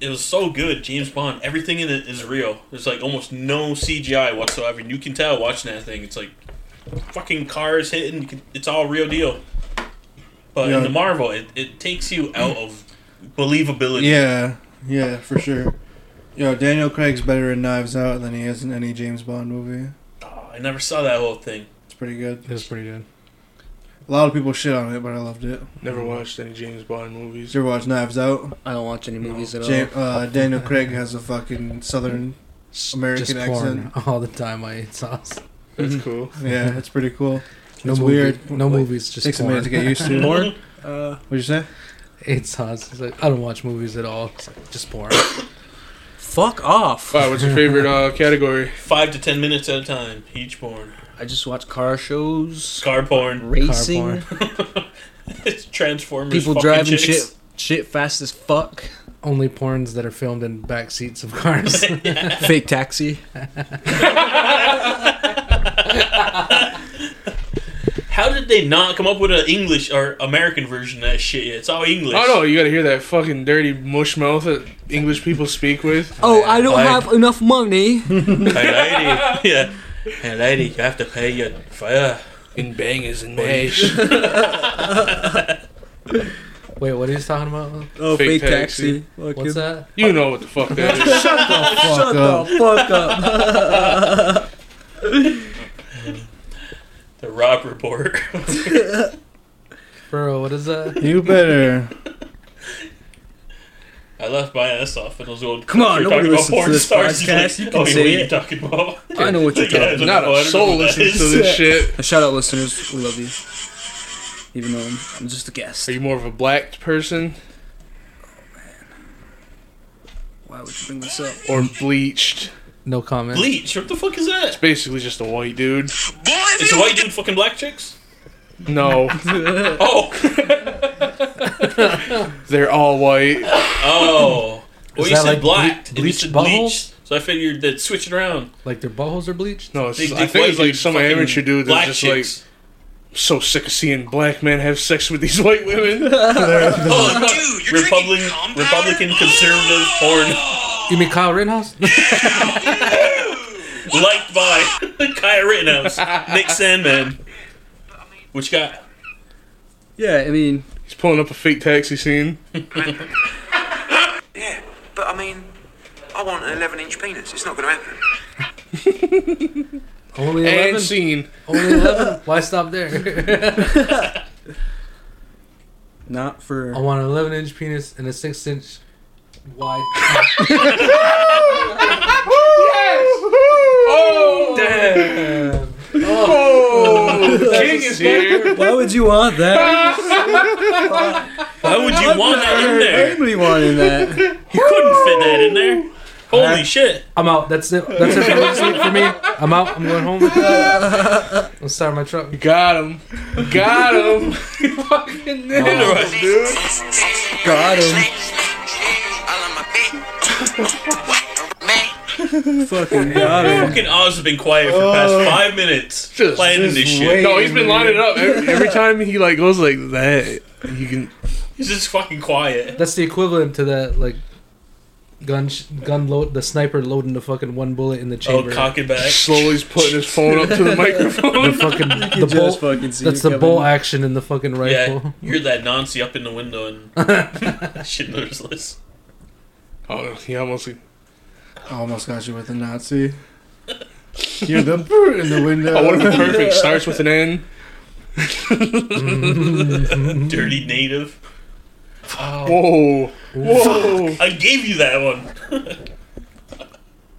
Speaker 5: it was so good, James Bond. Everything in it is real. There's like almost no CGI whatsoever, and you can tell watching that thing. It's like fucking cars hitting. You can, it's all real deal. But in
Speaker 2: Yeah.
Speaker 5: the Marvel, it, it takes you out of believability.
Speaker 2: Yeah, yeah, for sure. Yo, Daniel Craig's better in Knives Out than he is in any James Bond movie.
Speaker 5: Oh, I never saw that whole thing.
Speaker 2: It's pretty good.
Speaker 9: It was pretty good.
Speaker 2: A lot of people shit on it, but I loved it.
Speaker 3: Never watched any James Bond movies.
Speaker 2: Did you ever watch Knives Out?
Speaker 6: I don't watch any movies at all.
Speaker 2: Ja- uh, Daniel Craig has a fucking southern American
Speaker 9: Just porn
Speaker 2: accent.
Speaker 9: all the time. I eat sauce.
Speaker 3: That's cool.
Speaker 2: Yeah, it's pretty cool.
Speaker 9: No
Speaker 2: It's
Speaker 9: movie-
Speaker 2: weird.
Speaker 9: No
Speaker 2: Like,
Speaker 9: movies. Just
Speaker 2: Takes a
Speaker 9: porn.
Speaker 2: minute to get used to.
Speaker 6: Porn? Uh,
Speaker 2: What'd you say?
Speaker 9: Ate sauce. It's like I don't watch movies at all. It's like, just porn.
Speaker 6: Fuck off.
Speaker 3: Wow, what's your favorite uh, category?
Speaker 5: Five to ten minutes at a time, each porn.
Speaker 6: I just watch car shows,
Speaker 5: Car porn.
Speaker 6: racing,
Speaker 9: porn.
Speaker 5: it's Transformers.
Speaker 6: people
Speaker 5: fucking
Speaker 6: driving
Speaker 5: chicks.
Speaker 6: shit, shit fast as fuck,
Speaker 9: Only porns that are filmed in back seats of cars.
Speaker 6: fake taxi.
Speaker 5: How did they not come up with an English or American version of that shit yet? It's all English.
Speaker 3: Oh no, you gotta hear that fucking dirty mush mouth that English people speak with.
Speaker 6: Oh, I don't have enough money.
Speaker 5: Hey lady, yeah. Hey lady, you have to pay your fare.
Speaker 3: In bangers and mash.
Speaker 9: Wait, what are you talking about?
Speaker 6: Oh,
Speaker 3: Fake fake taxi.
Speaker 9: What's that?
Speaker 3: You know what the fuck that is.
Speaker 2: Fuck up.
Speaker 6: fuck up.
Speaker 5: The Rob report.
Speaker 9: Bro, what is that?
Speaker 2: You better.
Speaker 5: I left my ass off and I was going.
Speaker 6: Come on,
Speaker 5: you're
Speaker 6: nobody
Speaker 5: talking about
Speaker 6: listens to
Speaker 5: porn
Speaker 6: this
Speaker 5: stars. He's
Speaker 6: podcast. You can
Speaker 5: oh, yeah,
Speaker 6: say
Speaker 5: what are you
Speaker 6: it.
Speaker 5: talking about?
Speaker 6: I know what you're
Speaker 5: Yeah,
Speaker 6: talking
Speaker 5: it's like,
Speaker 3: Not
Speaker 5: oh, I
Speaker 3: a
Speaker 5: don't know
Speaker 3: soul
Speaker 5: what that
Speaker 3: listens to
Speaker 5: is.
Speaker 3: this shit.
Speaker 6: about. Shout out, listeners. We love you. Even though I'm, I'm just a guest.
Speaker 3: Are you more of a black person
Speaker 6: Why would you bring this up?
Speaker 3: or bleached?
Speaker 9: No comment.
Speaker 5: Bleach. What the fuck is that?
Speaker 3: Basically, just a white dude.
Speaker 1: Boy,
Speaker 5: Is the white dude fucking black chicks?
Speaker 3: No,
Speaker 5: Oh,
Speaker 3: they're all white.
Speaker 5: oh. Well,
Speaker 4: Is
Speaker 5: you
Speaker 4: that
Speaker 5: said
Speaker 4: like
Speaker 5: black,
Speaker 4: ble-
Speaker 5: and you
Speaker 4: bleached
Speaker 5: said
Speaker 4: buttholes?
Speaker 5: bleach, so I figured that switch it around.
Speaker 4: Like their buttholes are bleached.
Speaker 3: No, it's,
Speaker 5: They
Speaker 3: I
Speaker 5: dick
Speaker 3: think it's
Speaker 5: white
Speaker 3: like
Speaker 5: dudes,
Speaker 3: some
Speaker 5: fucking
Speaker 3: amateur dude
Speaker 5: black
Speaker 3: that's just
Speaker 5: chicks.
Speaker 3: like so sick of seeing black men have sex with these white women.
Speaker 5: oh, dude, you're Republican, Republican conservative porn
Speaker 4: You mean Kyle Rittenhouse?
Speaker 5: liked by Kaya Rittenhouse, Nick Sandman. What you got?
Speaker 6: Yeah, I mean,
Speaker 3: He's pulling up a fake taxi scene.
Speaker 10: Yeah, but I mean, I want an 11 inch penis. It's not going to happen.
Speaker 4: Only
Speaker 3: And
Speaker 4: eleven.
Speaker 3: scene.
Speaker 4: Only eleven. Why stop there?
Speaker 6: not for.
Speaker 4: I want an eleven-inch penis and a six-inch wide.
Speaker 5: Oh!
Speaker 3: Oh! King is here.
Speaker 6: Why would you want that?
Speaker 5: Why would you want that in there?
Speaker 6: Anybody wanting that?
Speaker 5: You couldn't fit that in there. Holy shit.
Speaker 4: I'm out. That's it. That's it for this week for me. I'm out. I'm going home. I'm starting my truck.
Speaker 3: Got him. Got him. You
Speaker 6: Oh,
Speaker 3: fucking nailed it, dude.
Speaker 10: Got him.
Speaker 6: Fucking got it.
Speaker 5: Fucking Oz has been quiet for the past five minutes
Speaker 3: Uh, Just-
Speaker 5: planning
Speaker 2: just
Speaker 5: this shit.
Speaker 2: wait.
Speaker 3: No, he's been lining it up every, every time he like goes like that. You can.
Speaker 5: He's just fucking quiet.
Speaker 4: That's the equivalent to that like gun sh- gun load the sniper loading the fucking one bullet in the
Speaker 5: Oh,
Speaker 4: chamber.
Speaker 5: cock it back.
Speaker 3: Slowly's putting his phone up to the microphone.
Speaker 4: the fucking the
Speaker 6: Just
Speaker 4: bolt.
Speaker 6: fucking see
Speaker 4: That's
Speaker 6: you
Speaker 4: the
Speaker 6: coming.
Speaker 4: bolt action in the fucking rifle.
Speaker 5: Yeah, you heard that Nancy up in the window and Schindler's List.
Speaker 3: Oh, he almost.
Speaker 2: I almost got you with a Nazi. Hear the brr in the
Speaker 3: Oh, what
Speaker 2: window.
Speaker 3: if the perfect starts with an N?
Speaker 5: Dirty Native.
Speaker 3: Whoa. Whoa.
Speaker 5: I gave you that one.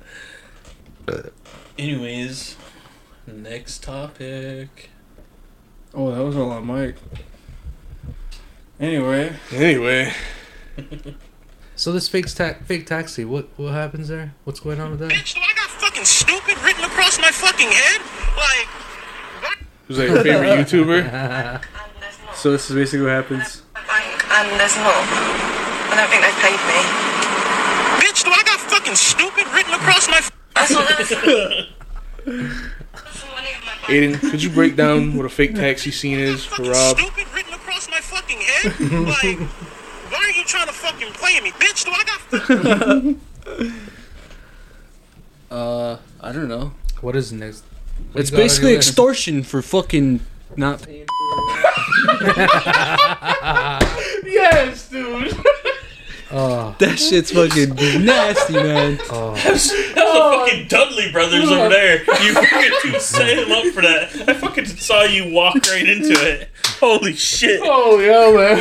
Speaker 5: Anyways, next topic.
Speaker 2: Oh, that was all on mic. Anyway,
Speaker 3: Anyway,
Speaker 4: So this fake ta- fake taxi. What what happens there? What's going on with that?
Speaker 10: Bitch, do I got fucking stupid written across my fucking head? Like,
Speaker 3: who's that your favorite YouTuber?
Speaker 6: So this is basically what happens.
Speaker 11: and there's more. I don't think they've paid me.
Speaker 10: bitch, do I got fucking stupid written across my.
Speaker 11: That's all that's.
Speaker 3: Aiden, could you break down what a fake taxi scene is for
Speaker 10: fucking
Speaker 3: Rob?
Speaker 10: stupid written across my fucking head? like, why are you trying to fucking play me? Bitch, do I got
Speaker 6: Uh, I don't know.
Speaker 4: What is next?
Speaker 6: It's
Speaker 4: got on your
Speaker 6: basically
Speaker 4: list?
Speaker 6: extortion for fucking not paying.
Speaker 3: Yes, dude.
Speaker 6: That shit's fucking nasty, man.
Speaker 5: That's the fucking Dudley brothers over there. You fucking set him up for that. I fucking saw you walk right into it. Holy shit.
Speaker 3: Oh yeah, man.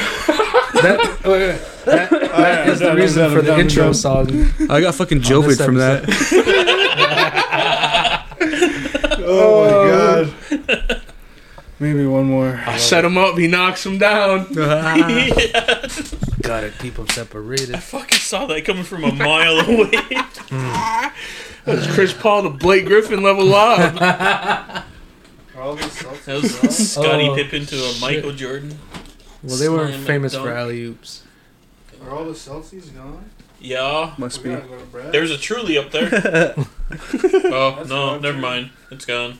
Speaker 4: That, okay, that, that is the
Speaker 2: done,
Speaker 4: reason
Speaker 2: I'm
Speaker 4: for
Speaker 2: done,
Speaker 4: the
Speaker 2: I'm
Speaker 4: intro
Speaker 2: done.
Speaker 4: song.
Speaker 12: I got fucking
Speaker 4: this
Speaker 12: jovid from that.
Speaker 2: oh my god. Maybe one more.
Speaker 3: I set him up. He knocks him down.
Speaker 5: yeah,
Speaker 4: Gotta keep them separated.
Speaker 5: fucking saw that coming from a mile away.
Speaker 3: That's Chris Paul to Blake Griffin level lob.
Speaker 5: That was Scotty
Speaker 4: Oh,
Speaker 5: Pippen to a Michael Jordan.
Speaker 4: Well, they were
Speaker 5: Slam it
Speaker 4: famous for
Speaker 5: dunk.
Speaker 4: alley oops.
Speaker 2: Are all the Celsius gone?
Speaker 5: Yeah.
Speaker 6: Must be.
Speaker 2: go to Brad.
Speaker 5: There's a Truly up there. oh, no,
Speaker 2: gone,
Speaker 5: never
Speaker 2: too.
Speaker 5: mind. It's gone.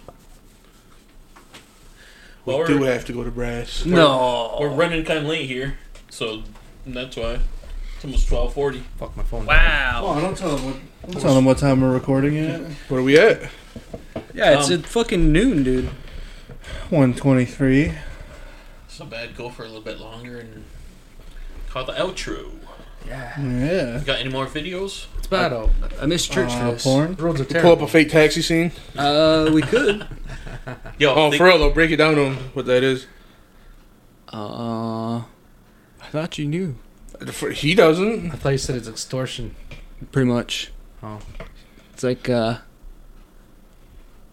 Speaker 5: Well,
Speaker 3: We
Speaker 5: we're,
Speaker 3: do have to go to brass.
Speaker 6: No.
Speaker 5: we're running kind of late here, so that's why. It's almost 1240.
Speaker 4: Fuck my phone.
Speaker 6: Wow.
Speaker 2: Oh, don't tell them what. Don't tell them what time we're recording it.
Speaker 3: Where are we at?
Speaker 6: Yeah, it's
Speaker 5: Um,
Speaker 6: at fucking noon, dude.
Speaker 2: One twenty-three.
Speaker 5: So bad, go for a little bit longer and call the outro.
Speaker 2: Yeah.
Speaker 5: You got any more videos?
Speaker 4: It's bad out.
Speaker 6: I missed church for
Speaker 2: Uh,
Speaker 6: this.
Speaker 2: porn.
Speaker 4: The roads are
Speaker 3: Pull up
Speaker 4: terrible.
Speaker 3: a fake taxi scene.
Speaker 6: Uh, we could.
Speaker 5: Yo,
Speaker 3: Oh,
Speaker 5: they-
Speaker 3: for real though, break it down on what that is.
Speaker 6: Uh, I thought you knew.
Speaker 3: For- He doesn't.
Speaker 4: I thought you said it's extortion.
Speaker 6: Pretty much.
Speaker 4: Oh.
Speaker 6: It's like uh,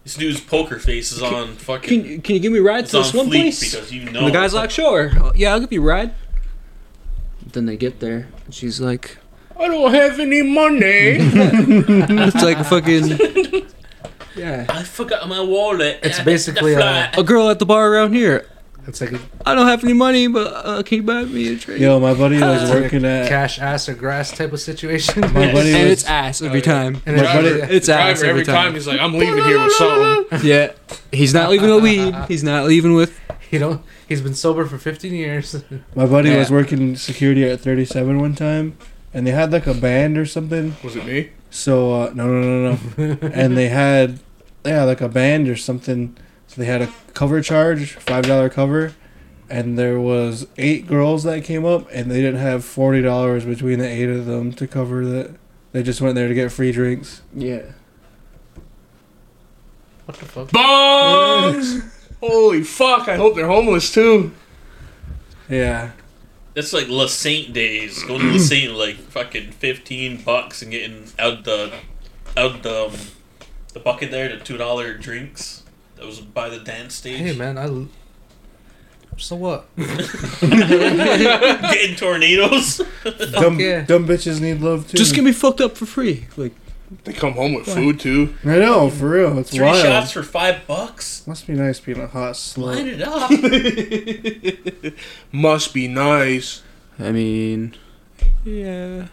Speaker 5: this dude's poker face is on fucking.
Speaker 6: can can you give me a ride
Speaker 5: it's
Speaker 6: to
Speaker 5: on
Speaker 6: this one
Speaker 5: fleek
Speaker 6: place?
Speaker 5: because you know.
Speaker 6: And the guy's like, sure. Uh, Yeah, I'll give you a ride. Then they get there. and She's like,
Speaker 3: I don't have any money.
Speaker 6: it's like fucking.
Speaker 4: Yeah.
Speaker 5: I forgot my wallet.
Speaker 4: It's
Speaker 6: uh,
Speaker 4: basically a,
Speaker 6: a girl at the bar around here.
Speaker 4: It's like a
Speaker 6: I don't have any money, but uh, can you buy me a drink?
Speaker 2: Yo, my buddy was
Speaker 4: like a
Speaker 2: working at
Speaker 4: cash, ass, or grass type of situation.
Speaker 2: my buddy
Speaker 6: and
Speaker 2: was
Speaker 6: it's ass every
Speaker 5: Oh,
Speaker 6: time.
Speaker 4: And it's-
Speaker 2: buddy-
Speaker 4: yeah.
Speaker 6: It's ass
Speaker 3: Driver,
Speaker 6: every,
Speaker 3: every time
Speaker 6: time.
Speaker 3: he's like, I'm leaving here with something.
Speaker 6: yeah, he's not leaving with weed. He's not leaving with.
Speaker 4: You know, he's been sober for 15 years.
Speaker 2: my buddy
Speaker 6: Yeah.
Speaker 2: was working security at 37 one time, and they had like a band or something.
Speaker 3: Was it me?
Speaker 2: So uh, no, no, no, no, no. and they had yeah like a band or something. So they had a cover charge, five dollar cover, and there was eight girls that came up, and they didn't have forty dollars between the eight of them to cover that. They just went there to get free drinks.
Speaker 6: Yeah.
Speaker 4: What the fuck?
Speaker 3: Bongs! Holy fuck, I hope they're homeless too.
Speaker 2: Yeah,
Speaker 5: That's like La Saint days. Going to La Saint like fucking fifteen bucks and getting out the out the um, the bucket there the two dollar drinks. That was by the dance stage.
Speaker 4: Hey, man, I. l- So what?
Speaker 5: Getting tornadoes.
Speaker 2: dumb
Speaker 4: yeah.
Speaker 2: dumb bitches need love too.
Speaker 6: Just get me fucked up for free. Like
Speaker 3: They come home with food too.
Speaker 2: I know for real, it's
Speaker 5: Three
Speaker 2: wild.
Speaker 5: shots for five bucks.
Speaker 2: Must be nice being a hot slut.
Speaker 5: Line it up.
Speaker 3: Must be nice.
Speaker 6: I mean. Yeah.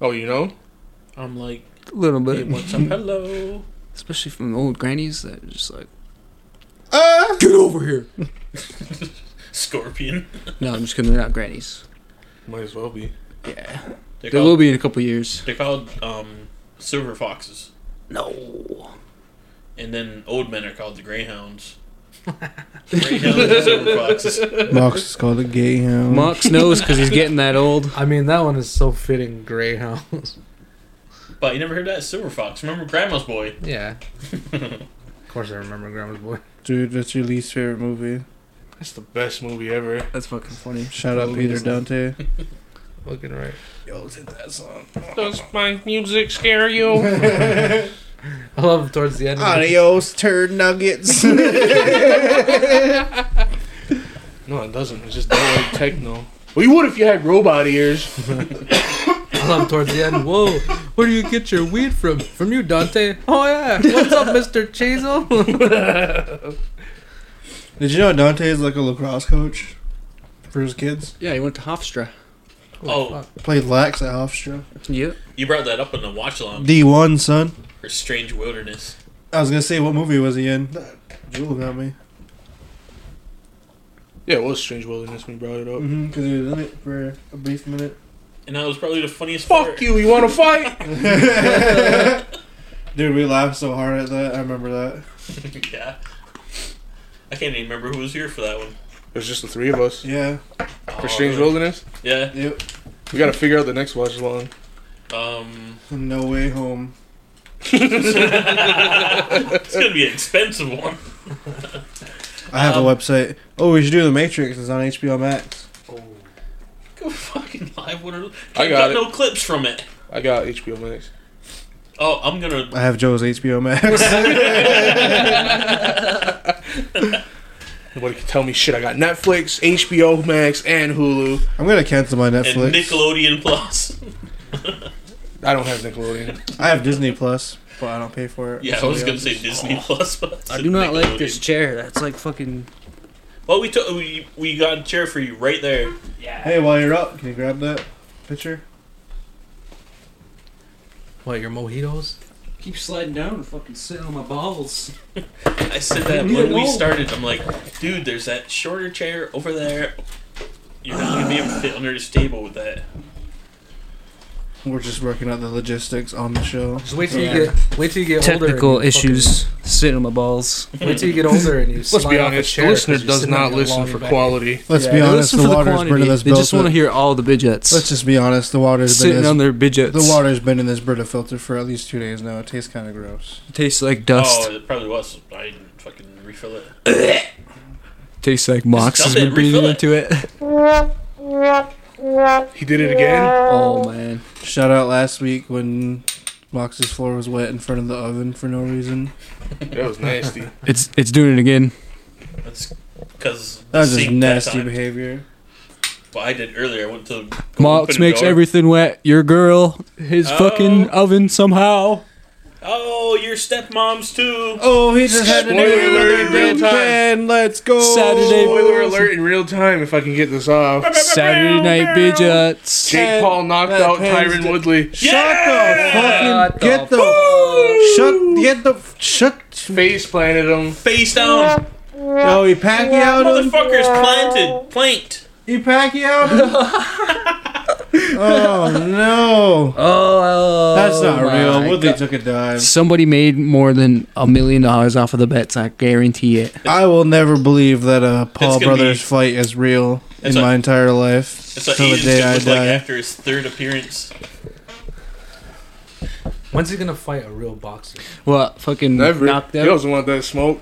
Speaker 3: Oh, you know?
Speaker 5: I'm like,
Speaker 6: A little
Speaker 5: hey,
Speaker 6: bit,
Speaker 5: what's up? Hello.
Speaker 6: especially from the old grannies that are just like. Uh, get over here.
Speaker 5: Scorpion.
Speaker 6: No, I'm just kidding. They're not grannies.
Speaker 3: Might as well be.
Speaker 6: Yeah.
Speaker 2: Oh.
Speaker 6: They
Speaker 5: They're
Speaker 6: will
Speaker 5: called,
Speaker 6: be in a couple years.
Speaker 5: they're called um, silver foxes,
Speaker 6: No.
Speaker 5: and then old men are called the greyhounds. greyhounds and silver foxes.
Speaker 2: Mox is called a gay hound.
Speaker 6: Mox knows because he's getting that old.
Speaker 4: I mean, that one is so fitting Greyhounds.
Speaker 5: But you never heard that silver fox. Remember Grandma's boy?
Speaker 4: Yeah. of course, I remember Grandma's Boy.
Speaker 2: Dude, what's your least favorite movie?
Speaker 3: That's the best movie ever.
Speaker 6: That's fucking funny.
Speaker 2: Shout out Peter Dante.
Speaker 4: Looking right.
Speaker 3: Does my music scare you?
Speaker 4: I love towards the end. when-
Speaker 2: Adios, turd nuggets.
Speaker 3: no, it doesn't. It's just don't like techno. Well, you would if you had robot ears.
Speaker 4: I love towards the end. Whoa, where do you get your weed from? From you, Dante? Oh yeah. What's up, Mister Chazel?
Speaker 2: Did you know Dante is like a lacrosse coach for his kids?
Speaker 6: Yeah, he went to Hofstra.
Speaker 5: Oh,
Speaker 2: Played lax at Hofstra.
Speaker 6: Yep.
Speaker 5: you brought that up in the watch along
Speaker 2: D1, son.
Speaker 5: for Strange Wilderness.
Speaker 2: I was gonna say, what movie was he in? Jewel got me.
Speaker 3: Yeah, it was Strange Wilderness when you brought it up.
Speaker 2: Mm-hmm, because he was in it for a brief minute.
Speaker 5: And that was probably the funniest
Speaker 3: Fuck
Speaker 5: part.
Speaker 3: you, you wanna fight?
Speaker 2: Dude, we laughed so hard at that. I remember that.
Speaker 5: yeah. I can't even remember who was here for that one.
Speaker 3: It was just the three of us.
Speaker 2: Yeah.
Speaker 5: Oh,
Speaker 3: For Strange
Speaker 5: really?
Speaker 3: Wilderness?
Speaker 5: Yeah.
Speaker 2: Yep.
Speaker 3: We gotta figure out the next watch along.
Speaker 5: Um,
Speaker 2: No way home.
Speaker 5: it's gonna be an expensive one.
Speaker 2: I have a website. Oh, we should do The Matrix. It's on HBO Max.
Speaker 5: Go fucking live. What are?
Speaker 3: I got it.
Speaker 5: no clips from it.
Speaker 3: I got HBO Max.
Speaker 5: Oh, I'm gonna.
Speaker 2: I have Joe's HBO Max.
Speaker 3: Nobody can tell me shit. I got Netflix, HBO Max, and Hulu.
Speaker 2: I'm gonna cancel my
Speaker 5: And
Speaker 2: Netflix.
Speaker 5: Nickelodeon Plus.
Speaker 3: I don't have Nickelodeon.
Speaker 2: I have Disney Plus, but I don't pay for it.
Speaker 5: Yeah, I was gonna say Disney Plus, but
Speaker 13: I do not like this
Speaker 5: Nickelodeon.
Speaker 13: chair. That's like fucking.
Speaker 5: Well, we took we we got a chair for you right there.
Speaker 2: Hey, while you're up, can you grab that picture?
Speaker 4: what your mojitos?
Speaker 13: Keep sliding down and fucking sitting on my balls.
Speaker 5: I said that when we started. I'm like, dude, there's that shorter chair over there. You're not gonna be able to fit under this table with that.
Speaker 2: We're just working out the logistics on the show.
Speaker 4: Just wait till you get wait till you get older. and
Speaker 6: Technical
Speaker 4: you
Speaker 6: issues. Sitting on my balls.
Speaker 4: Fucking, wait till you get older and you.
Speaker 3: Let's
Speaker 4: slide
Speaker 3: be
Speaker 4: off a
Speaker 3: honest,
Speaker 4: chair
Speaker 3: the
Speaker 4: 'cause
Speaker 3: listener
Speaker 4: you're
Speaker 3: does
Speaker 4: sitting on
Speaker 3: not
Speaker 4: your
Speaker 3: listen
Speaker 4: long
Speaker 3: for
Speaker 4: back.
Speaker 3: quality.
Speaker 2: Let's
Speaker 6: Yeah,
Speaker 2: be
Speaker 6: they
Speaker 2: honest,
Speaker 6: listen
Speaker 2: the
Speaker 6: for
Speaker 2: water's been in
Speaker 6: quantity.
Speaker 2: this
Speaker 6: They
Speaker 2: Brita.
Speaker 6: just want to hear all the bidgets.
Speaker 2: Let's just be honest, the water's been in
Speaker 6: Sitting
Speaker 2: this,
Speaker 6: on their bidgets.
Speaker 2: the water's been in this Brita filter for at least two days now. It tastes kind of gross.
Speaker 6: Tastes like dust.
Speaker 5: Oh, it probably was. I didn't fucking refill it.
Speaker 6: Tastes like Mox
Speaker 5: dump
Speaker 6: has
Speaker 5: it,
Speaker 6: been breathing
Speaker 5: refill it.
Speaker 6: into it.
Speaker 3: He did it again.
Speaker 6: Oh man.
Speaker 2: Shout out last week when Mox's floor was wet in front of the oven for no reason.
Speaker 3: That was nasty.
Speaker 6: It's it's doing it again.
Speaker 5: That's because
Speaker 2: That was just nasty behavior.
Speaker 5: What I did earlier, I went to go
Speaker 6: Mox
Speaker 5: open the
Speaker 6: makes
Speaker 5: door.
Speaker 6: everything wet. Your girl, his
Speaker 5: Oh.
Speaker 6: fucking oven somehow.
Speaker 5: Oh, your stepmom's too.
Speaker 2: Oh, he just had a
Speaker 3: Spoiler alert in real
Speaker 2: new
Speaker 3: time.
Speaker 2: pen. Let's go.
Speaker 7: Saturday.
Speaker 3: Oh, Spoiler alert in real time if I can get this off.
Speaker 7: Saturday night bijuts.
Speaker 3: Jake Paul knocked
Speaker 2: That
Speaker 3: out
Speaker 2: pen's
Speaker 3: Tyron
Speaker 2: de-
Speaker 3: Woodley.
Speaker 2: Shut the fucking.
Speaker 9: What the
Speaker 2: get the. Shut. Get the. Shut.
Speaker 3: Face planted him.
Speaker 5: Face down.
Speaker 2: Yo, he Pacquiao him.
Speaker 5: Motherfucker's planted. Planked.
Speaker 2: He Pacquiao him. oh no.
Speaker 6: Oh,
Speaker 2: That's not
Speaker 6: my
Speaker 2: real.
Speaker 6: God.
Speaker 2: Woodley took a dive.
Speaker 7: Somebody made more than a million dollars off of the bets. I guarantee it.
Speaker 2: I will never believe that a Paul
Speaker 5: gonna
Speaker 2: Brothers
Speaker 5: be-
Speaker 2: fight is real in
Speaker 5: It's a-
Speaker 2: my entire life
Speaker 5: That's what
Speaker 2: till the
Speaker 5: Asian
Speaker 2: day
Speaker 5: kid
Speaker 2: I
Speaker 5: was like
Speaker 2: die.
Speaker 5: after his third appearance.
Speaker 9: When's he gonna fight a real boxer?
Speaker 7: What? Fucking
Speaker 3: Never.
Speaker 7: knocked
Speaker 3: He
Speaker 7: out?
Speaker 3: doesn't want that smoke.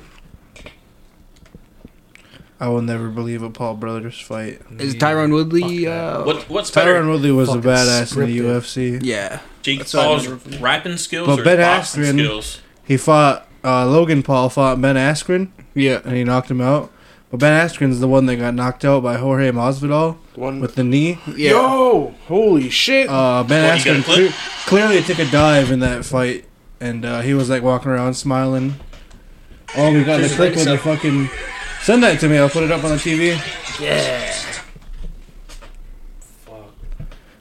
Speaker 2: I will never believe a Paul Brothers fight.
Speaker 7: Is Tyron Woodley?
Speaker 9: Fuck that.
Speaker 7: Uh,
Speaker 5: What what's better,
Speaker 2: Tyron Woodley was a
Speaker 9: Fucking
Speaker 2: badass in the
Speaker 9: scripted.
Speaker 2: UFC.
Speaker 7: Yeah.
Speaker 5: Jake
Speaker 2: what I
Speaker 5: Paul's rapping skills
Speaker 2: But
Speaker 5: or
Speaker 2: Ben
Speaker 5: boxing
Speaker 2: Askren-
Speaker 5: skills?
Speaker 2: He fought uh, Logan Paul fought Ben Askren
Speaker 7: Yeah.
Speaker 2: and he knocked him out. But Ben Askren's the one that got knocked out by Jorge Masvidal
Speaker 3: One.
Speaker 2: with the knee.
Speaker 7: Yeah.
Speaker 3: Yo! Holy shit!
Speaker 2: Uh, ben
Speaker 5: What, you
Speaker 2: Askren
Speaker 5: got a clip?
Speaker 2: cle- clearly took a dive in that fight, and uh, he was like walking around smiling. Oh, we got the clip with the fucking. Send that to me. I'll put it up on the TV.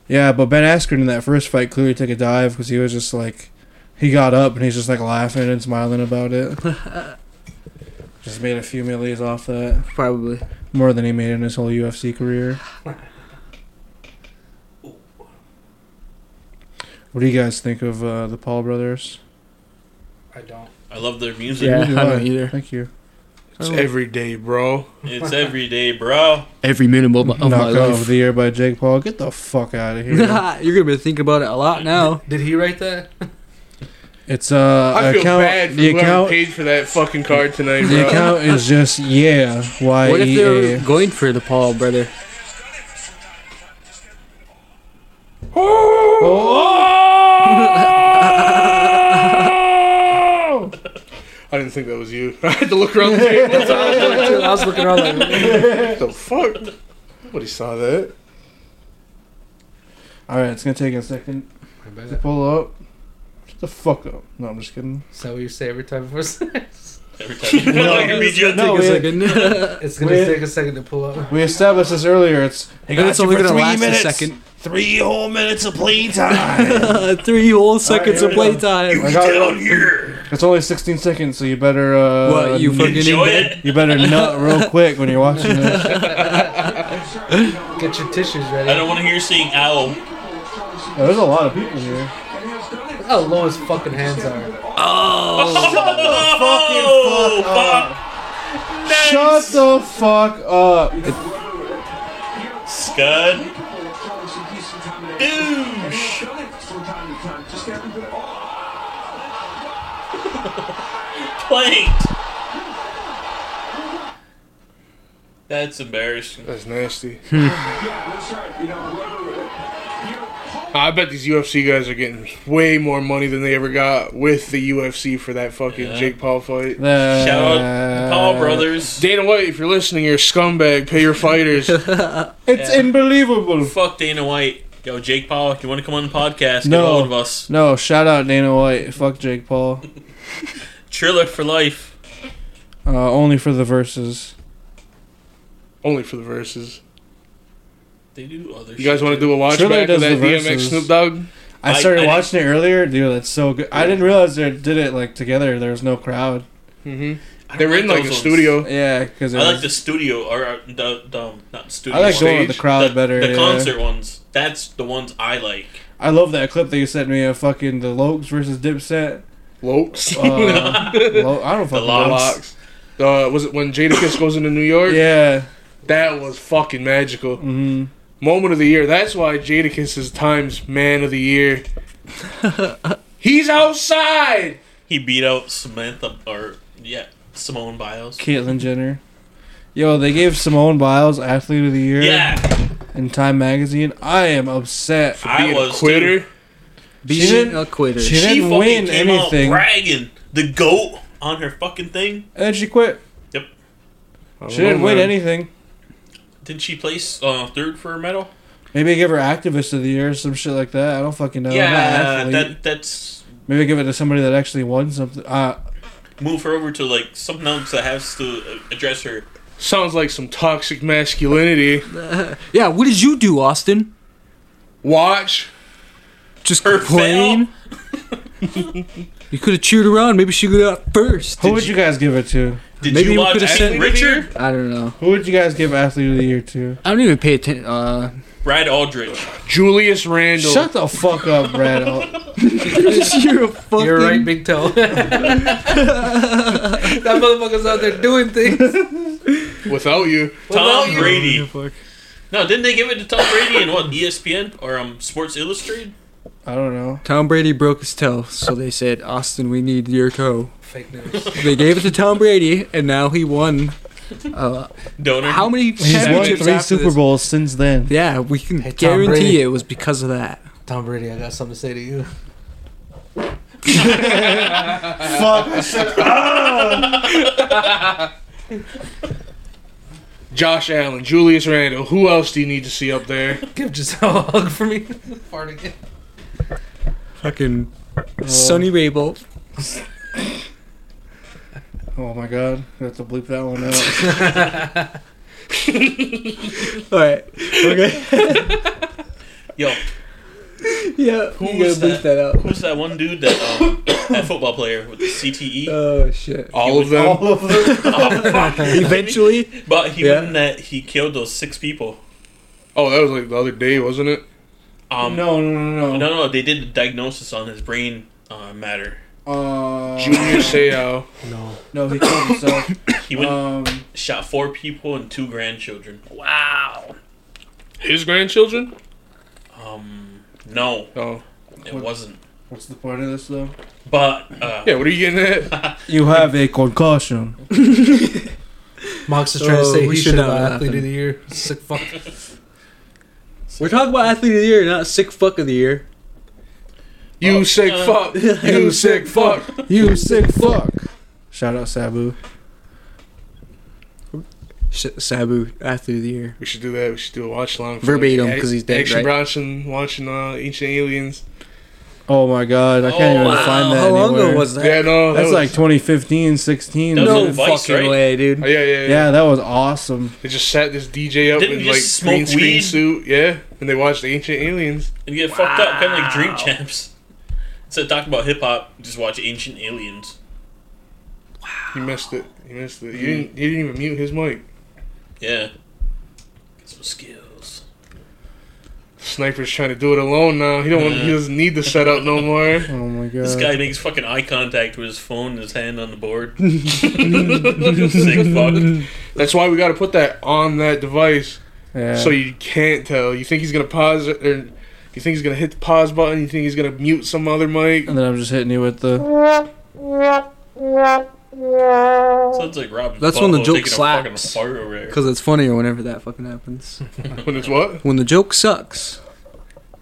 Speaker 2: Yeah, but Ben Askren in that first fight clearly took a dive because he was just like, he got up and he's just like laughing and smiling about it. just made a few millies off that,
Speaker 7: Probably.
Speaker 2: more than he made in his whole UFC career. What do you guys think of uh, the Paul brothers?
Speaker 9: I don't.
Speaker 5: I love their music.
Speaker 7: Yeah. I
Speaker 2: do I.
Speaker 7: don't either.
Speaker 2: Thank you.
Speaker 3: it's every day, bro.
Speaker 5: It's every day, bro.
Speaker 6: uh,
Speaker 7: Every minute of my, of my
Speaker 2: Knockout of
Speaker 7: life.
Speaker 2: the year by Jake Paul. Get the fuck out of
Speaker 7: You're
Speaker 2: here.
Speaker 7: gonna be thinking about it a lot now.
Speaker 9: Did he write that?
Speaker 2: It's uh,
Speaker 3: I feel
Speaker 2: account,
Speaker 3: bad for
Speaker 2: the
Speaker 3: whoever
Speaker 2: account.
Speaker 3: paid for that fucking card tonight, bro.
Speaker 2: The account is just yeah. Y
Speaker 7: What if
Speaker 2: E
Speaker 7: they're
Speaker 2: A.
Speaker 7: going for the Paul brother?
Speaker 3: I didn't think that was you. I had to look around the table.
Speaker 9: I was looking around like,
Speaker 3: what the fuck? Nobody saw that.
Speaker 2: All right, it's gonna take a second
Speaker 9: I
Speaker 2: to
Speaker 9: bet.
Speaker 2: pull up. Shut the fuck up. No, I'm just kidding.
Speaker 9: Is that what you say every time before sex?
Speaker 5: Every time. Like, I read you-
Speaker 2: No, we,
Speaker 9: It's gonna
Speaker 2: Wait.
Speaker 9: take a second to pull up.
Speaker 2: we established this earlier. It's
Speaker 7: I got it's only gonna last a second.
Speaker 1: Three whole minutes of playtime.
Speaker 7: Three whole seconds
Speaker 2: here
Speaker 7: of
Speaker 2: we go.
Speaker 7: playtime.
Speaker 2: I
Speaker 1: down
Speaker 2: got,
Speaker 1: here.
Speaker 2: it's only 16 seconds, so you better uh,
Speaker 7: What you fucking in
Speaker 5: Enjoy
Speaker 7: bed?
Speaker 5: it.
Speaker 2: you better nut real quick when you're watching this.
Speaker 9: Get your tissues
Speaker 5: I
Speaker 9: ready.
Speaker 5: don't want to hear sing owl.
Speaker 2: Oh, there's a lot of people here.
Speaker 9: Look how long his fucking hands are.
Speaker 5: Oh, fuck.
Speaker 2: Shut the fuck up.
Speaker 5: Scud. Douche. Planked. That's embarrassing.
Speaker 3: That's nasty. I bet these UFC guys are getting way more money than they ever got with the UFC for that fucking
Speaker 5: Yeah.
Speaker 3: Jake Paul fight.
Speaker 2: That-
Speaker 5: Shout out the Paul brothers.
Speaker 3: Dana White, if you're listening, you're a scumbag. Pay your fighters.
Speaker 2: It's unbelievable.
Speaker 5: Fuck Dana White. Yo, Jake Paul, if you want to come on the podcast, get
Speaker 2: No.
Speaker 5: all of us.
Speaker 2: No, shout out Dana White. Fuck Jake Paul.
Speaker 5: Triller for life.
Speaker 2: Uh, only for the verses.
Speaker 3: Only for the verses.
Speaker 5: They do other
Speaker 3: You guys want to do a watch
Speaker 2: Triller
Speaker 3: back of
Speaker 2: does
Speaker 3: that
Speaker 2: the
Speaker 3: DMX
Speaker 2: verses.
Speaker 3: Snoop Dogg?
Speaker 2: I
Speaker 5: I-
Speaker 2: started
Speaker 5: I didn't-
Speaker 2: watching it earlier, dude. That's so good. I didn't realize they did it like together. There was no crowd.
Speaker 5: I don't
Speaker 3: They were Mm-hmm. in like a
Speaker 5: those ones.
Speaker 3: studio.
Speaker 2: Yeah, because
Speaker 5: I like the studio or uh, the, the not studio.
Speaker 2: I like the
Speaker 5: ones.
Speaker 2: one with the
Speaker 3: stage.
Speaker 2: crowd
Speaker 5: the,
Speaker 2: better.
Speaker 5: The
Speaker 2: yeah.
Speaker 5: concert ones. That's the ones I like.
Speaker 2: I love that clip that you sent me of fucking the Lokes versus Dipset.
Speaker 3: Lokes.
Speaker 2: Uh, Lo- I don't
Speaker 5: The
Speaker 2: fucking know.
Speaker 5: locks.
Speaker 3: Lokes. Uh, was it when Jadakiss goes into New York?
Speaker 2: Yeah.
Speaker 3: That was fucking magical.
Speaker 2: Mm-hmm.
Speaker 3: Moment of the year. That's why Jadakiss is Times Man of the Year. He's outside.
Speaker 5: He beat out Samantha or yeah Simone Biles.
Speaker 2: Caitlyn Jenner. Yo, they gave Simone Biles Athlete of the Year
Speaker 5: Yeah,
Speaker 2: in Time Magazine. I am upset.
Speaker 5: I
Speaker 3: Being a
Speaker 5: was
Speaker 3: quitter.
Speaker 5: too.
Speaker 2: She
Speaker 7: Being
Speaker 2: didn't-
Speaker 7: a quitter.
Speaker 2: She
Speaker 5: She
Speaker 2: didn't
Speaker 5: fucking
Speaker 2: win
Speaker 5: came
Speaker 2: anything,
Speaker 5: out bragging the goat on her fucking thing.
Speaker 2: and then she quit.
Speaker 3: I
Speaker 2: She
Speaker 3: don't
Speaker 2: didn't
Speaker 3: know,
Speaker 2: win
Speaker 3: man.
Speaker 2: anything.
Speaker 5: Didn't she place uh, third for a medal?
Speaker 2: Maybe they give her Activist of the Year, some shit like that. I don't fucking know. I'm not an
Speaker 5: yeah,
Speaker 2: athlete.
Speaker 5: that that's
Speaker 2: Maybe give it to somebody that actually won something. Uh,
Speaker 5: Move her over to like something else that has to uh, address her.
Speaker 3: Sounds like some toxic masculinity.
Speaker 6: yeah, what did you do, Austin?
Speaker 3: Watch.
Speaker 6: Just complain? you could have cheered her on. Maybe she could have first.
Speaker 2: who would you guys give it to?
Speaker 5: Did
Speaker 6: Maybe we
Speaker 5: you watch
Speaker 6: could've
Speaker 5: Athlete
Speaker 6: sent-
Speaker 5: Richard?
Speaker 6: I don't know.
Speaker 2: Who would you guys give athlete of the year to?
Speaker 6: I don't even pay attention. Uh,
Speaker 5: Brad Aldridge.
Speaker 3: Julius Randle.
Speaker 2: Shut the fuck up, Brad. I'll-
Speaker 6: you're a fucking.
Speaker 4: You're right, Big Toe. that motherfucker's out there doing things.
Speaker 3: Without you.
Speaker 5: Tom Brady. No, didn't they give it to Tom Brady in what ESPN or um Sports Illustrated?
Speaker 2: I don't know.
Speaker 6: Tom Brady broke his toe, so they said, Austin, we need your toe.
Speaker 4: Fake news.
Speaker 6: They gave it to Tom Brady, and now he won.
Speaker 5: Donor.
Speaker 6: How many
Speaker 2: He's won
Speaker 6: championships
Speaker 2: three
Speaker 6: after
Speaker 2: Super
Speaker 6: this?
Speaker 2: Bowls since then.
Speaker 6: Yeah, we can
Speaker 4: Hey, Tom Brady.
Speaker 6: guarantee it was because of that.
Speaker 4: Tom Brady, I got something to say to you.
Speaker 3: Josh Allen. Julius Randle. Who else do you need to see up there?
Speaker 4: Give Giselle a hug for me. Fart again.
Speaker 6: Fucking Sonny Rabel.
Speaker 2: Oh my god, I have to bleep that one out.
Speaker 6: All right. Okay.
Speaker 5: Yo,
Speaker 6: yeah.
Speaker 5: Who
Speaker 6: you gotta bleep
Speaker 5: was that?
Speaker 6: that out.
Speaker 5: who's that one dude that um that football player with the E? CTE?
Speaker 6: Oh shit.
Speaker 3: All of them.
Speaker 6: Eventually,
Speaker 5: Oh, but he
Speaker 6: yeah.
Speaker 5: went in that he killed those six people.
Speaker 3: Oh, that was like the other day, wasn't it?
Speaker 5: Um,
Speaker 2: No, no, no,
Speaker 5: No,
Speaker 2: no.
Speaker 5: no, they did a diagnosis on his brain uh, matter.
Speaker 2: Uh,
Speaker 3: Junior Seau.
Speaker 2: no, he killed himself.
Speaker 5: He went
Speaker 2: Um,
Speaker 5: shot four people and two grandchildren.
Speaker 14: Wow.
Speaker 3: His grandchildren?
Speaker 5: Um, no,
Speaker 3: Oh.
Speaker 5: it wasn't.
Speaker 2: what's the point of this though?
Speaker 5: But uh,
Speaker 3: Yeah, what are you getting at?
Speaker 2: You have a concussion.
Speaker 4: Mox is trying to
Speaker 6: So,
Speaker 4: say
Speaker 6: we
Speaker 4: he
Speaker 6: should
Speaker 4: Oh, should have
Speaker 6: not
Speaker 4: athlete
Speaker 6: happen.
Speaker 4: of the year. Sick fuck.
Speaker 6: we're talking about athlete of the year, not sick fuck of the year.
Speaker 5: Oh.
Speaker 3: You sick fuck. You sick fuck.
Speaker 2: You sick fuck. Shout out Sabu.
Speaker 6: Sh- Sabu, athlete of the year.
Speaker 3: We should do that. We should do a watch along. for,
Speaker 6: Verbatim,
Speaker 3: like,
Speaker 6: 'cause he's dead,
Speaker 3: Action
Speaker 6: right?
Speaker 3: Bronson watching uh, Ancient Aliens.
Speaker 2: Oh my god, I can't even find that
Speaker 6: How long
Speaker 2: anywhere.
Speaker 6: ago was that?
Speaker 3: Yeah, no, that
Speaker 2: That's
Speaker 3: was,
Speaker 2: like 2015, 16.
Speaker 5: That was
Speaker 6: No
Speaker 5: in Vice,
Speaker 6: fucking
Speaker 5: right?
Speaker 6: way, dude.
Speaker 3: Oh, yeah, yeah, yeah.
Speaker 2: Yeah, that was awesome.
Speaker 3: They just sat this DJ up
Speaker 5: Didn't
Speaker 3: in
Speaker 5: you
Speaker 3: like
Speaker 5: just
Speaker 3: green
Speaker 5: smoke
Speaker 3: screen
Speaker 5: weed?
Speaker 3: suit, yeah, and they watched Ancient Aliens.
Speaker 5: and you get fucked up, kind of like Dream Champs. Instead of talking about hip hop, just watch Ancient Aliens.
Speaker 3: You missed it. You missed it. You didn't. You didn't even mute his mic.
Speaker 5: Yeah, get some skills.
Speaker 3: Sniper's trying to do it alone now. He don't. Want, he doesn't need the setup no more.
Speaker 2: Oh my god.
Speaker 5: This guy makes fucking eye contact with his phone and his hand on the board. Sick fuck.
Speaker 3: That's why we got to put that on that device
Speaker 2: Yeah.
Speaker 3: so you can't tell. You think he's gonna pause it, or you think he's gonna hit the pause button? You think he's gonna mute some other mic?
Speaker 2: and then I'm just hitting you with the.
Speaker 5: Sounds like Robin.
Speaker 6: That's when the
Speaker 5: Butler
Speaker 6: joke
Speaker 5: taking a
Speaker 6: slaps.
Speaker 5: Fucking fart over there.
Speaker 6: Because it's funnier whenever that fucking happens.
Speaker 3: When it's what?
Speaker 6: when the joke sucks,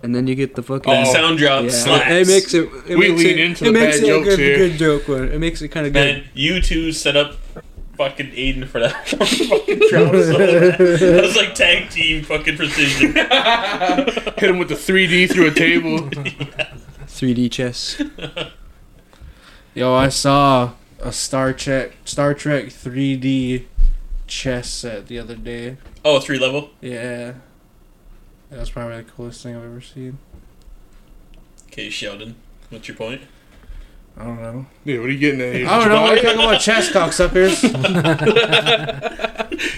Speaker 6: and then you get the fucking.
Speaker 5: That sound drop
Speaker 6: Yeah,
Speaker 5: slaps.
Speaker 6: It makes it. it
Speaker 3: We
Speaker 6: makes
Speaker 3: lean
Speaker 6: it,
Speaker 3: into
Speaker 6: it
Speaker 3: the
Speaker 6: makes
Speaker 3: bad
Speaker 6: it
Speaker 3: jokes
Speaker 6: a good,
Speaker 3: here.
Speaker 6: good joke. When it makes it kind of good.
Speaker 5: Man, you two set up fucking Aiden for that one fucking drop. So bad. that was like tag team fucking precision.
Speaker 3: Hit him with the 3D through a table.
Speaker 6: 3D chess.
Speaker 2: Yo, I saw a Star Trek Star Trek 3D chess set the other day.
Speaker 5: Oh, three level.
Speaker 2: Yeah. That was probably the coolest thing I've ever seen.
Speaker 5: Okay, Sheldon. What's your point?
Speaker 2: I don't know.
Speaker 3: Dude, what are you getting at here?
Speaker 2: I
Speaker 3: Did
Speaker 2: don't know.
Speaker 3: you buy
Speaker 2: We're
Speaker 3: it?
Speaker 2: talking about chess cocksuckers.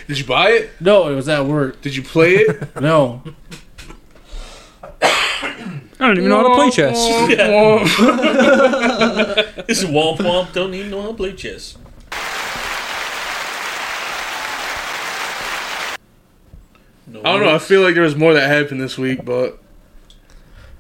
Speaker 3: Did you buy it?
Speaker 2: No, it was at work.
Speaker 3: Did you play it?
Speaker 2: No.
Speaker 6: I don't even know how to play chess.
Speaker 5: This is Womp Womp. Don't even know how to play chess. No,
Speaker 3: I don't know. I feel like there was more that happened this week, but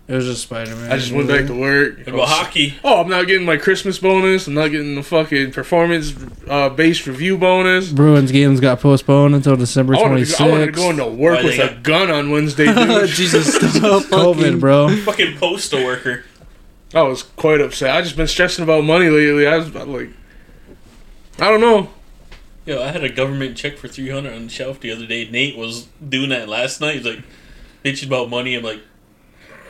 Speaker 2: It was just Spider Man.
Speaker 3: I just went back to work.
Speaker 5: What about hockey?
Speaker 3: Oh, I'm not getting my Christmas bonus. I'm not getting the fucking performance uh, based review bonus.
Speaker 2: Bruins games got postponed until December
Speaker 3: I wanted, to go, I wanted to go
Speaker 2: 26th.
Speaker 3: into work
Speaker 5: Why
Speaker 3: with
Speaker 5: they
Speaker 3: a
Speaker 5: got-
Speaker 3: gun on Wednesday, dude.
Speaker 6: Jesus, stop fucking-
Speaker 2: COVID, bro.
Speaker 5: Fucking postal worker.
Speaker 3: I was quite upset. I just been stressing about money lately. I was about, like, I don't know.
Speaker 5: Yo, I had a government check for 300 on the shelf the other day. Nate was doing that last night. He's like, bitching about money. I'm like,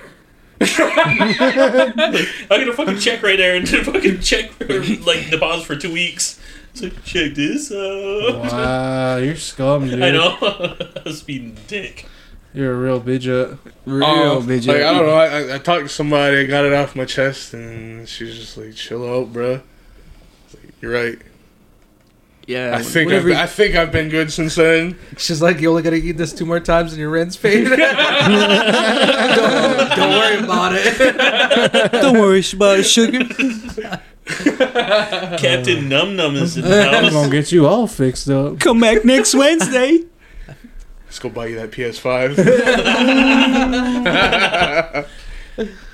Speaker 5: I got a fucking check right there and did a fucking check for like deposit for two weeks. It's like check this out.
Speaker 2: Wow, you're scum, dude.
Speaker 5: I know. I was being dick.
Speaker 2: You're a real bidget.
Speaker 6: Real
Speaker 3: Oh,
Speaker 6: bitch.
Speaker 3: Like I don't know. I, I, I talked to somebody. I got it off my chest, and she's just like, "Chill out, bro." You're right.
Speaker 6: Yeah.
Speaker 3: I think I've
Speaker 4: whatever
Speaker 3: been,
Speaker 4: you-
Speaker 3: I think I've been good since then.
Speaker 4: She's like, you only gotta eat this two more times and your rent's paid. don't, don't worry about it.
Speaker 6: Don't worry about it, sugar.
Speaker 5: Captain Num Num is in the
Speaker 2: I'm
Speaker 5: house.
Speaker 2: gonna get you all fixed up.
Speaker 6: Come back next Wednesday.
Speaker 3: Let's go buy you that PS5.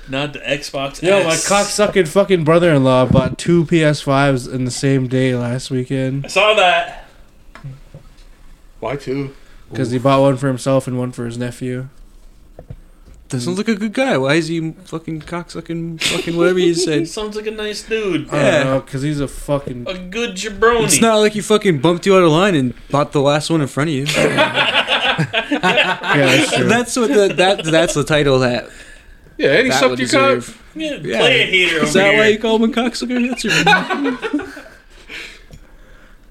Speaker 5: Not the Xbox.
Speaker 2: Yo, my
Speaker 5: S.
Speaker 2: cocksucking fucking brother-in-law bought two PS5s in the same day last
Speaker 5: I
Speaker 2: weekend
Speaker 5: saw that.
Speaker 3: Why two?
Speaker 2: because he bought one for himself and one for his nephew.
Speaker 6: Doesn't look a good guy. Why is he fucking cocksucking, fucking whatever you said?
Speaker 5: Sounds like a nice dude.
Speaker 2: I
Speaker 6: Yeah.
Speaker 2: don't know because he's a fucking.
Speaker 5: A good jabroni.
Speaker 6: It's not like he fucking bumped you out of line and bought the last one in front of you.
Speaker 2: Yeah, that's true.
Speaker 6: that's what the that that's the title of that
Speaker 3: Yeah, and he
Speaker 6: that
Speaker 3: sucked
Speaker 6: would
Speaker 3: your cock.
Speaker 6: deserve.
Speaker 5: yeah,
Speaker 6: yeah.
Speaker 5: play a hater over
Speaker 6: Is that
Speaker 5: here.
Speaker 6: why you call him a cocksucker? That's your,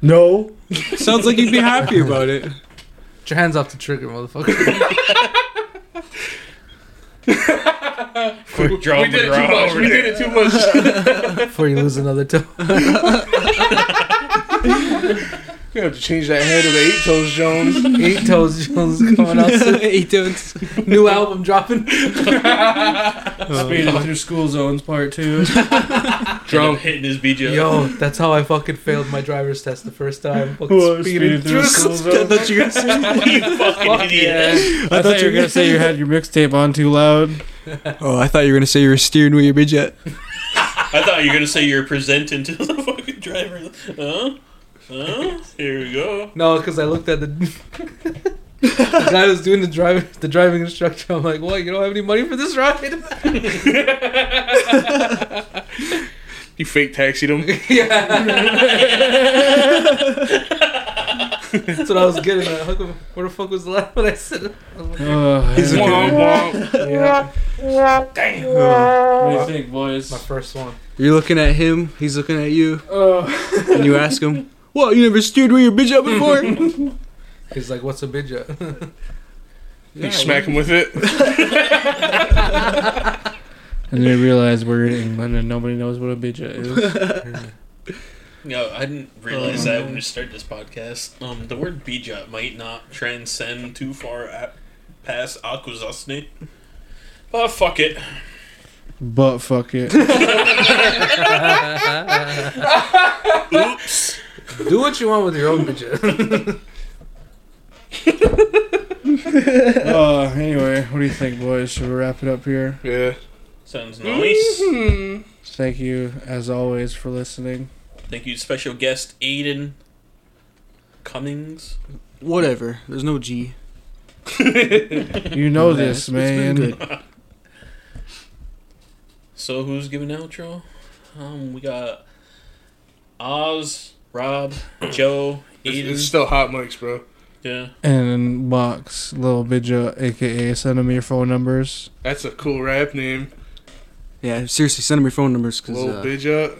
Speaker 2: no,
Speaker 6: sounds like you'd be happy about it.
Speaker 4: Get your hands off the trigger, motherfucker.
Speaker 5: Quick draw
Speaker 3: We did it
Speaker 5: the
Speaker 3: too
Speaker 5: draw
Speaker 3: much.
Speaker 5: over
Speaker 3: We
Speaker 5: there.
Speaker 3: did it too much.
Speaker 4: Before you lose another toe.
Speaker 3: You have to change that head of the eight toes, Jones.
Speaker 4: Eight toes Jones is coming out soon. Eight toes. New album dropping.
Speaker 2: speeding through school zones, part two.
Speaker 5: Drunk hitting his BJ.
Speaker 4: Yo, that's how I fucking failed my driver's test the first time. Fucking
Speaker 2: Speeding,
Speaker 4: speeding
Speaker 2: through
Speaker 4: through.
Speaker 2: school zones.
Speaker 6: That's your
Speaker 5: you fucking idiot.
Speaker 2: I thought, you were gonna say you had your mixtape on too loud.
Speaker 6: Oh, I thought you were gonna say you were steering with your bitch yet.
Speaker 5: I thought you were gonna say you're presenting to the fucking driver. Huh? Huh? Here we go.
Speaker 4: No, because I looked at the, the guy who's doing the driving the driving instructor. I'm like, what? You don't have any money for this ride?
Speaker 3: You fake taxied him.
Speaker 4: That's what I was getting at. How come- Where the fuck was the last one I said?
Speaker 2: Oh,
Speaker 6: He's
Speaker 2: yeah.
Speaker 6: a-
Speaker 3: Womp womp.
Speaker 4: Yeah,
Speaker 2: what do you think, boys?
Speaker 4: my first one.
Speaker 6: You're looking at him. He's looking at you. And you ask him, "What? You never steered with your bitch yet before?"
Speaker 4: He's like, what's a bidja?
Speaker 3: You smack him with it.
Speaker 2: And they realize we're in England and nobody knows what a bija is.
Speaker 5: No, I didn't realize that when we started this podcast. Um, the word bija might not transcend too far at, past akuzasne. But fuck it.
Speaker 2: But fuck it.
Speaker 5: Oops.
Speaker 4: Do what you want with your own bidja.
Speaker 2: Uh, anyway, what do you think, boys? Should we wrap it up here?
Speaker 3: Yeah.
Speaker 5: Sounds nice.
Speaker 2: Thank you, as always, for listening.
Speaker 5: Thank you, special guest Aiden Cummings.
Speaker 6: Whatever. There's no G.
Speaker 2: You know this, man.
Speaker 6: It's been good.
Speaker 5: So who's giving outro? Um, we got Oz, Rob, Joe,
Speaker 3: It's, it's
Speaker 5: Aiden.
Speaker 3: still hot mics, bro.
Speaker 5: Yeah.
Speaker 2: And box little bija, aka send them your phone numbers.
Speaker 3: That's a cool rap name.
Speaker 6: Yeah, seriously, send him your phone numbers because
Speaker 3: Lil
Speaker 6: uh,
Speaker 3: Bitch up.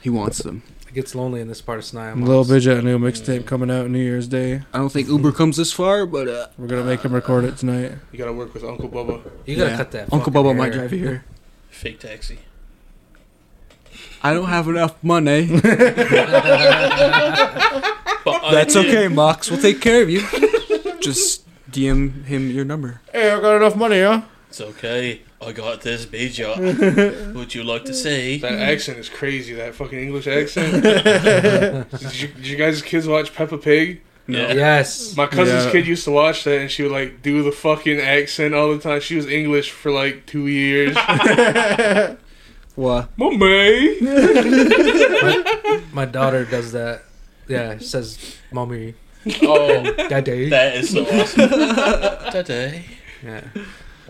Speaker 6: he wants them.
Speaker 4: It gets lonely in this part of Snide.
Speaker 2: Little bija, a new mixtape coming out New Year's Day.
Speaker 6: I don't think Uber comes this far, but uh,
Speaker 2: We're gonna make him record it tonight.
Speaker 3: You gotta work with Uncle Bubba.
Speaker 4: You gotta
Speaker 6: yeah,
Speaker 4: cut that.
Speaker 6: Uncle
Speaker 4: fucking
Speaker 6: Bubba might
Speaker 4: hair.
Speaker 6: drive you here.
Speaker 5: Fake taxi.
Speaker 6: I don't have enough money.
Speaker 5: But uh, I
Speaker 6: That's
Speaker 5: did-
Speaker 6: okay, Mox. We'll take care of you. Just DM him your number.
Speaker 2: Hey, I got enough money, huh?
Speaker 5: It's okay. I got this bija. Would you like to say?
Speaker 3: That accent is crazy. That fucking English accent. did, you, did you guys' kids watch Peppa Pig?
Speaker 5: Yeah.
Speaker 4: Yes.
Speaker 3: My cousin's
Speaker 2: Yeah.
Speaker 3: kid used to watch that, and she would like do the fucking accent all the time. She was English for like two years.
Speaker 6: What?
Speaker 3: Mommy.
Speaker 4: My daughter does that. Yeah, she says, mommy,
Speaker 5: Oh,
Speaker 4: daddy.
Speaker 5: that is so awesome. Today,
Speaker 4: Yeah.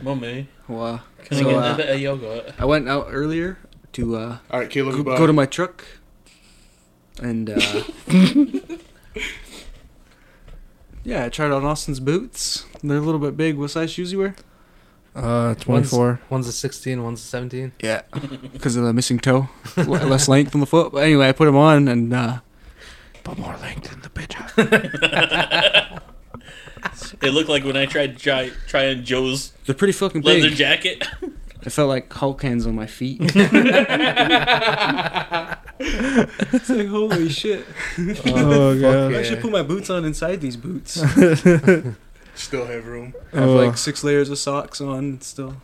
Speaker 5: mummy,
Speaker 6: What?
Speaker 5: can
Speaker 6: So,
Speaker 5: I get
Speaker 6: uh,
Speaker 5: a bit of yogurt?
Speaker 6: I went out earlier to uh,
Speaker 3: All right, Caleb.
Speaker 6: go,
Speaker 3: goodbye.
Speaker 6: go to my truck, and uh, yeah, I tried on Austin's boots. They're a little bit big. What size shoes you wear?
Speaker 2: Uh, 24.
Speaker 4: One's a 16, one's a 17.
Speaker 7: Yeah, because of the missing toe, L- less length on the foot. But anyway, I put them on and uh, but more length than the bitch.
Speaker 5: It looked like when I tried try trying Joe's
Speaker 6: They're pretty fucking big.
Speaker 5: leather jacket.
Speaker 6: I felt like Hulk hands on my feet. it's like holy shit.
Speaker 2: Oh, God.
Speaker 6: I should put my boots on inside these boots.
Speaker 3: Still have room.
Speaker 7: I have
Speaker 2: Oh.
Speaker 7: like six layers of socks on still.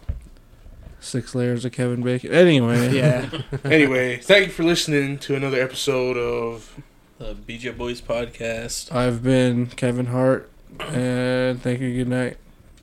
Speaker 2: Six layers of Kevin Bacon. Anyway.
Speaker 7: Yeah,
Speaker 3: Anyway, thank you for listening to another episode of
Speaker 5: The BJ Boys podcast.
Speaker 2: I've been Kevin Hart, and thank you. Good night.